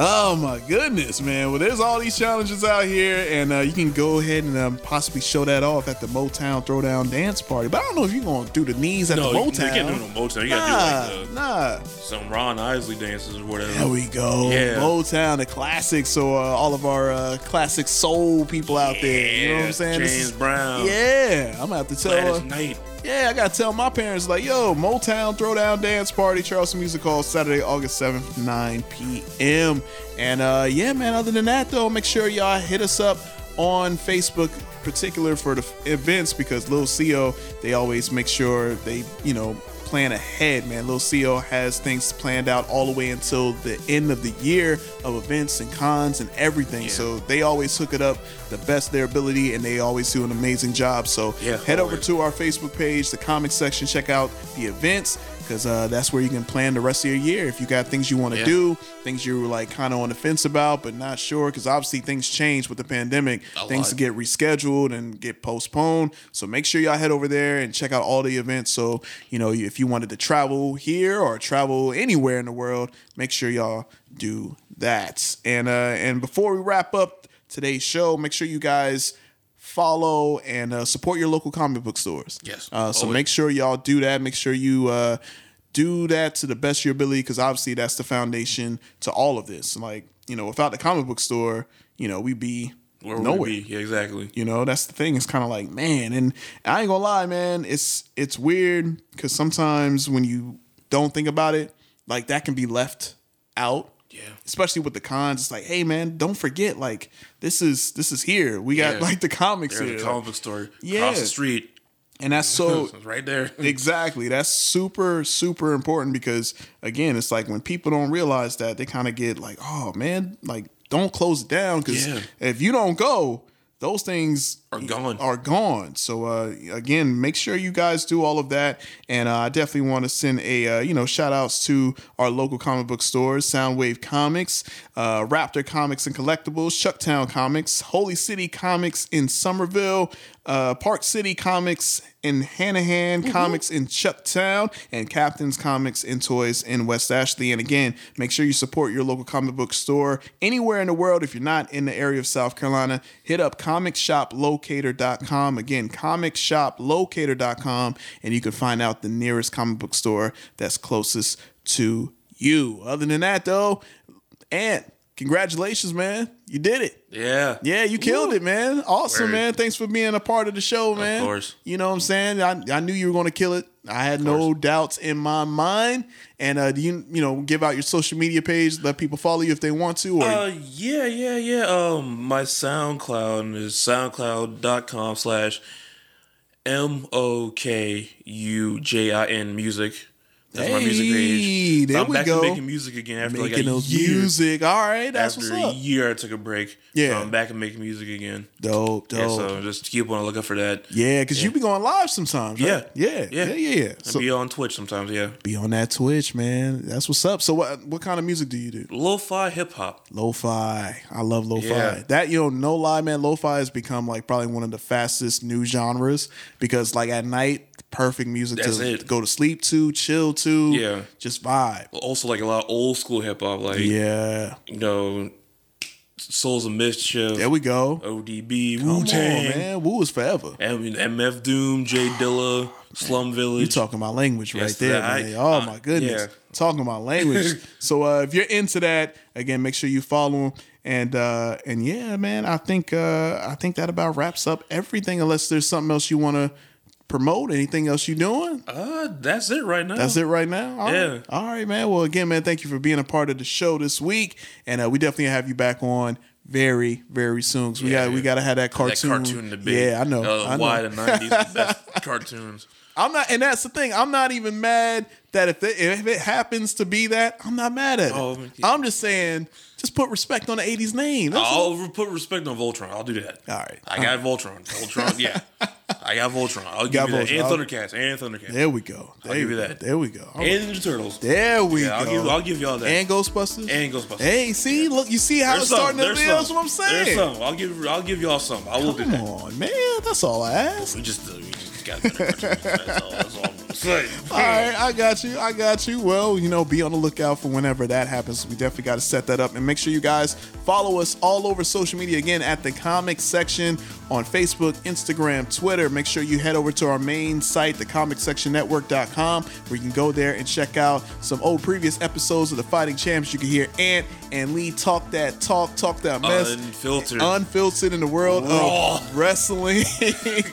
Speaker 3: Oh my goodness, man. Well, there's all these challenges out here, and uh, you can go ahead and um, possibly show that off at the Motown Throwdown Dance Party. But I don't know if you're going to do the knees at
Speaker 4: no,
Speaker 3: the
Speaker 4: you-
Speaker 3: Motown.
Speaker 4: You can't do no Motown. You gotta do like the,
Speaker 3: nah.
Speaker 4: some Ron Isley dances or whatever.
Speaker 3: There we go.
Speaker 4: Yeah.
Speaker 3: Motown, the classics. So, uh, all of our uh, classic soul people out there. You know what I'm
Speaker 4: Yeah,
Speaker 3: saying? This
Speaker 4: James
Speaker 3: is-
Speaker 4: Brown.
Speaker 3: Yeah. I'm going to have to tell.
Speaker 4: Gladys Knight.
Speaker 3: Yeah, I gotta tell my parents, like, yo, Motown Throwdown Dance Party, Charleston Music Hall, Saturday, August 7th, 9 p.m. And uh, yeah, man, other than that, though, make sure y'all hit us up on Facebook, particular for the f- events, because Lil CO, they always make sure they, you know, plan ahead, man. Lil CO has things planned out all the way until the end of the year of events and cons and everything. So they always hook it up the best of their ability, and they always do an amazing job. So head over to our Facebook page, the comic section, check out the events because uh, that's where you can plan the rest of your year. If you got things you want to
Speaker 4: Yeah.
Speaker 3: do, things you were like kind of on the fence about but not sure, because obviously things change with the pandemic,
Speaker 4: A
Speaker 3: things
Speaker 4: lot.
Speaker 3: get rescheduled and get postponed. So make sure y'all head over there and check out all the events. So you know if you wanted to travel here or travel anywhere in the world, make sure y'all do that. And uh, and before we wrap up today's show, make sure you guys follow and uh, support your local comic book stores.
Speaker 4: Yes.
Speaker 3: Uh, so
Speaker 4: Always.
Speaker 3: make sure y'all do that. Make sure you uh, do that to the best of your ability because obviously that's the foundation to all of this. Like you know, without the comic book store, you know, we'd be
Speaker 4: Where would we
Speaker 3: nowhere.
Speaker 4: be? Yeah, exactly.
Speaker 3: You know, that's the thing. It's kind of like, man, and I ain't gonna lie, man. It's it's weird because sometimes when you don't think about it, like that can be left out. Yeah. Especially with the cons, it's like, hey, man, don't forget, like this is this is here. We got
Speaker 4: Yeah.
Speaker 3: like the comics
Speaker 4: There's
Speaker 3: here.
Speaker 4: a comic book store
Speaker 3: Yeah.
Speaker 4: across the street.
Speaker 3: And *laughs* that's so
Speaker 4: It's right there. *laughs*
Speaker 3: exactly. That's super super important because again, it's like when people don't realize that they kind of get like, oh man, like don't close it down because
Speaker 4: Yeah.
Speaker 3: if you don't go, those things are gone. Are gone. So uh, again, make sure you guys do all of that. And uh, I definitely want to send a uh, you know shout outs to our local comic book stores, Soundwave Comics, uh, Raptor Comics and Collectibles, Chucktown Comics, Holy City Comics in Somerville, uh, Park City Comics in Hanahan, Comics in Chucktown, and Captain's Comics and Toys in West Ashley. And again, make sure you support your local comic book store anywhere in the world. If you're not in the area of South Carolina, hit up comicshoplocator.com. Again, comicshoplocator.com, and you can find out the nearest comic book store that's closest to you. Other than that, though, and congratulations, man. You did it.
Speaker 4: Yeah.
Speaker 3: Yeah, you killed it, man. Awesome,
Speaker 4: Word.
Speaker 3: man. Thanks for being a part of the show, man.
Speaker 4: course.
Speaker 3: You know what I'm saying? I, I knew you were going to kill it. I had no doubts in my mind. And uh, do you, you know, give out your social media page, let people follow you if they want to? Or
Speaker 4: Uh, yeah, yeah, yeah. Um, my SoundCloud is soundcloud.com slash M O K U J I N music. That's my music
Speaker 3: Hey,
Speaker 4: page.
Speaker 3: there
Speaker 4: I'm
Speaker 3: we
Speaker 4: back
Speaker 3: go.
Speaker 4: to making music again after like
Speaker 3: making
Speaker 4: a
Speaker 3: those
Speaker 4: year.
Speaker 3: music. All right, that's
Speaker 4: after
Speaker 3: what's
Speaker 4: a
Speaker 3: up.
Speaker 4: year, I took a break.
Speaker 3: Yeah.
Speaker 4: so I'm back and making music again.
Speaker 3: Dope,
Speaker 4: Yeah,
Speaker 3: dope.
Speaker 4: so just keep on the lookout for that.
Speaker 3: Yeah, because you be going live sometimes.
Speaker 4: Yeah,
Speaker 3: Right? yeah, yeah, yeah, yeah.
Speaker 4: And
Speaker 3: So
Speaker 4: be on Twitch sometimes. Yeah,
Speaker 3: be on that Twitch, man. That's what's up. So what what kind of music do you do?
Speaker 4: lo-fi hip hop.
Speaker 3: Lo-fi. I love lo-fi.
Speaker 4: Yeah.
Speaker 3: That you know, no lie, man. Lo-fi has become like probably one of the fastest new genres because like at night, perfect music
Speaker 4: That's
Speaker 3: to
Speaker 4: it.
Speaker 3: go to sleep to, chill to,
Speaker 4: Yeah.
Speaker 3: just vibe.
Speaker 4: Also, like a lot of old school hip hop, like
Speaker 3: yeah,
Speaker 4: you know, Souls of Mischief. There
Speaker 3: we go.
Speaker 4: ODB,
Speaker 3: Come
Speaker 4: Wu
Speaker 3: on,
Speaker 4: Tang,
Speaker 3: man. Woo is forever.
Speaker 4: MF Doom, Jay Dilla, Slum Village.
Speaker 3: You're talking my language right
Speaker 4: Yes,
Speaker 3: there,
Speaker 4: that-
Speaker 3: man.
Speaker 4: I-
Speaker 3: Oh
Speaker 4: uh,
Speaker 3: my goodness,
Speaker 4: yeah.
Speaker 3: talking my
Speaker 4: *laughs*
Speaker 3: language. so uh, if you're into that, again, make sure you follow him. And uh, and yeah, man, I think uh, I think that about wraps up everything. Unless there's something else you want to promote, anything else you doing?
Speaker 4: Uh, that's it right now.
Speaker 3: That's it right now. All right.
Speaker 4: Yeah.
Speaker 3: All right, man. Well, again, man, thank you for being a part of the show this week, and uh, we definitely have you back on very, very soon. 'Cause we got we got to have that cartoon.
Speaker 4: That cartoon debate.
Speaker 3: Yeah, I know.
Speaker 4: Uh,
Speaker 3: I know.
Speaker 4: Why the nineties the
Speaker 3: *laughs*
Speaker 4: best cartoons?
Speaker 3: I'm not, and that's the thing. I'm not even mad that if it, if it happens to be that, I'm not mad at it.
Speaker 4: Oh,
Speaker 3: I'm just saying, just put respect on the '80s name. That's all.
Speaker 4: I'll re- put respect on Voltron. I'll do that. All
Speaker 3: right.
Speaker 4: I got Voltron. Voltron.
Speaker 3: *laughs*
Speaker 4: Yeah. I got Voltron. I'll
Speaker 3: got
Speaker 4: give you that.
Speaker 3: Voltron.
Speaker 4: And Thundercats. And Thundercats.
Speaker 3: There we go.
Speaker 4: I'll
Speaker 3: There
Speaker 4: give
Speaker 3: we
Speaker 4: you
Speaker 3: go.
Speaker 4: that.
Speaker 3: There we go. All
Speaker 4: And Ninja Turtles.
Speaker 3: There we
Speaker 4: Yeah, I'll
Speaker 3: go.
Speaker 4: give- I'll give y'all that.
Speaker 3: And Ghostbusters.
Speaker 4: And Ghostbusters.
Speaker 3: Hey, see, look, you see how
Speaker 4: There's
Speaker 3: it's
Speaker 4: some,
Speaker 3: starting to
Speaker 4: there's
Speaker 3: be.
Speaker 4: some.
Speaker 3: That's what I'm saying.
Speaker 4: There's some. I'll give. I'll give y'all some. I will do
Speaker 3: Come
Speaker 4: that.
Speaker 3: on, man. That's all I ask. *laughs*
Speaker 4: uh, We just. We just got. That's all. That's all. It's like,
Speaker 3: All right, I got you. I got you. Well, you know, be on the lookout for whenever that happens. We definitely got to set that up and make sure you guys follow us all over social media again at the comic section on Facebook, Instagram, Twitter. Make sure you head over to our main site, thecomicsectionnetwork.com, where you can go there and check out some old previous episodes of the Fighting Champs. You can hear Ant and Lee talk that talk, talk that mess,
Speaker 4: Unfiltered.
Speaker 3: unfiltered in the world
Speaker 4: Raw.
Speaker 3: of wrestling. *laughs*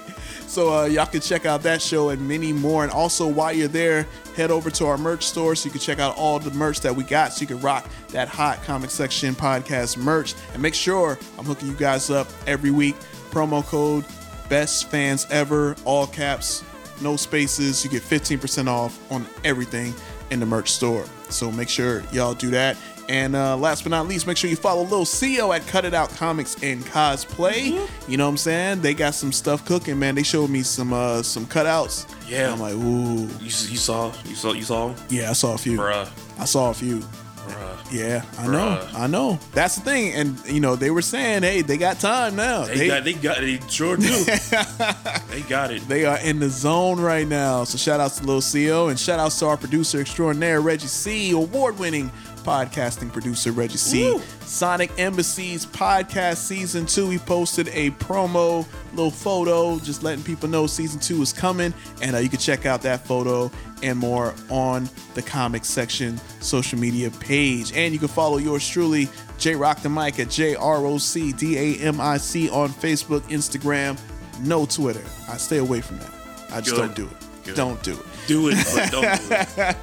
Speaker 3: So uh, y'all can check out that show and many more. And also, while you're there, head over to our merch store so you can check out all the merch that we got. So you can rock that hot comic section podcast merch. And make sure I'm hooking you guys up every week. Promo code best fans ever, all caps, no spaces. You get 15% off on everything in the merch store. So make sure y'all do that. And uh, last but not least, make sure you follow Lil CEO at Cut It Out Comics and Cosplay. You know what I'm saying? They got some stuff cooking, man. They showed me some uh, some cutouts.
Speaker 4: Yeah.
Speaker 3: I'm like, ooh.
Speaker 4: You, you saw, you saw, you saw.
Speaker 3: Yeah, I saw a few.
Speaker 4: Bruh,
Speaker 3: I saw a few.
Speaker 4: bruh.
Speaker 3: Yeah, I know. I know. That's the thing. And you know, they were saying, hey, they got time now.
Speaker 4: They, got, they got, they
Speaker 3: *laughs*
Speaker 4: sure do. they got it.
Speaker 3: They are in the zone right now. So shout outs to Lil CEO and shout outs to our producer extraordinaire, Reggie C, award winning podcasting producer, Reggie C. Sonic Embassy's podcast season two. We posted a promo, little photo, just letting people know season two is coming. And uh, you can check out that photo and more on the comic section social media page. And you can follow yours truly, J Rock the Mic at J R O C D A M I C on Facebook, Instagram, no Twitter. I stay away from that. I just
Speaker 4: Good.
Speaker 3: don't do it.
Speaker 4: Good.
Speaker 3: Don't do it.
Speaker 4: Do it, but don't do
Speaker 3: *laughs*
Speaker 4: it.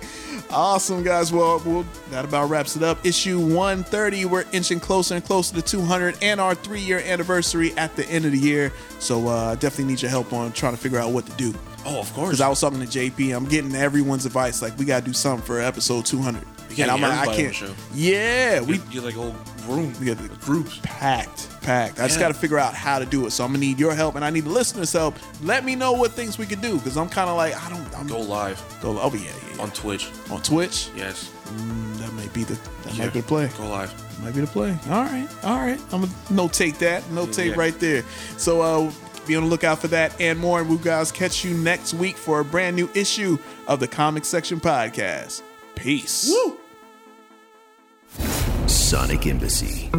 Speaker 3: Awesome, guys. Well, well, that about wraps it up. Issue 130. We're inching closer and closer to 200 and our three year anniversary at the end of the year. So uh, I definitely need your help on trying to figure out what to do.
Speaker 4: Oh, of course.
Speaker 3: Because I was talking to JP. I'm getting everyone's advice. Like, we got to do something for episode 200.
Speaker 4: You gotta
Speaker 3: And I'm
Speaker 4: get
Speaker 3: like, I
Speaker 4: everybody on
Speaker 3: can't.
Speaker 4: the show.
Speaker 3: Yeah, we
Speaker 4: you like a whole room.
Speaker 3: we got the groups packed, packed. I just got
Speaker 4: Yeah.
Speaker 3: to figure out how to do it. So I'm gonna need your help, and I need the listeners' help. Let me know what things we could do, because I'm kind of like I don't. I'm,
Speaker 4: Go live
Speaker 3: Go. Oh yeah, yeah,
Speaker 4: on Twitch.
Speaker 3: yeah. On Twitch,
Speaker 4: Yes.
Speaker 3: Mm, that may be the that
Speaker 4: Yeah.
Speaker 3: might be the play.
Speaker 4: Go live.
Speaker 3: Might be the play. All right, all right. I'm gonna notate that. Notate
Speaker 4: Yeah.
Speaker 3: right there. So uh, be on the lookout for that and more. And we guys catch you next week for a brand new issue of the Comic Section Podcast. Peace.
Speaker 22: Sonic Embassy.